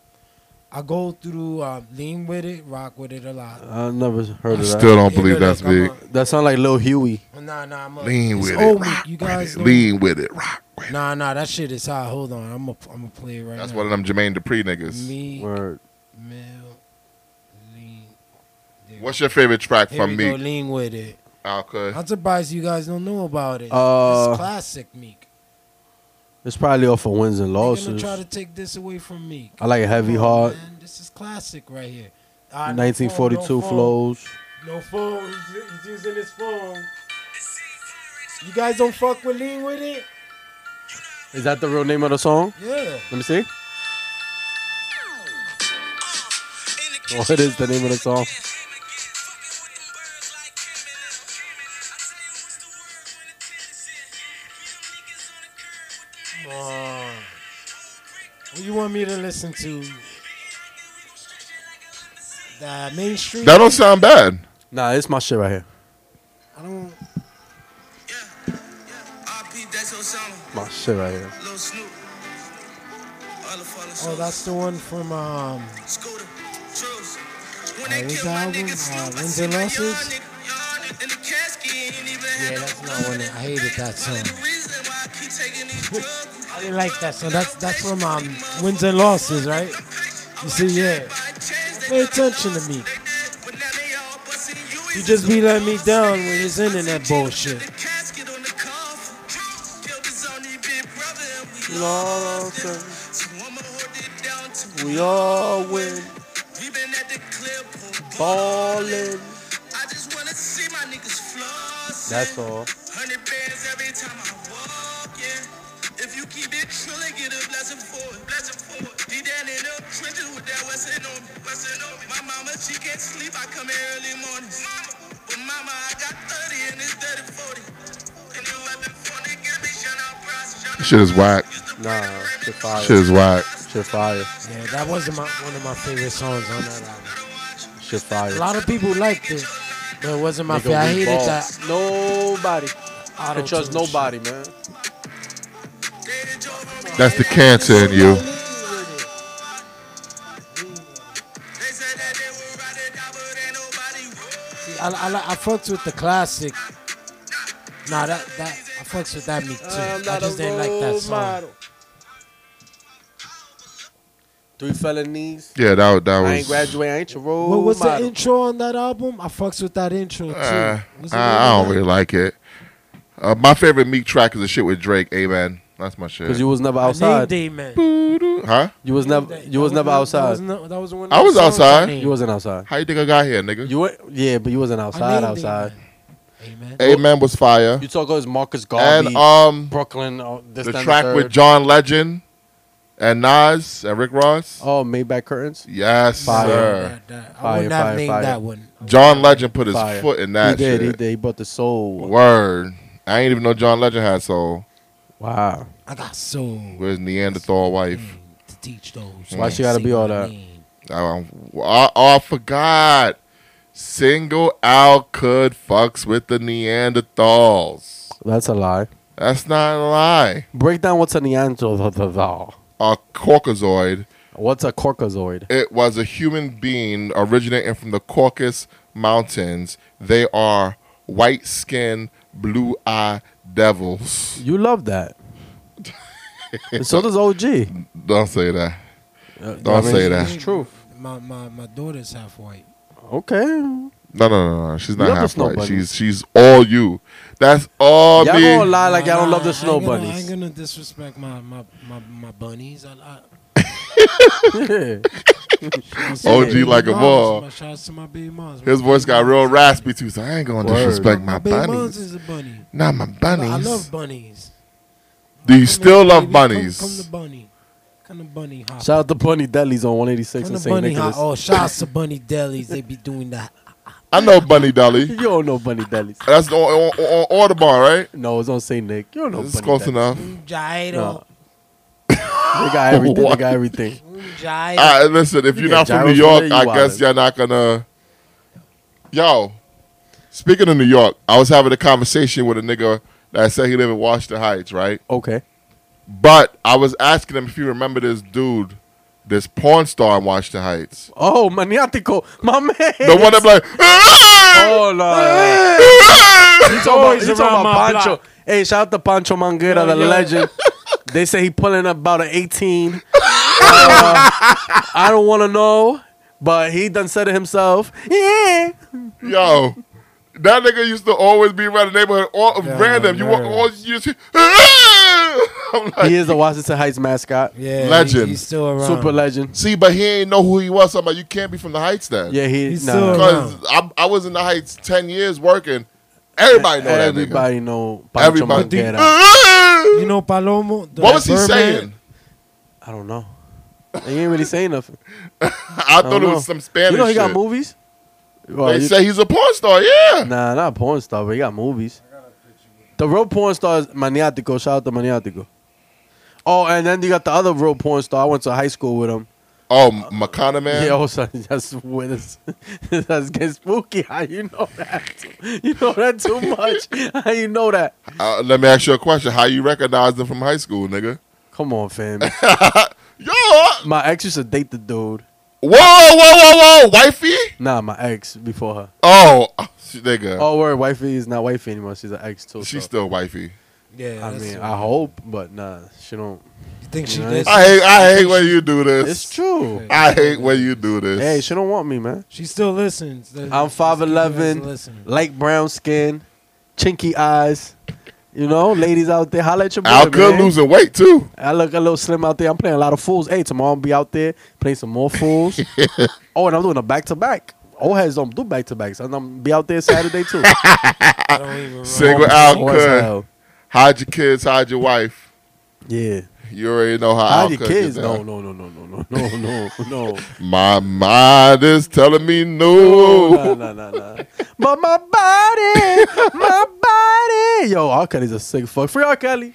[SPEAKER 3] I go through, um, lean with it, rock with it a lot.
[SPEAKER 2] I never heard
[SPEAKER 1] I
[SPEAKER 2] of that.
[SPEAKER 1] still don't
[SPEAKER 3] Hey,
[SPEAKER 1] believe
[SPEAKER 3] look,
[SPEAKER 1] that's
[SPEAKER 3] I'm
[SPEAKER 1] Meek.
[SPEAKER 2] That sound like Lil Huey.
[SPEAKER 3] a- Nah, nah, I'm a,
[SPEAKER 1] Lean
[SPEAKER 3] it's
[SPEAKER 1] with it,
[SPEAKER 3] old Meek.
[SPEAKER 1] rock
[SPEAKER 3] You guys
[SPEAKER 1] with it,
[SPEAKER 3] know.
[SPEAKER 1] lean with it, rock with it.
[SPEAKER 3] Nah, nah, that shit is hot. Hold on, I'm a, I'm a play it right
[SPEAKER 1] That's
[SPEAKER 3] now.
[SPEAKER 1] one of them Jermaine Dupri niggas.
[SPEAKER 3] Meek,
[SPEAKER 2] Word.
[SPEAKER 3] Mill, lean. there.
[SPEAKER 1] What's your favorite track
[SPEAKER 3] Here
[SPEAKER 1] from
[SPEAKER 3] we go,
[SPEAKER 1] Meek?
[SPEAKER 3] lean with it.
[SPEAKER 1] Okay.
[SPEAKER 3] I'm surprised you guys don't know about it.
[SPEAKER 2] Uh,
[SPEAKER 3] it's classic Meek.
[SPEAKER 2] It's probably off of wins and
[SPEAKER 3] They're gonna
[SPEAKER 2] losses.
[SPEAKER 3] try to take this away from Meek.
[SPEAKER 2] I like Heavy
[SPEAKER 3] Come
[SPEAKER 2] Heart,
[SPEAKER 3] man. This is classic right here. Ah, no
[SPEAKER 2] 1942
[SPEAKER 3] phone,
[SPEAKER 2] flows.
[SPEAKER 3] No phone. No phone. He's, he's using his phone. You guys don't fuck with Lean with it?
[SPEAKER 2] Is that the real name of the song?
[SPEAKER 3] Yeah.
[SPEAKER 2] Let me see.
[SPEAKER 4] Oh, it is the name of the song.
[SPEAKER 3] Uh, what you want me to listen to? The Main Street?
[SPEAKER 1] That don't sound bad.
[SPEAKER 2] Nah, it's my shit right here.
[SPEAKER 3] I don't.
[SPEAKER 2] My shit right here.
[SPEAKER 3] Oh, that's the one from um.
[SPEAKER 4] what's the album? Uh, wins and losses?
[SPEAKER 3] Yeah, that's not one. I hated that song.
[SPEAKER 4] song.
[SPEAKER 3] I didn't like that song. That's that's from um wins and losses, right? You see, yeah. Pay attention to me. You just be letting me down with his internet bullshit.
[SPEAKER 2] We all win. Ballin'.
[SPEAKER 4] I just wanna see my niggas floss.
[SPEAKER 2] That's all.
[SPEAKER 4] Hundred bands every time I walk, yeah. If you keep it trillin', get a blessing for it, blessing for it. Deep down in the trenches with that Western on me, Western on me. My mama, she can't sleep, I come in early mornings. But mama, I got 30 and it's 30, 40. And the weapon for niggas be shut out process, shut out
[SPEAKER 1] Shit is whack.
[SPEAKER 4] Used to
[SPEAKER 2] Nah, shit fire.
[SPEAKER 1] Shit is whack.
[SPEAKER 2] Shit fire.
[SPEAKER 3] Yeah, that wasn't my, one of my favorite songs on that album.
[SPEAKER 2] Shit
[SPEAKER 3] A
[SPEAKER 2] fire.
[SPEAKER 3] lot of people liked it, but it wasn't my
[SPEAKER 2] Nigga, we
[SPEAKER 3] favorite. I hated
[SPEAKER 2] balls.
[SPEAKER 3] that.
[SPEAKER 2] Nobody. I
[SPEAKER 3] auto-tune
[SPEAKER 2] can trust nobody, man.
[SPEAKER 1] That's the cancer in you.
[SPEAKER 3] shit. I, I, li- I fucked with the classic. Nah, that that I fucks with that me too. I just didn't like that song.
[SPEAKER 2] Three felonies.
[SPEAKER 1] Yeah, that was- that was.
[SPEAKER 2] I ain't graduate. I ain't your role
[SPEAKER 3] What was the
[SPEAKER 2] model.
[SPEAKER 3] intro on that album? I fucks with that intro too.
[SPEAKER 1] Uh,
[SPEAKER 3] What's the name
[SPEAKER 1] I, I
[SPEAKER 3] of
[SPEAKER 1] don't
[SPEAKER 3] that?
[SPEAKER 1] really like it. Uh, my favorite Meek track is the shit with Drake. Amen. That's my shit.
[SPEAKER 2] Because you was never
[SPEAKER 3] I
[SPEAKER 2] outside.
[SPEAKER 3] named it, man.
[SPEAKER 1] huh?
[SPEAKER 2] You was never.
[SPEAKER 3] That- that
[SPEAKER 2] You was never
[SPEAKER 3] the- That was,
[SPEAKER 2] outside.
[SPEAKER 3] no, that was the one
[SPEAKER 1] I
[SPEAKER 3] of the
[SPEAKER 1] was
[SPEAKER 3] songs
[SPEAKER 1] outside.
[SPEAKER 3] named.
[SPEAKER 2] You wasn't outside.
[SPEAKER 1] How you think I got here, nigga?
[SPEAKER 2] You were. Yeah, but you wasn't outside.
[SPEAKER 3] named it,
[SPEAKER 2] Outside.
[SPEAKER 3] Amen.
[SPEAKER 1] Amen was fire.
[SPEAKER 2] You talk about his Marcus Garvey,
[SPEAKER 1] And um,
[SPEAKER 2] Brooklyn. Oh, this
[SPEAKER 1] the
[SPEAKER 2] that, and
[SPEAKER 1] track
[SPEAKER 2] third.
[SPEAKER 1] with John Legend and Nas and Rick Ross.
[SPEAKER 2] Oh, Maybach curtains.
[SPEAKER 1] Yes,
[SPEAKER 2] Fire.
[SPEAKER 1] sir.
[SPEAKER 3] That- that- I
[SPEAKER 2] Fire,
[SPEAKER 3] would not
[SPEAKER 2] fire,
[SPEAKER 3] name
[SPEAKER 2] fire.
[SPEAKER 3] that one.
[SPEAKER 1] John Legend put his
[SPEAKER 2] Fire.
[SPEAKER 1] foot in that
[SPEAKER 2] he did. He
[SPEAKER 1] shit.
[SPEAKER 2] did. He bought the soul.
[SPEAKER 1] Word. I ain't even know John Legend had soul.
[SPEAKER 2] Wow.
[SPEAKER 3] I got soul
[SPEAKER 1] Where's Neanderthal wife?
[SPEAKER 3] to
[SPEAKER 1] Mm.
[SPEAKER 3] teach those.
[SPEAKER 2] Why
[SPEAKER 3] who
[SPEAKER 2] she gotta
[SPEAKER 3] sing
[SPEAKER 2] be all
[SPEAKER 3] my
[SPEAKER 2] that?
[SPEAKER 3] name.
[SPEAKER 1] I, Um, I, I forgot. Single Al could fucks with the Neanderthals.
[SPEAKER 2] That's a lie.
[SPEAKER 1] That's not a lie.
[SPEAKER 2] Break down what's a Neanderthal.
[SPEAKER 1] A Caucasoid.
[SPEAKER 2] What's a Caucasoid?
[SPEAKER 1] It was a human being originating from the Caucasus Mountains. They are white skinned, blue eyed devils.
[SPEAKER 2] You love that. and so does OG.
[SPEAKER 1] Don't say that.
[SPEAKER 2] Uh,
[SPEAKER 1] Don't say that.
[SPEAKER 2] It's true.
[SPEAKER 3] My my my daughter's half white.
[SPEAKER 2] Okay.
[SPEAKER 1] No, no, no, no. She's not
[SPEAKER 2] Love the
[SPEAKER 1] half
[SPEAKER 2] snow
[SPEAKER 1] white.
[SPEAKER 2] bunnies.
[SPEAKER 1] She's she's all you. That's all
[SPEAKER 2] y'all
[SPEAKER 1] me.
[SPEAKER 2] gonna lie like
[SPEAKER 3] Nah,
[SPEAKER 2] y'all don't
[SPEAKER 3] nah,
[SPEAKER 2] love the
[SPEAKER 3] I
[SPEAKER 2] snow
[SPEAKER 3] ain't gonna- I ain't
[SPEAKER 2] bunnies.
[SPEAKER 3] gonna disrespect my my my, my bunnies. I, I,
[SPEAKER 1] OG like 'em all.
[SPEAKER 3] Shouts to my baby moms.
[SPEAKER 1] His voice got real raspy too. So I ain't gonna
[SPEAKER 2] Word.
[SPEAKER 1] disrespect my
[SPEAKER 3] My baby moms
[SPEAKER 1] bunnies.
[SPEAKER 3] is a bunny.
[SPEAKER 1] Not my bunnies.
[SPEAKER 3] I love bunnies.
[SPEAKER 1] Do you
[SPEAKER 3] Come
[SPEAKER 1] still
[SPEAKER 3] on,
[SPEAKER 1] love
[SPEAKER 3] baby,
[SPEAKER 1] bunnies?
[SPEAKER 3] Come, come to bunny. Come to bunny hop.
[SPEAKER 2] Shout out to Bunny Deli's on 186 and
[SPEAKER 3] Come to
[SPEAKER 2] St.
[SPEAKER 3] bunny hop.
[SPEAKER 2] Nicholas.
[SPEAKER 3] Oh, shouts to bunny delis. They be doing that.
[SPEAKER 1] I know Bunny Dolly.
[SPEAKER 2] You don't know Bunny Deli's.
[SPEAKER 1] That's on, on, on Audubon, right?
[SPEAKER 2] No, it's on St. Nick. You don't know
[SPEAKER 1] It's
[SPEAKER 2] Bunny
[SPEAKER 1] close
[SPEAKER 2] Deli's.
[SPEAKER 1] enough.
[SPEAKER 3] Jairo.
[SPEAKER 2] No. They got everything. they got everything.
[SPEAKER 3] Jairo.
[SPEAKER 1] All right, listen, if
[SPEAKER 2] You
[SPEAKER 1] you're
[SPEAKER 2] get
[SPEAKER 1] not from New
[SPEAKER 2] gyros from
[SPEAKER 1] York,
[SPEAKER 2] there,
[SPEAKER 1] I
[SPEAKER 2] you
[SPEAKER 1] guess
[SPEAKER 2] wildin'.
[SPEAKER 1] you're not gonna. Yo, speaking of New York, I was having a conversation with a nigga that said he lived in Washington Heights, right?
[SPEAKER 2] Okay.
[SPEAKER 1] But I was asking him if he remembered this dude, this porn star in Washington Heights,
[SPEAKER 2] Oh, Maniatico. My man.
[SPEAKER 1] the one that be like.
[SPEAKER 2] Oh, no. no. You talking about,
[SPEAKER 3] always
[SPEAKER 2] you talking
[SPEAKER 3] around
[SPEAKER 2] about
[SPEAKER 3] my
[SPEAKER 2] Pancho.
[SPEAKER 3] block.
[SPEAKER 2] Hey, shout out to Pancho Manguera, the
[SPEAKER 3] Yeah, yeah.
[SPEAKER 2] legend. They say he pulling up about an 18. Uh, I don't want to know, but he done said it himself. Yeah.
[SPEAKER 1] Yo, that nigga used to always be around the neighborhood, all random. You walk,
[SPEAKER 3] man.
[SPEAKER 1] all you just. hear, I'm like,
[SPEAKER 2] He is the Washington Heights mascot.
[SPEAKER 3] Yeah,
[SPEAKER 1] Legend.
[SPEAKER 3] He, he's still around.
[SPEAKER 2] Super legend.
[SPEAKER 1] see, but he ain't know who he was. So I'm like, you can't be from the Heights then.
[SPEAKER 2] Yeah, he,
[SPEAKER 3] He's
[SPEAKER 2] nah.
[SPEAKER 3] still around.
[SPEAKER 1] because I, I was in the Heights ten years working. Everybody know
[SPEAKER 2] Everybody know Pancho
[SPEAKER 1] Everybody.
[SPEAKER 2] Manguera.
[SPEAKER 1] that nigga.
[SPEAKER 3] You know Palomo. the
[SPEAKER 1] what was he
[SPEAKER 3] Birdman?
[SPEAKER 1] saying?
[SPEAKER 2] I don't know. He ain't really saying nothing.
[SPEAKER 1] I,
[SPEAKER 2] I
[SPEAKER 1] thought
[SPEAKER 2] don't
[SPEAKER 1] it
[SPEAKER 2] know.
[SPEAKER 1] was some Spanish.
[SPEAKER 2] You know he got
[SPEAKER 1] shit.
[SPEAKER 2] movies? Well,
[SPEAKER 1] They
[SPEAKER 2] you-
[SPEAKER 1] say he's a porn star. Yeah,
[SPEAKER 2] Nah, not a porn star, but he got movies. The real porn star is Maniatico. Shout out to Maniatico. Oh, and then you got the other real porn star. I went to high school with him.
[SPEAKER 1] oh, Makana man.
[SPEAKER 2] Yeah, oh, son, that's weird. That's, that's get spooky. How you know that? You know that too much. How you know that?
[SPEAKER 1] Uh, let me ask you a question. How you recognized him from high school, nigga?
[SPEAKER 2] Come on, fam.
[SPEAKER 1] Yo,
[SPEAKER 2] My ex used to date the dude.
[SPEAKER 1] whoa, whoa, whoa, whoa, wifey.
[SPEAKER 2] Nah, my ex before her.
[SPEAKER 1] Oh, she- nigga.
[SPEAKER 2] Oh, word, wifey is not wifey anymore. She's an ex too.
[SPEAKER 1] She's
[SPEAKER 2] so.
[SPEAKER 1] still wifey.
[SPEAKER 3] Yeah,
[SPEAKER 2] I
[SPEAKER 3] that's
[SPEAKER 2] mean,
[SPEAKER 3] what-
[SPEAKER 2] I hope, but nah, she don't.
[SPEAKER 3] you think she
[SPEAKER 2] you know,
[SPEAKER 3] did?
[SPEAKER 1] I hate. I hate when you do this.
[SPEAKER 2] It's true.
[SPEAKER 1] I hate when you do this.
[SPEAKER 2] Hey, she don't want me, man.
[SPEAKER 3] She still listens. The-
[SPEAKER 2] I'm
[SPEAKER 3] she's keeping us
[SPEAKER 2] 5'11,
[SPEAKER 3] listening.
[SPEAKER 2] light brown skin, chinky eyes. You know, ladies out there, holla at your boy,
[SPEAKER 1] Al good
[SPEAKER 2] man.
[SPEAKER 1] losing weight too.
[SPEAKER 2] I look a little slim out there. I'm playing a lot of fools. Hey, tomorrow I'll be out there playing some more fools. oh, and I'm doing a back to back. Old heads don't do back to backs. I'm gonna be out there Saturday too.
[SPEAKER 3] I don't even remember.
[SPEAKER 1] Single
[SPEAKER 2] Oh,
[SPEAKER 1] Al
[SPEAKER 2] as
[SPEAKER 1] could
[SPEAKER 2] hell.
[SPEAKER 1] hide your kids, hide your wife.
[SPEAKER 2] Yeah.
[SPEAKER 1] You already know how Al
[SPEAKER 2] Hide your
[SPEAKER 1] Kud
[SPEAKER 2] kids.
[SPEAKER 1] get
[SPEAKER 2] No,
[SPEAKER 1] down.
[SPEAKER 2] no, no, no, no, no, no, no, no.
[SPEAKER 1] My mind is telling me
[SPEAKER 2] No,
[SPEAKER 1] no.
[SPEAKER 2] no, no, no. But my body, my body. Yo, R. Kelly's a sick fuck. Free R. Kelly.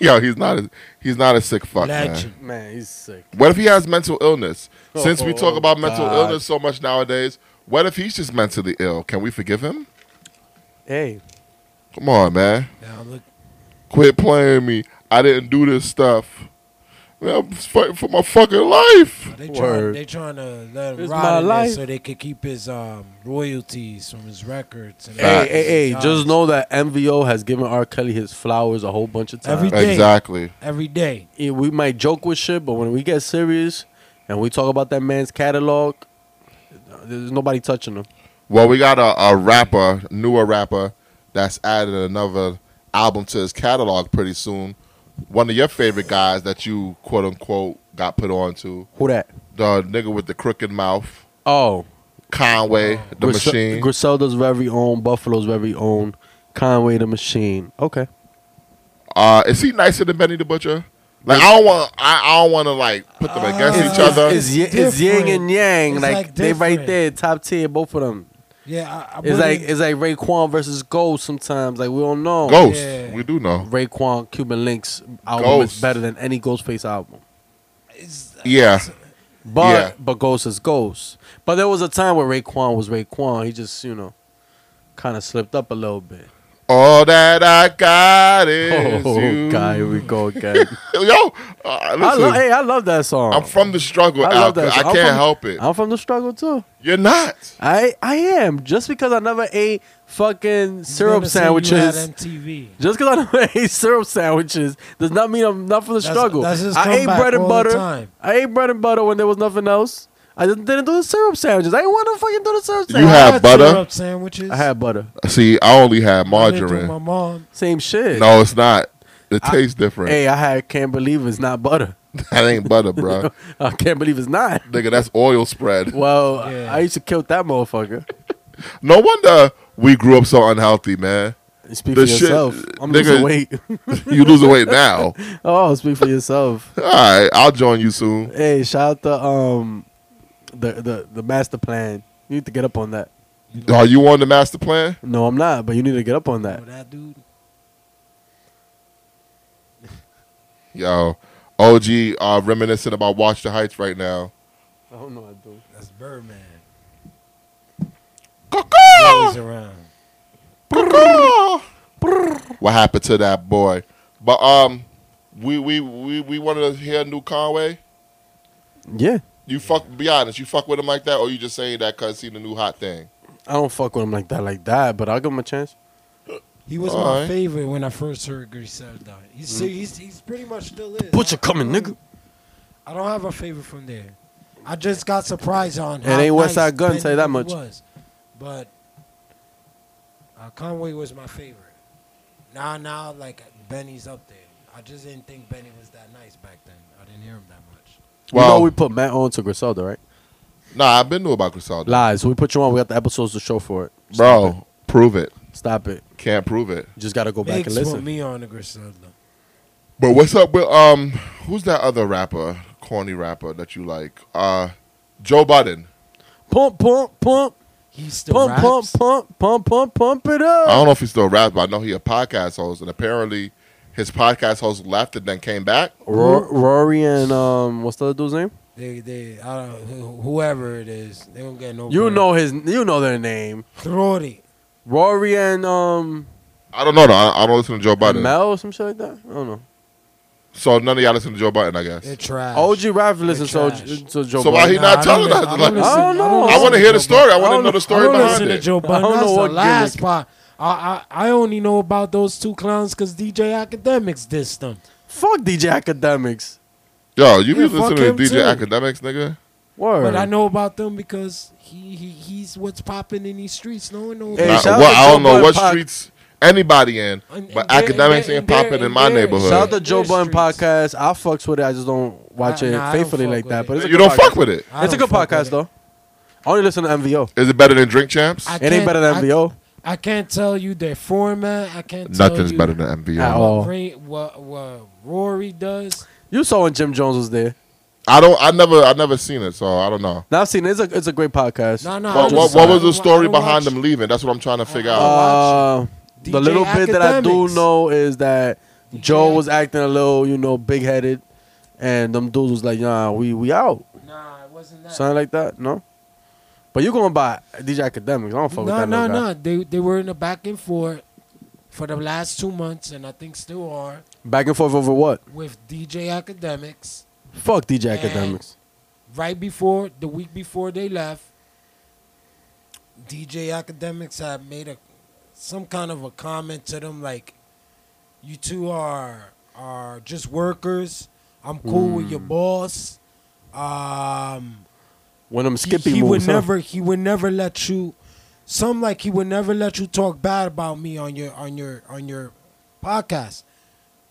[SPEAKER 1] Yo, he's not a he's not a sick fuck, man.
[SPEAKER 3] Legend.
[SPEAKER 2] Man, he's sick.
[SPEAKER 1] What if he has mental illness? Since we talk
[SPEAKER 2] Oh,
[SPEAKER 1] about mental
[SPEAKER 2] God.
[SPEAKER 1] illness so much nowadays, what if he's just mentally ill? Can we forgive him?
[SPEAKER 2] Hey,
[SPEAKER 1] Come on, man.
[SPEAKER 3] Now look,
[SPEAKER 1] Quit playing me. I didn't do this stuff. Man, I'm just fighting for my fucking life.
[SPEAKER 3] they trying,
[SPEAKER 2] Word.
[SPEAKER 3] they trying to let him
[SPEAKER 2] It's
[SPEAKER 3] ride
[SPEAKER 2] my
[SPEAKER 3] in there
[SPEAKER 2] life.
[SPEAKER 3] so they could keep his um, royalties from his records. And
[SPEAKER 2] hey,
[SPEAKER 1] Facts.
[SPEAKER 2] hey, hey! Just
[SPEAKER 3] Jobs.
[SPEAKER 2] know that MVO has given R. Kelly his flowers a whole bunch of times.
[SPEAKER 3] Every- Dang.
[SPEAKER 1] Exactly.
[SPEAKER 3] every day.
[SPEAKER 2] Yeah, we might joke with shit, but when we get serious and we talk about that man's catalog, there's nobody touching him.
[SPEAKER 1] Well, we got a, a rapper, newer rapper, that's added another album to his catalog pretty soon. One of your favorite guys that you quote unquote got put on to
[SPEAKER 2] Who that?
[SPEAKER 1] the nigga with the crooked mouth,
[SPEAKER 2] Oh,
[SPEAKER 1] Conway the
[SPEAKER 2] Grisel-
[SPEAKER 1] Machine.
[SPEAKER 2] Griselda's very own, Buffalo's very own, Conway the Machine. Okay.
[SPEAKER 1] Uh, is he nicer than Benny the Butcher? Like I don't want, I, I don't want to like put them against
[SPEAKER 3] It's-
[SPEAKER 1] each other.
[SPEAKER 2] It's, it's, y- it's yin
[SPEAKER 3] different.
[SPEAKER 2] and yang.
[SPEAKER 3] It's
[SPEAKER 2] like
[SPEAKER 3] like
[SPEAKER 2] they right
[SPEAKER 3] different.
[SPEAKER 2] there, top tier, both of them.
[SPEAKER 3] Yeah, I, I
[SPEAKER 2] It's like
[SPEAKER 3] wouldn't-
[SPEAKER 2] it's like Raekwon versus Ghost sometimes. Like we don't know.
[SPEAKER 1] Ghost,
[SPEAKER 3] yeah.
[SPEAKER 1] we do know.
[SPEAKER 2] Raekwon Cuban Links album
[SPEAKER 1] Ghost.
[SPEAKER 2] is better than any Ghostface album.
[SPEAKER 3] it's-
[SPEAKER 1] Yeah,
[SPEAKER 2] But
[SPEAKER 1] Yeah.
[SPEAKER 2] but Ghost is Ghost. But there was a time where Raekwon was Raekwon. He just you know kind of slipped up a little bit.
[SPEAKER 1] all that I got is
[SPEAKER 2] oh
[SPEAKER 1] you.
[SPEAKER 2] God, here we go again.
[SPEAKER 1] Yo, uh,
[SPEAKER 2] I
[SPEAKER 1] listen,
[SPEAKER 2] lo- hey, I love that song.
[SPEAKER 1] I'm from the struggle,
[SPEAKER 2] I
[SPEAKER 1] Al.
[SPEAKER 2] love that
[SPEAKER 1] I
[SPEAKER 2] song.
[SPEAKER 1] can't
[SPEAKER 2] I'm from-
[SPEAKER 1] help it.
[SPEAKER 2] I'm from the struggle too.
[SPEAKER 1] You're not.
[SPEAKER 2] I I am just because I never ate fucking
[SPEAKER 3] it's
[SPEAKER 2] syrup
[SPEAKER 3] gonna say you had
[SPEAKER 2] sandwiches.
[SPEAKER 3] MTV.
[SPEAKER 2] Just because I never ate syrup sandwiches does not mean I'm not from the
[SPEAKER 3] That's-
[SPEAKER 2] struggle.
[SPEAKER 3] that's his
[SPEAKER 2] I ate
[SPEAKER 3] comeback
[SPEAKER 2] bread and
[SPEAKER 3] all the
[SPEAKER 2] butter.
[SPEAKER 3] time.
[SPEAKER 2] I ate bread and butter when there was nothing else. I just didn't do the syrup sandwiches. I didn't want to fucking do the syrup
[SPEAKER 1] You
[SPEAKER 2] sandwiches.
[SPEAKER 1] had
[SPEAKER 3] I had
[SPEAKER 1] butter?
[SPEAKER 3] syrup sandwiches.
[SPEAKER 2] I had butter.
[SPEAKER 1] See, I only had
[SPEAKER 3] I lived with My
[SPEAKER 1] margarine.
[SPEAKER 3] mom.
[SPEAKER 2] Same shit.
[SPEAKER 1] No, it's not. It tastes different.
[SPEAKER 2] Hey, I had can't believe it's not butter.
[SPEAKER 1] That ain't butter, bro.
[SPEAKER 2] I can't believe it's not.
[SPEAKER 1] Nigga, that's oil spread.
[SPEAKER 2] Well, I-
[SPEAKER 3] Yeah.
[SPEAKER 2] I used to kill that motherfucker.
[SPEAKER 1] No wonder we grew up so unhealthy, man.
[SPEAKER 2] Speak
[SPEAKER 1] The
[SPEAKER 2] for
[SPEAKER 1] shit-
[SPEAKER 2] yourself. I'm
[SPEAKER 1] nigga-
[SPEAKER 2] losing weight.
[SPEAKER 1] You losing weight now.
[SPEAKER 2] oh, speak for yourself.
[SPEAKER 1] All right, I'll join you soon.
[SPEAKER 2] Hey, shout out to um the the the master plan. You need to get up on that.
[SPEAKER 1] Are you on the master plan?
[SPEAKER 2] No, I'm not, but you need to get up on
[SPEAKER 3] Oh,
[SPEAKER 2] that.
[SPEAKER 3] that dude.
[SPEAKER 1] Yo, OG uh, reminiscing about Watch the Heights right now.
[SPEAKER 2] I don't know. I do.
[SPEAKER 3] That's Birdman. He's always around.
[SPEAKER 1] What happened to that boy? But um, we we we, we wanted to hear new Conway.
[SPEAKER 2] Yeah,
[SPEAKER 1] You fuck. Be honest. You fuck with him like that, or you just saying that cause he the new hot thing?
[SPEAKER 2] I don't fuck with him like that, like that. But I'll give him a chance.
[SPEAKER 3] He was my
[SPEAKER 1] Alright.
[SPEAKER 3] favorite when I first heard Griselda. He's,
[SPEAKER 2] Mm.
[SPEAKER 3] he's he's pretty much still is.
[SPEAKER 2] Butcher coming, nigga.
[SPEAKER 3] I don't have a favorite from there. I just got surprised on.
[SPEAKER 2] It
[SPEAKER 3] how
[SPEAKER 2] ain't West
[SPEAKER 3] nice
[SPEAKER 2] Side Gun,
[SPEAKER 3] Benny
[SPEAKER 2] tell you that
[SPEAKER 3] really
[SPEAKER 2] much.
[SPEAKER 3] Was. But uh, Conway was my favorite. Now, now, like Benny's up there. I just didn't think Benny was that nice back then. I didn't hear him that much.
[SPEAKER 2] you
[SPEAKER 1] Well-
[SPEAKER 2] know we put Matt on to Griselda, right?
[SPEAKER 1] Nah, I've been new about Griselda,
[SPEAKER 2] Lies. We put you on. We got the episodes to show for it, Stop
[SPEAKER 1] bro. Prove it.
[SPEAKER 2] it. Stop it.
[SPEAKER 1] Can't prove it.
[SPEAKER 2] You just gotta go back
[SPEAKER 3] Biggs
[SPEAKER 2] and
[SPEAKER 3] put
[SPEAKER 2] listen.
[SPEAKER 3] me on the Griselda.
[SPEAKER 1] But what's up with um? Who's that other rapper? Corny rapper that you like? Uh, Joe Budden.
[SPEAKER 2] Pump, pump, pump,
[SPEAKER 3] He still
[SPEAKER 2] pump,
[SPEAKER 3] raps.
[SPEAKER 2] pump, pump, pump, pump, pump it
[SPEAKER 1] I
[SPEAKER 2] up.
[SPEAKER 1] don't know if he still raps, but I know he a podcast host, and apparently his podcast host left and then came back.
[SPEAKER 2] Ro- Rory and um, what's the other dude's name?
[SPEAKER 3] They, they, I don't, who- whoever it is, they don't get no.
[SPEAKER 2] You
[SPEAKER 3] break.
[SPEAKER 2] know his. You know their name.
[SPEAKER 3] Throry.
[SPEAKER 2] Rory and um,
[SPEAKER 1] I don't know though. I, I don't listen to Joe Budden.
[SPEAKER 2] Mel or some shit like that. I don't know.
[SPEAKER 1] So none of y'all listen to Joe Button, I
[SPEAKER 3] They're
[SPEAKER 1] guess.
[SPEAKER 3] trash.
[SPEAKER 2] OG Rap listens to,
[SPEAKER 3] trash.
[SPEAKER 2] OG to Joe
[SPEAKER 1] So why
[SPEAKER 2] Budden.
[SPEAKER 1] he not telling us? Like,
[SPEAKER 2] listen- I don't know.
[SPEAKER 1] I want to hear the story. I
[SPEAKER 2] I
[SPEAKER 1] want to
[SPEAKER 2] don't
[SPEAKER 1] know
[SPEAKER 2] know-
[SPEAKER 1] the story
[SPEAKER 3] I don't listen
[SPEAKER 1] behind
[SPEAKER 3] to
[SPEAKER 1] it.
[SPEAKER 3] Joe Budden.
[SPEAKER 2] I don't
[SPEAKER 3] That's
[SPEAKER 2] know
[SPEAKER 3] the
[SPEAKER 2] what
[SPEAKER 3] last
[SPEAKER 2] gimmick.
[SPEAKER 3] part. I, I I only know about those two clowns because DJ Academics dissed them.
[SPEAKER 2] Fuck DJ Academics.
[SPEAKER 1] Yo, you be
[SPEAKER 3] Yeah, fuck
[SPEAKER 1] listening to
[SPEAKER 3] him
[SPEAKER 1] DJ
[SPEAKER 3] too.
[SPEAKER 1] Academics, nigga?
[SPEAKER 2] Word.
[SPEAKER 3] But I know about them because he, he he's what's popping in these streets. No one knows.
[SPEAKER 2] Hey,
[SPEAKER 1] Nah,
[SPEAKER 3] about.
[SPEAKER 2] shout out
[SPEAKER 1] well,
[SPEAKER 2] to
[SPEAKER 1] I don't
[SPEAKER 2] Joe
[SPEAKER 1] know
[SPEAKER 2] Budden
[SPEAKER 1] what
[SPEAKER 2] Pod-
[SPEAKER 1] streets anybody in,
[SPEAKER 3] And- and
[SPEAKER 1] but
[SPEAKER 3] they're-
[SPEAKER 1] academics
[SPEAKER 3] and
[SPEAKER 1] ain't
[SPEAKER 3] they're-
[SPEAKER 1] popping in
[SPEAKER 3] and
[SPEAKER 1] my
[SPEAKER 3] they're-
[SPEAKER 1] neighborhood.
[SPEAKER 2] Shout out to Joe
[SPEAKER 3] Their
[SPEAKER 2] Budden
[SPEAKER 3] streets.
[SPEAKER 2] podcast. I fucks with it. I just don't watch
[SPEAKER 3] I-
[SPEAKER 2] it
[SPEAKER 3] nah, I don't
[SPEAKER 2] faithfully
[SPEAKER 3] fuck
[SPEAKER 2] like
[SPEAKER 3] with
[SPEAKER 2] that.
[SPEAKER 3] it.
[SPEAKER 2] But it's a
[SPEAKER 1] you
[SPEAKER 2] good
[SPEAKER 1] don't
[SPEAKER 2] podcast.
[SPEAKER 1] fuck with it.
[SPEAKER 3] I
[SPEAKER 2] It's a
[SPEAKER 3] don't
[SPEAKER 2] good
[SPEAKER 3] fuck with
[SPEAKER 2] podcast
[SPEAKER 3] it.
[SPEAKER 2] though. I only listen to MVO.
[SPEAKER 1] Is it better than Drink Champs?
[SPEAKER 3] I
[SPEAKER 2] It ain't
[SPEAKER 3] can't-
[SPEAKER 2] better than
[SPEAKER 3] I-
[SPEAKER 2] MVO
[SPEAKER 3] I can't tell you their format. I can't.
[SPEAKER 1] Nothing's
[SPEAKER 3] tell you
[SPEAKER 1] better than MVO.
[SPEAKER 2] at
[SPEAKER 3] What,
[SPEAKER 2] all.
[SPEAKER 3] Ray, what what Rory does.
[SPEAKER 2] You saw when Jim Jones was there.
[SPEAKER 1] I don't. I never. I never seen it, so I don't know.
[SPEAKER 2] Now I've seen it. it's a it's a great podcast.
[SPEAKER 3] No, no. I
[SPEAKER 1] But
[SPEAKER 3] just-
[SPEAKER 1] what, what was
[SPEAKER 3] I
[SPEAKER 1] the
[SPEAKER 3] don't- I
[SPEAKER 1] story
[SPEAKER 3] don't
[SPEAKER 1] behind
[SPEAKER 3] watch- Uh,
[SPEAKER 1] them leaving? That's what I'm trying to figure
[SPEAKER 3] I
[SPEAKER 1] out.
[SPEAKER 2] Uh,
[SPEAKER 3] watch
[SPEAKER 2] the
[SPEAKER 3] DJ
[SPEAKER 2] little bit that I do
[SPEAKER 3] Academics.
[SPEAKER 2] know is that Joe was acting a little, you know, big headed, and them dudes was like, "Nah, we we out."
[SPEAKER 3] Nah, it wasn't that.
[SPEAKER 2] Something like that, no. But you going by DJ Academics? I don't fuck with
[SPEAKER 3] no,
[SPEAKER 2] that
[SPEAKER 3] no,
[SPEAKER 2] little guy.
[SPEAKER 3] no. They they were in the back and forth for the last two months, and I think still are
[SPEAKER 2] Back and forth over what?
[SPEAKER 3] with DJ Academics.
[SPEAKER 2] Fuck DJ
[SPEAKER 3] And-
[SPEAKER 2] Academics.
[SPEAKER 3] Right before the week before they left, DJ Academics had made a some kind of a comment to them like, "You two are are just workers. I'm cool with your boss. Um,
[SPEAKER 2] When them Skippy
[SPEAKER 3] he, he
[SPEAKER 2] moves,
[SPEAKER 3] would
[SPEAKER 2] huh?
[SPEAKER 3] never he would never let you some like he would never let you talk bad about me on your on your on your podcast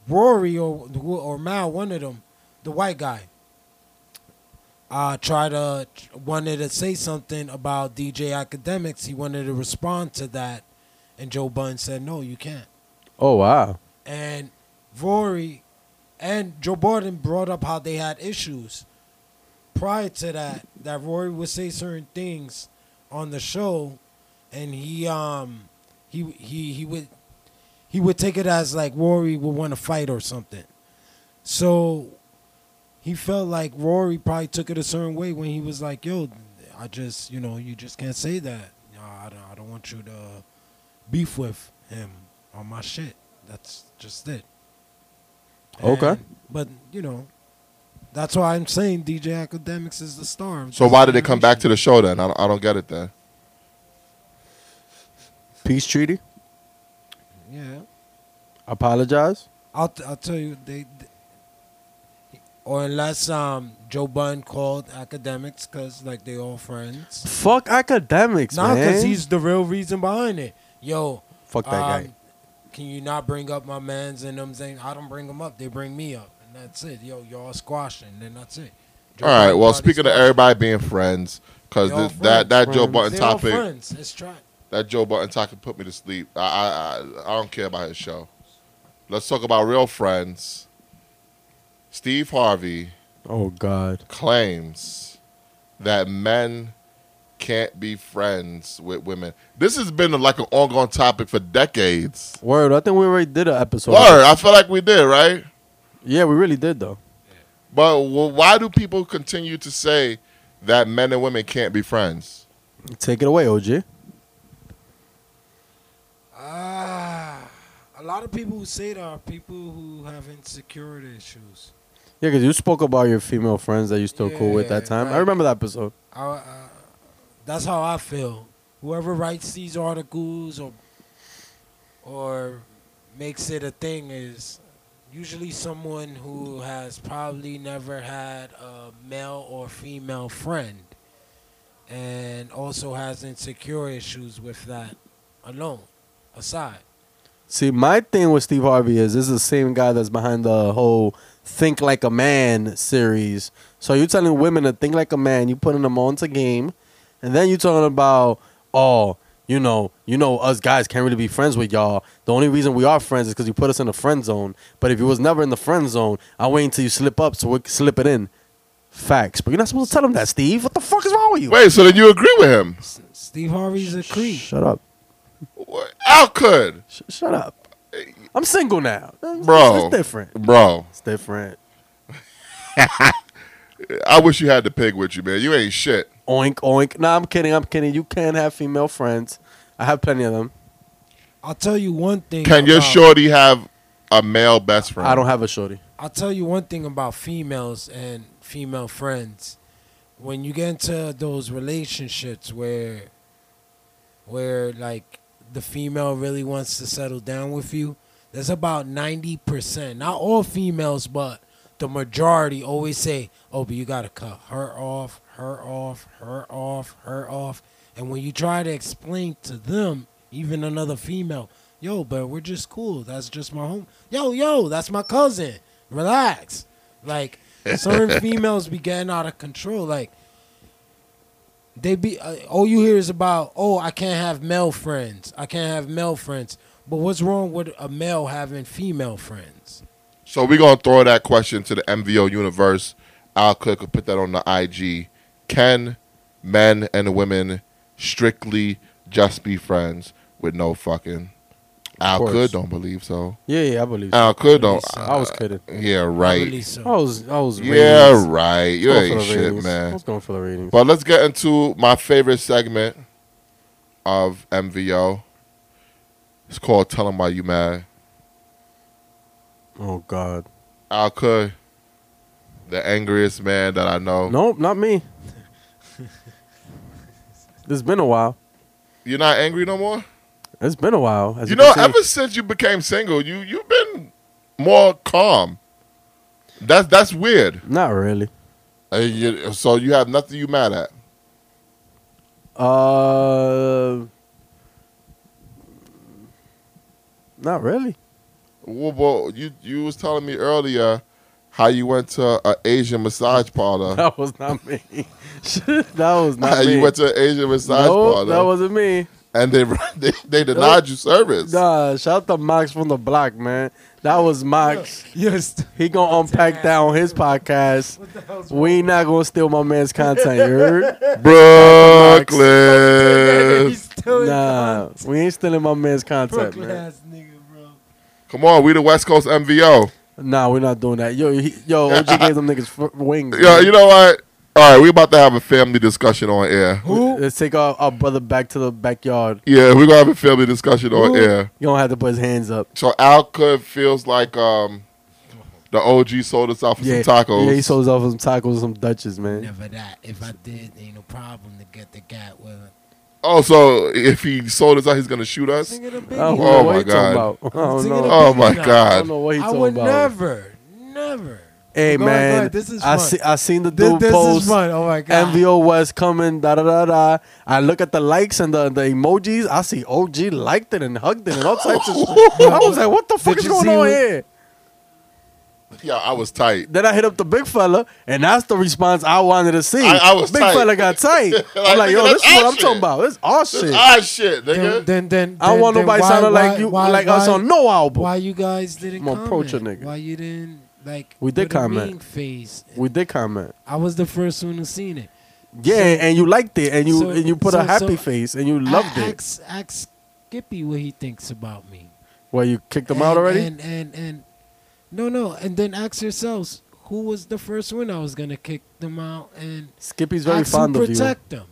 [SPEAKER 3] rory or or mal one of them the white guy uh tried to wanted to say something about dj academics he wanted to respond to that and joe budden said no you can't
[SPEAKER 2] Oh wow.
[SPEAKER 3] and Rory and Joe Biden brought up how they had issues prior to that. That Rory would say certain things on the show, and he um he he he would he would take it as like Rory would want to fight or something. So he felt like Rory probably took it a certain way when he was like, "Yo, I just you know you just can't say that. No, I don't, I don't want you to beef with him on my shit. That's just it."
[SPEAKER 2] Okay.
[SPEAKER 3] but you know, that's why I'm saying DJ Academics is the star. of
[SPEAKER 1] So
[SPEAKER 3] this
[SPEAKER 1] why did they come back
[SPEAKER 3] generation.
[SPEAKER 1] to the show then? I don't, I don't get it then.
[SPEAKER 2] Peace treaty.
[SPEAKER 3] Yeah.
[SPEAKER 2] Apologize.
[SPEAKER 3] I'll t- I'll tell you they, they- or unless um Joe Budden called academics because like they all friends.
[SPEAKER 2] Fuck academics,
[SPEAKER 3] Nah,
[SPEAKER 2] man.
[SPEAKER 3] because he's the real reason behind it. Yo,
[SPEAKER 2] fuck that guy.
[SPEAKER 3] um, can you not bring up my man's and them saying I don't bring them up, they bring me up, and that's it. Yo, y'all squashing, and that's it. Joe
[SPEAKER 1] All right.
[SPEAKER 3] Budden
[SPEAKER 1] Well,
[SPEAKER 3] party
[SPEAKER 1] speaking of
[SPEAKER 3] squashing.
[SPEAKER 1] everybody being friends, because
[SPEAKER 3] They all
[SPEAKER 1] that that
[SPEAKER 2] friends,
[SPEAKER 1] Joe
[SPEAKER 2] friends.
[SPEAKER 1] Button
[SPEAKER 3] They all
[SPEAKER 1] topic,
[SPEAKER 3] friends. It's trash.
[SPEAKER 1] that Joe Button topic put me to sleep. I, I I I don't care about his show. Let's talk about real friends. Steve Harvey
[SPEAKER 2] Oh god.
[SPEAKER 1] claims that men can't be friends with women. This has been like an ongoing topic for decades.
[SPEAKER 2] Word. I think we already did an episode.
[SPEAKER 1] Word, I feel like we did right.
[SPEAKER 2] Yeah, we really did though.
[SPEAKER 1] But wh- why do people continue to say that men and women can't be friends?
[SPEAKER 2] Take it away, OG.
[SPEAKER 3] Ah, a lot of people who say that are people who have insecurity issues.
[SPEAKER 2] Yeah, because you spoke about your female friends that you still cool with that
[SPEAKER 3] Yeah,
[SPEAKER 2] time. I
[SPEAKER 3] right.
[SPEAKER 2] remember that episode.
[SPEAKER 3] I, uh, that's how I feel. Whoever writes these articles or or makes it a thing is usually someone who has probably never had a male or female friend and also has insecure issues with that alone aside
[SPEAKER 2] See, my thing with Steve Harvey is this is the same guy that's behind the whole "Think Like a Man" series. So you're telling women to think like a man, you putting them onto game, and then you're talking about, oh, you know, you know, us guys can't really be friends with y'all. The only reason we are friends is because you put us in the friend zone. But if you was never in the friend zone, I wait until you slip up so we can slip it in. Facts, but you're not supposed to tell him that, Steve. What the fuck is wrong with you?
[SPEAKER 1] Wait, so then you agree with him?
[SPEAKER 3] S- steve harvey's a creep
[SPEAKER 2] Shut up.
[SPEAKER 1] Wh- How could,
[SPEAKER 2] Sh- shut up. I'm single now, It's-
[SPEAKER 1] bro?
[SPEAKER 2] It's different.
[SPEAKER 1] bro.
[SPEAKER 2] It's different.
[SPEAKER 1] I wish you had the pig with you, man. You ain't shit.
[SPEAKER 2] Oink oink. Nah, I'm kidding. I'm kidding. You can have female friends. I have plenty of them.
[SPEAKER 3] i'll tell you one thing
[SPEAKER 1] Can your
[SPEAKER 3] about-
[SPEAKER 1] shorty have a male best friend?
[SPEAKER 2] I don't have a shorty.
[SPEAKER 3] I'll tell you one thing about females and female friends. When you get into those relationships where where like the female really wants to settle down with you, there's about 90%. Not all females, but the majority always say, "Oh, but you got to cut her off, her off, her off, her off." And when you try to explain to them, even another female, "Yo, but we're just cool. That's just my home. Yo, yo, that's my cousin. Relax." Like certain females be getting out of control. Like they be uh, all you hear is about oh i can't have male friends i can't have male friends but what's wrong with a male having female friends
[SPEAKER 1] So we're gonna throw that question to the MVO universe. Al Cook will put that on the IG. Can men and women strictly just be friends with no fucking? Al
[SPEAKER 2] course.
[SPEAKER 1] could don't believe so.
[SPEAKER 2] Yeah, yeah, I believe. so.
[SPEAKER 1] Al could Uh, don't. uh,
[SPEAKER 3] so.
[SPEAKER 2] I uh, was kidding.
[SPEAKER 1] Yeah, right.
[SPEAKER 3] Release him.
[SPEAKER 2] I was, I was.
[SPEAKER 1] Yeah,
[SPEAKER 2] ratings.
[SPEAKER 1] right. You
[SPEAKER 2] I was going
[SPEAKER 1] ain't
[SPEAKER 2] for the
[SPEAKER 1] shit,
[SPEAKER 2] ratings. I
[SPEAKER 1] man.
[SPEAKER 2] was going for the ratings.
[SPEAKER 1] But let's get into my favorite segment of MVO. It's called "Tell 'Em Why You Mad."
[SPEAKER 2] oh God,
[SPEAKER 1] Al could, the angriest man that I know.
[SPEAKER 2] nope, not me. it's been a while.
[SPEAKER 1] You're not angry no more.
[SPEAKER 2] It's been a while. As
[SPEAKER 1] you know,
[SPEAKER 2] can see.
[SPEAKER 1] ever since you became single, you you've been more calm. That's that's weird.
[SPEAKER 2] not really.
[SPEAKER 1] Uh, you- so you have nothing you mad at.
[SPEAKER 2] Uh, not really.
[SPEAKER 1] Well, well, you you was telling me earlier how you went to an Asian massage parlor.
[SPEAKER 2] That was not me. that was
[SPEAKER 1] How
[SPEAKER 2] not me.
[SPEAKER 1] you went to an Asian massage
[SPEAKER 2] no,
[SPEAKER 1] parlor,
[SPEAKER 2] that wasn't me.
[SPEAKER 1] and they they, they denied you service.
[SPEAKER 2] Nah, shout out to Max from the block, man. That was Max.
[SPEAKER 3] Yes.
[SPEAKER 2] He gonna unpack that on his podcast.
[SPEAKER 3] What the hell's wrong?
[SPEAKER 2] We not gonna steal my man's content. You heard?
[SPEAKER 1] Brooklyn,
[SPEAKER 3] He's still in
[SPEAKER 2] Nah, we ain't stealing my man's content,
[SPEAKER 3] Brooklyn
[SPEAKER 2] man.
[SPEAKER 3] ass nigga, bro.
[SPEAKER 1] come on, we the West Coast MVO.
[SPEAKER 2] Nah, we're not doing that. Yo, he, yo, OG gave them niggas f- wings.
[SPEAKER 1] Yeah,
[SPEAKER 2] man.
[SPEAKER 1] you know what? All right, we about to have a family discussion on air.
[SPEAKER 3] Who?
[SPEAKER 2] Let's take our, our brother back to the backyard.
[SPEAKER 1] Yeah, we're gonna have a family discussion on air.
[SPEAKER 2] You don't have to put his hands up.
[SPEAKER 1] So Al Kud feels like um the OG sold us out for
[SPEAKER 2] Yeah,
[SPEAKER 1] some tacos.
[SPEAKER 2] yeah, he sold us off some tacos, and some Dutches, man.
[SPEAKER 3] Never that. If I did, ain't no problem to get the gat with him.
[SPEAKER 1] oh, so if he sold us out, he's gonna shoot us?
[SPEAKER 3] Nigga, the biggie.
[SPEAKER 2] I don't
[SPEAKER 1] Oh,
[SPEAKER 2] know
[SPEAKER 1] my
[SPEAKER 2] what he talking
[SPEAKER 1] God.
[SPEAKER 2] about. I don't
[SPEAKER 3] Singing
[SPEAKER 2] know.
[SPEAKER 3] about-
[SPEAKER 1] Oh my
[SPEAKER 3] No.
[SPEAKER 2] I
[SPEAKER 1] god.
[SPEAKER 2] don't know what he
[SPEAKER 3] I
[SPEAKER 2] talking
[SPEAKER 3] would
[SPEAKER 2] about.
[SPEAKER 3] never, never.
[SPEAKER 2] Hey
[SPEAKER 3] Go ahead, go
[SPEAKER 2] man,
[SPEAKER 3] ahead. This is
[SPEAKER 2] I
[SPEAKER 3] fun.
[SPEAKER 2] see. I seen the
[SPEAKER 3] This,
[SPEAKER 2] dude
[SPEAKER 3] this
[SPEAKER 2] post.
[SPEAKER 3] is fun. Oh my god.
[SPEAKER 2] MVO West coming, da da da da. I look at the likes and the, the emojis. I see OG liked it and hugged it and all types of shit. I was like, what the fuck is
[SPEAKER 3] Did you
[SPEAKER 2] going
[SPEAKER 3] see
[SPEAKER 2] on
[SPEAKER 3] what-
[SPEAKER 2] here?
[SPEAKER 1] Yeah, I was tight.
[SPEAKER 2] Then I hit up the big fella, and that's the response I wanted to see.
[SPEAKER 1] I- I was
[SPEAKER 2] big
[SPEAKER 1] tight.
[SPEAKER 2] fella got tight. I'm like,
[SPEAKER 1] nigga,
[SPEAKER 2] yo,
[SPEAKER 1] that's
[SPEAKER 2] this is what
[SPEAKER 1] our
[SPEAKER 2] I'm talking
[SPEAKER 1] shit.
[SPEAKER 2] about. This our shit. I
[SPEAKER 1] Ah shit,
[SPEAKER 3] Then,
[SPEAKER 1] nigga.
[SPEAKER 3] then, then,
[SPEAKER 2] don't
[SPEAKER 3] then-
[SPEAKER 2] want
[SPEAKER 3] then
[SPEAKER 2] nobody
[SPEAKER 3] why-
[SPEAKER 2] sounding like
[SPEAKER 3] why-
[SPEAKER 2] you,
[SPEAKER 3] why-
[SPEAKER 2] like us
[SPEAKER 3] why-
[SPEAKER 2] on no album.
[SPEAKER 3] Why you guys didn't
[SPEAKER 2] I'm gonna approach a
[SPEAKER 3] comment?
[SPEAKER 2] nigga.
[SPEAKER 3] Why you didn't like?
[SPEAKER 2] We did
[SPEAKER 3] put a
[SPEAKER 2] comment.
[SPEAKER 3] ring Face.
[SPEAKER 2] We did comment.
[SPEAKER 3] I was the first one who seen it.
[SPEAKER 2] Yeah, and you liked it, and you
[SPEAKER 3] so-
[SPEAKER 2] and you put
[SPEAKER 3] so-
[SPEAKER 2] a happy
[SPEAKER 3] so-
[SPEAKER 2] face, and you loved
[SPEAKER 3] I,
[SPEAKER 2] it.
[SPEAKER 3] Ask, ask Skippy what he thinks about me.
[SPEAKER 2] Well, you kicked him
[SPEAKER 3] and,
[SPEAKER 2] out already.
[SPEAKER 3] And, and and no, no. And then ask yourselves who was the first one I was gonna kick them out and
[SPEAKER 2] Skippy's very
[SPEAKER 3] ask
[SPEAKER 2] fond
[SPEAKER 3] who
[SPEAKER 2] of you.
[SPEAKER 3] protect them.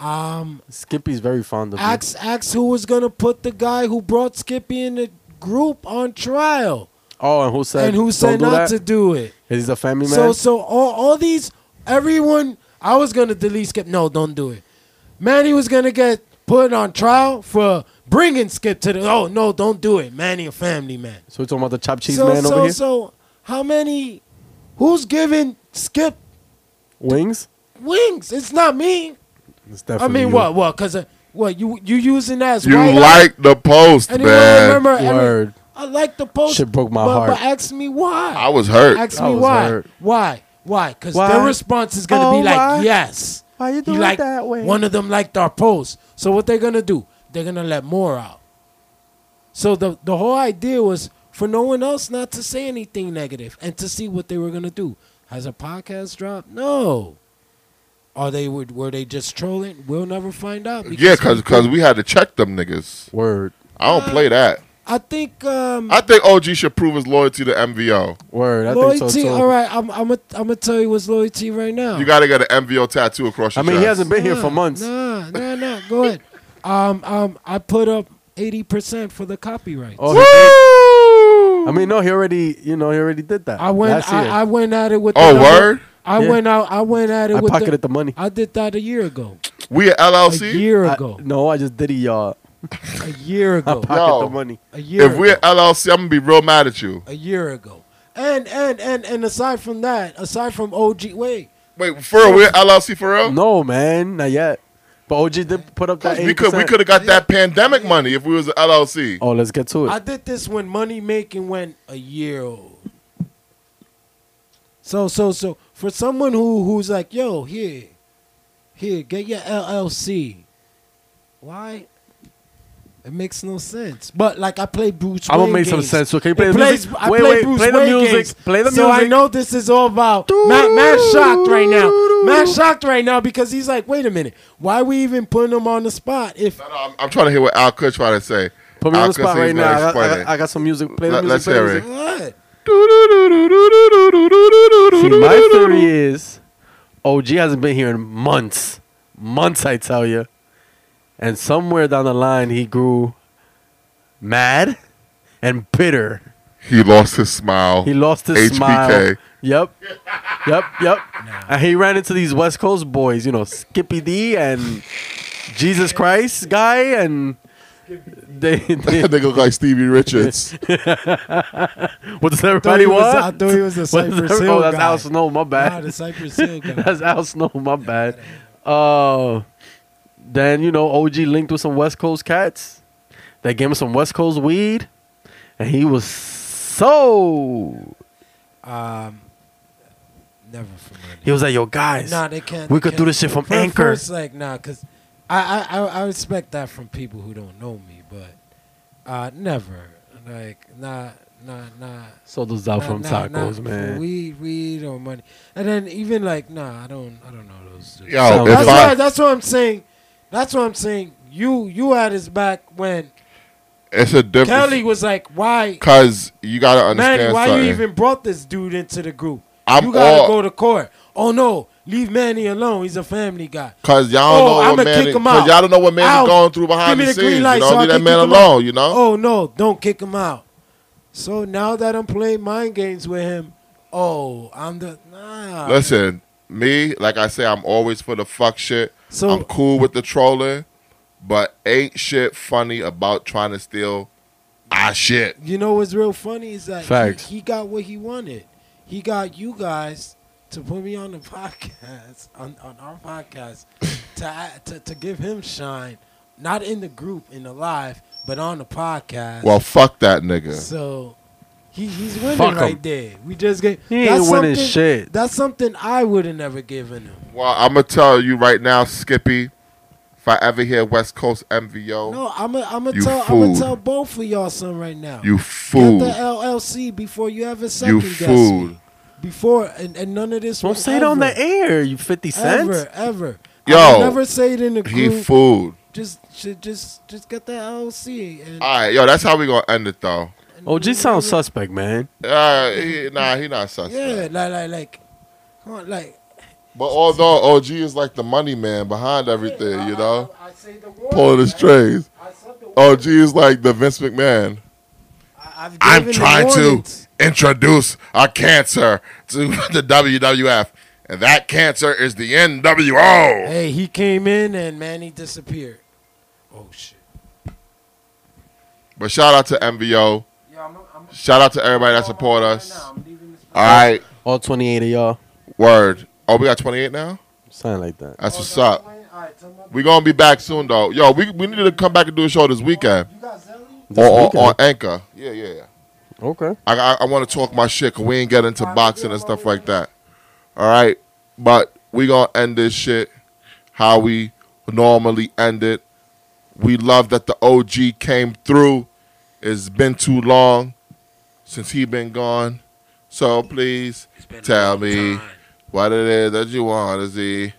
[SPEAKER 3] Um,
[SPEAKER 2] Skippy's very fond of you.
[SPEAKER 3] ask ask who was gonna put the guy who brought Skippy in the group on trial
[SPEAKER 2] Oh, and who said
[SPEAKER 3] and who said
[SPEAKER 2] do
[SPEAKER 3] not
[SPEAKER 2] that?
[SPEAKER 3] to do it.
[SPEAKER 2] He's a family man.
[SPEAKER 3] So so all, all these everyone I was gonna delete Skip. No, don't do it. Manny was gonna get put on trial for bringing Skip to the. Oh no, don't do it. Manny a family man.
[SPEAKER 2] So we're talking about the chopped cheese
[SPEAKER 3] so
[SPEAKER 2] man
[SPEAKER 3] so
[SPEAKER 2] over here?
[SPEAKER 3] so how many? Who's giving Skip
[SPEAKER 2] Wings?
[SPEAKER 3] wings? It's not me.
[SPEAKER 2] It's
[SPEAKER 3] I
[SPEAKER 2] definitely
[SPEAKER 3] mean
[SPEAKER 2] you.
[SPEAKER 3] what what? Cause uh, what you you using that as
[SPEAKER 1] you
[SPEAKER 3] white eye?
[SPEAKER 1] like the post,
[SPEAKER 3] And
[SPEAKER 1] man.
[SPEAKER 3] then remember, every-
[SPEAKER 2] Word.
[SPEAKER 3] I like the post.
[SPEAKER 2] Shit broke my
[SPEAKER 3] but,
[SPEAKER 2] heart.
[SPEAKER 3] But ask me why.
[SPEAKER 1] I was hurt.
[SPEAKER 3] Ask
[SPEAKER 2] I
[SPEAKER 3] me
[SPEAKER 2] was
[SPEAKER 3] why.
[SPEAKER 2] hurt.
[SPEAKER 3] Why? Why? Because
[SPEAKER 2] Why?
[SPEAKER 3] their response is gonna
[SPEAKER 2] Oh,
[SPEAKER 3] be like,
[SPEAKER 2] why?
[SPEAKER 3] yes.
[SPEAKER 2] Why you
[SPEAKER 3] He
[SPEAKER 2] do it
[SPEAKER 3] liked-
[SPEAKER 2] that way?
[SPEAKER 3] One of them liked our post. So what they're gonna do? They're gonna let more out. So the the whole idea was for no one else not to say anything negative and to see what they were gonna do. Has a podcast dropped? No. Are they were, were they just trolling? We'll never find out.
[SPEAKER 1] yeah, cause, 'cause we had to check them niggas.
[SPEAKER 2] Word.
[SPEAKER 1] I don't play that.
[SPEAKER 3] I think um,
[SPEAKER 1] I think OG should prove his loyalty to MVO.
[SPEAKER 2] Word. I
[SPEAKER 3] loyalty.
[SPEAKER 2] think so too.
[SPEAKER 3] All right, I'm I'm a, I'm gonna tell you what's loyalty right now.
[SPEAKER 1] You gotta get an MVO tattoo across
[SPEAKER 2] I
[SPEAKER 1] your
[SPEAKER 2] mean, he
[SPEAKER 1] chest.
[SPEAKER 2] hasn't been here for
[SPEAKER 3] Nah,
[SPEAKER 2] months.
[SPEAKER 3] Nah, nah, nah. Go ahead. Um, um, I put up eighty percent for the copyright.
[SPEAKER 2] Oh,
[SPEAKER 1] Oh,
[SPEAKER 2] he- I mean, no, he already, you know, he already did that.
[SPEAKER 3] I went,
[SPEAKER 2] last year.
[SPEAKER 3] I, I went at it with.
[SPEAKER 1] Oh,
[SPEAKER 3] the number-
[SPEAKER 1] word?
[SPEAKER 3] I
[SPEAKER 2] Yeah.
[SPEAKER 3] went out. I went at it
[SPEAKER 2] I
[SPEAKER 3] with.
[SPEAKER 2] pocketed the,
[SPEAKER 3] the,
[SPEAKER 2] money.
[SPEAKER 3] I did that a year ago.
[SPEAKER 1] We at
[SPEAKER 3] A
[SPEAKER 1] LLC.
[SPEAKER 3] year
[SPEAKER 2] I-
[SPEAKER 3] ago.
[SPEAKER 2] no, I just did it, y'all.
[SPEAKER 3] a year
[SPEAKER 2] I
[SPEAKER 3] ago.
[SPEAKER 2] pocket
[SPEAKER 1] Yo.
[SPEAKER 2] the money.
[SPEAKER 3] A year.
[SPEAKER 1] if we
[SPEAKER 3] ago.
[SPEAKER 1] at LLC, I'm gonna be real mad at you.
[SPEAKER 3] a year ago. And and and and aside from that, aside from OG, wait.
[SPEAKER 1] Wait, for real, we're at LLC for real?
[SPEAKER 2] No, man, not yet. But OG did put up that. 80%.
[SPEAKER 1] we could we could have got that pandemic money if we was an LLC.
[SPEAKER 2] Oh, let's get to it.
[SPEAKER 3] I did this when money making went a year old. So so so for someone who who's like, yo, here, here, get your LLC. Why? It makes no sense. But like I play Bruce.
[SPEAKER 2] I'm gonna
[SPEAKER 3] Wayne
[SPEAKER 2] make some
[SPEAKER 3] games.
[SPEAKER 2] sense. So can you play
[SPEAKER 3] It
[SPEAKER 2] the
[SPEAKER 3] plays-
[SPEAKER 2] music?
[SPEAKER 3] I
[SPEAKER 2] Wait,
[SPEAKER 3] play
[SPEAKER 2] wait,
[SPEAKER 3] Bruce
[SPEAKER 2] play the
[SPEAKER 3] Wayne
[SPEAKER 2] music.
[SPEAKER 3] games.
[SPEAKER 2] Play the
[SPEAKER 3] so I
[SPEAKER 2] music.
[SPEAKER 3] know this is all about. Matt, Matt's shocked right now. Matt's shocked right now because he's like, wait a minute, why we even putting him on the spot if
[SPEAKER 1] No, no, I'm, I'm trying to hear what Al could try to say.
[SPEAKER 2] Put me
[SPEAKER 1] I
[SPEAKER 2] on the
[SPEAKER 1] couldn't
[SPEAKER 2] spot
[SPEAKER 1] see
[SPEAKER 2] right
[SPEAKER 1] you
[SPEAKER 2] now. I
[SPEAKER 1] gonna
[SPEAKER 2] got, I,
[SPEAKER 1] explain
[SPEAKER 2] got,
[SPEAKER 1] it.
[SPEAKER 2] I got some music. Play the
[SPEAKER 1] Let-
[SPEAKER 2] music.
[SPEAKER 1] let's
[SPEAKER 2] play the
[SPEAKER 1] hear
[SPEAKER 2] music.
[SPEAKER 1] it.
[SPEAKER 3] What?
[SPEAKER 2] See, my theory is OG hasn't been here in months. Months, I tell you. And somewhere down the line, he grew mad and bitter.
[SPEAKER 1] He lost his smile.
[SPEAKER 2] He lost his
[SPEAKER 1] HBK.
[SPEAKER 2] smile. Yep. Yep. Yep. And he ran into these West Coast boys, you know, Skippy D and Jesus Christ guy. And they, they
[SPEAKER 1] they look like Stevie Richards.
[SPEAKER 2] what does
[SPEAKER 3] I thought,
[SPEAKER 2] everybody
[SPEAKER 3] he was,
[SPEAKER 2] want?
[SPEAKER 3] I thought he was
[SPEAKER 2] What
[SPEAKER 3] a
[SPEAKER 2] does
[SPEAKER 3] Cypress
[SPEAKER 2] every-
[SPEAKER 3] Hill
[SPEAKER 2] oh, that's
[SPEAKER 3] guy.
[SPEAKER 2] Al Snow. My bad.
[SPEAKER 3] Nah, the Cypress Hill guy.
[SPEAKER 2] That's Al Snow. My bad. Uh, then you know OG linked with some West Coast cats. They gave him some West Coast weed, and he was so
[SPEAKER 3] Um, never familiar.
[SPEAKER 2] he was like, "Yo, guys,
[SPEAKER 3] Nah, they can't.
[SPEAKER 2] we
[SPEAKER 3] they
[SPEAKER 2] could
[SPEAKER 3] can't.
[SPEAKER 2] do this shit from
[SPEAKER 3] For-
[SPEAKER 2] Anchor."
[SPEAKER 3] First, like, nah, cause I, I, I, I respect that from people who don't know me, but uh, never, like, nah, nah, nah.
[SPEAKER 2] so does out
[SPEAKER 3] nah,
[SPEAKER 2] from
[SPEAKER 3] nah, nah,
[SPEAKER 2] tacos,
[SPEAKER 3] for
[SPEAKER 2] man.
[SPEAKER 3] Weed, weed, or money, and then even like, nah, I don't, I don't know those. Dudes.
[SPEAKER 1] Yo,
[SPEAKER 2] So-
[SPEAKER 1] if
[SPEAKER 3] that's
[SPEAKER 1] I
[SPEAKER 3] why, that's what I'm saying. That's what I'm saying. You, you had his back when
[SPEAKER 1] it's a
[SPEAKER 3] Kelly
[SPEAKER 1] difference
[SPEAKER 3] was like, why,
[SPEAKER 1] because you gotta understand
[SPEAKER 3] Manny, why
[SPEAKER 1] something.
[SPEAKER 3] you even brought this dude into the group?
[SPEAKER 1] I'm
[SPEAKER 3] you gotta
[SPEAKER 1] all-
[SPEAKER 3] go to court. Oh no, leave Manny alone. He's a family guy.
[SPEAKER 1] Cause y'all don't
[SPEAKER 3] Oh,
[SPEAKER 1] know what
[SPEAKER 3] I'ma
[SPEAKER 1] man,
[SPEAKER 3] kick him
[SPEAKER 1] cause
[SPEAKER 3] out.
[SPEAKER 1] y'all don't know what man
[SPEAKER 3] Out.
[SPEAKER 1] is going through behind
[SPEAKER 3] Give me
[SPEAKER 1] the,
[SPEAKER 3] the green
[SPEAKER 1] scenes. You
[SPEAKER 3] light
[SPEAKER 1] know,
[SPEAKER 3] so I
[SPEAKER 1] leave that
[SPEAKER 3] can
[SPEAKER 1] man
[SPEAKER 3] kick him out.
[SPEAKER 1] alone. You know.
[SPEAKER 3] Oh no, don't kick him out. So now that I'm playing mind games with him, oh, I'm the nah.
[SPEAKER 1] Listen, me, like I say, I'm always for the fuck shit.
[SPEAKER 3] So-
[SPEAKER 1] I'm cool with the trolling, but ain't shit funny about trying to steal our shit.
[SPEAKER 3] You know what's real funny is that
[SPEAKER 2] Facts.
[SPEAKER 3] he, he got what he wanted. He got you guys to put me on the podcast, on, on our podcast, to, add- to to give him shine, not in the group in the live, but on the podcast.
[SPEAKER 1] Well, fuck that nigga.
[SPEAKER 3] So he, he's winning
[SPEAKER 2] Fuck 'em.
[SPEAKER 3] right there. We just get
[SPEAKER 2] He ain't winning
[SPEAKER 3] something-
[SPEAKER 2] shit.
[SPEAKER 3] That's something I would have never given him.
[SPEAKER 1] Well, I'm gonna tell you right now, Skippy. If I ever hear West Coast MVO,
[SPEAKER 3] No, I'm gonna I'm
[SPEAKER 1] You
[SPEAKER 3] tell I'm
[SPEAKER 1] fool.
[SPEAKER 3] gonna tell both of y'all something right now.
[SPEAKER 1] you
[SPEAKER 3] Get
[SPEAKER 1] fool,
[SPEAKER 3] the LLC before you ever
[SPEAKER 1] you
[SPEAKER 3] second guess
[SPEAKER 1] fool.
[SPEAKER 3] me. Before and, and none of this.
[SPEAKER 2] Don't
[SPEAKER 3] was
[SPEAKER 2] say it on
[SPEAKER 3] ever,
[SPEAKER 2] the air. You Fifty Cent.
[SPEAKER 3] Ever, ever.
[SPEAKER 1] Yo,
[SPEAKER 3] I would never say it in the
[SPEAKER 1] He
[SPEAKER 3] group.
[SPEAKER 1] fooled.
[SPEAKER 3] just, just, just, just get the LLC. And,
[SPEAKER 1] All right, yo, that's how we gonna end it though.
[SPEAKER 2] OG sounds suspect, man.
[SPEAKER 1] Uh, he, nah, he not suspect.
[SPEAKER 3] yeah, like, like, like, come on, like.
[SPEAKER 1] But although OG is like the money man behind everything, you know,
[SPEAKER 3] I, I, I say the word,
[SPEAKER 1] pulling the
[SPEAKER 3] man.
[SPEAKER 1] strings.
[SPEAKER 3] I said the word.
[SPEAKER 1] OG is like the Vince McMahon.
[SPEAKER 3] I, I've given
[SPEAKER 1] I'm
[SPEAKER 3] the
[SPEAKER 1] trying to
[SPEAKER 3] warnings.
[SPEAKER 1] introduce a cancer to the WWF, and that cancer is the NWO.
[SPEAKER 3] Hey, he came in and Manny disappeared. Oh shit.
[SPEAKER 1] But shout out to MVO.
[SPEAKER 3] Yeah, I'm, I'm
[SPEAKER 1] Shout out to everybody that support us. All right,
[SPEAKER 2] All twenty-eight of y'all
[SPEAKER 1] word. Oh, we got 28 now.
[SPEAKER 2] sound like that.
[SPEAKER 1] That's what's up. We gonna be back soon though. Yo, we we need to come back and do a show this weekend
[SPEAKER 2] This
[SPEAKER 1] or on,
[SPEAKER 2] weekend.
[SPEAKER 1] on Anchor. Yeah, yeah, yeah.
[SPEAKER 2] okay.
[SPEAKER 1] I, I, I want to talk my shit because we ain't get into boxing and stuff like that. All right, but we gonna end this shit how we normally end it. We love that the OG came through. It's been too long since he been gone, so please tell me what it is that you want to see.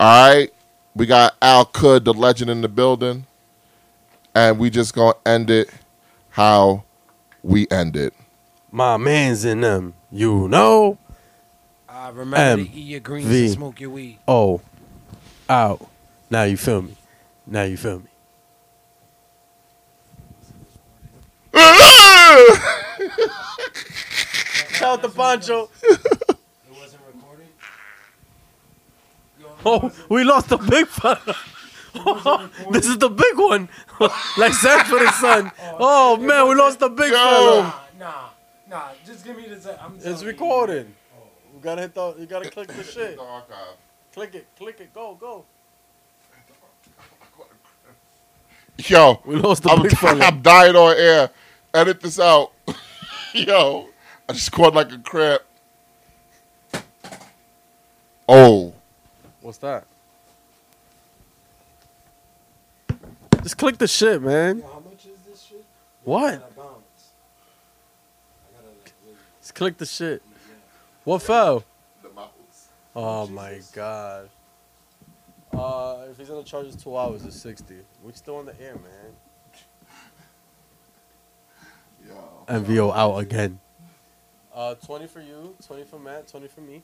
[SPEAKER 1] All right, we got Al Kud, the legend in the building, and we just gonna end it how we end it.
[SPEAKER 2] My man's in them. You know.
[SPEAKER 3] I remember
[SPEAKER 2] M,
[SPEAKER 3] to eat your greens
[SPEAKER 2] V.
[SPEAKER 3] and smoke your weed.
[SPEAKER 2] Oh, out. Now you feel me. Now you feel me. Shout out to Pancho.
[SPEAKER 3] It wasn't recorded.
[SPEAKER 2] Oh, we lost the big fella. this is the big one. like Sanford and Son. Oh man, we lost the big
[SPEAKER 1] Yo.
[SPEAKER 2] fella.
[SPEAKER 3] Nah, nah. Just give me this. I'm
[SPEAKER 2] It's recording. You gotta hit the. You gotta click the shit. Click it. Click it. Go. Go.
[SPEAKER 1] Yo,
[SPEAKER 2] We lost the
[SPEAKER 1] I'm,
[SPEAKER 2] big fella.
[SPEAKER 1] I'm dying on air. Edit this out. Yo, I just scored like a crap. Oh,
[SPEAKER 2] What's that? Just click the shit, man.
[SPEAKER 3] How much is this shit?
[SPEAKER 2] What? Just click the shit. What fell? Oh my god. Uh, if he's gonna charge us two hours, it's sixty. We still on the air, man. MVO out again. Uh, 20 for you, 20 for Matt, 20 for me.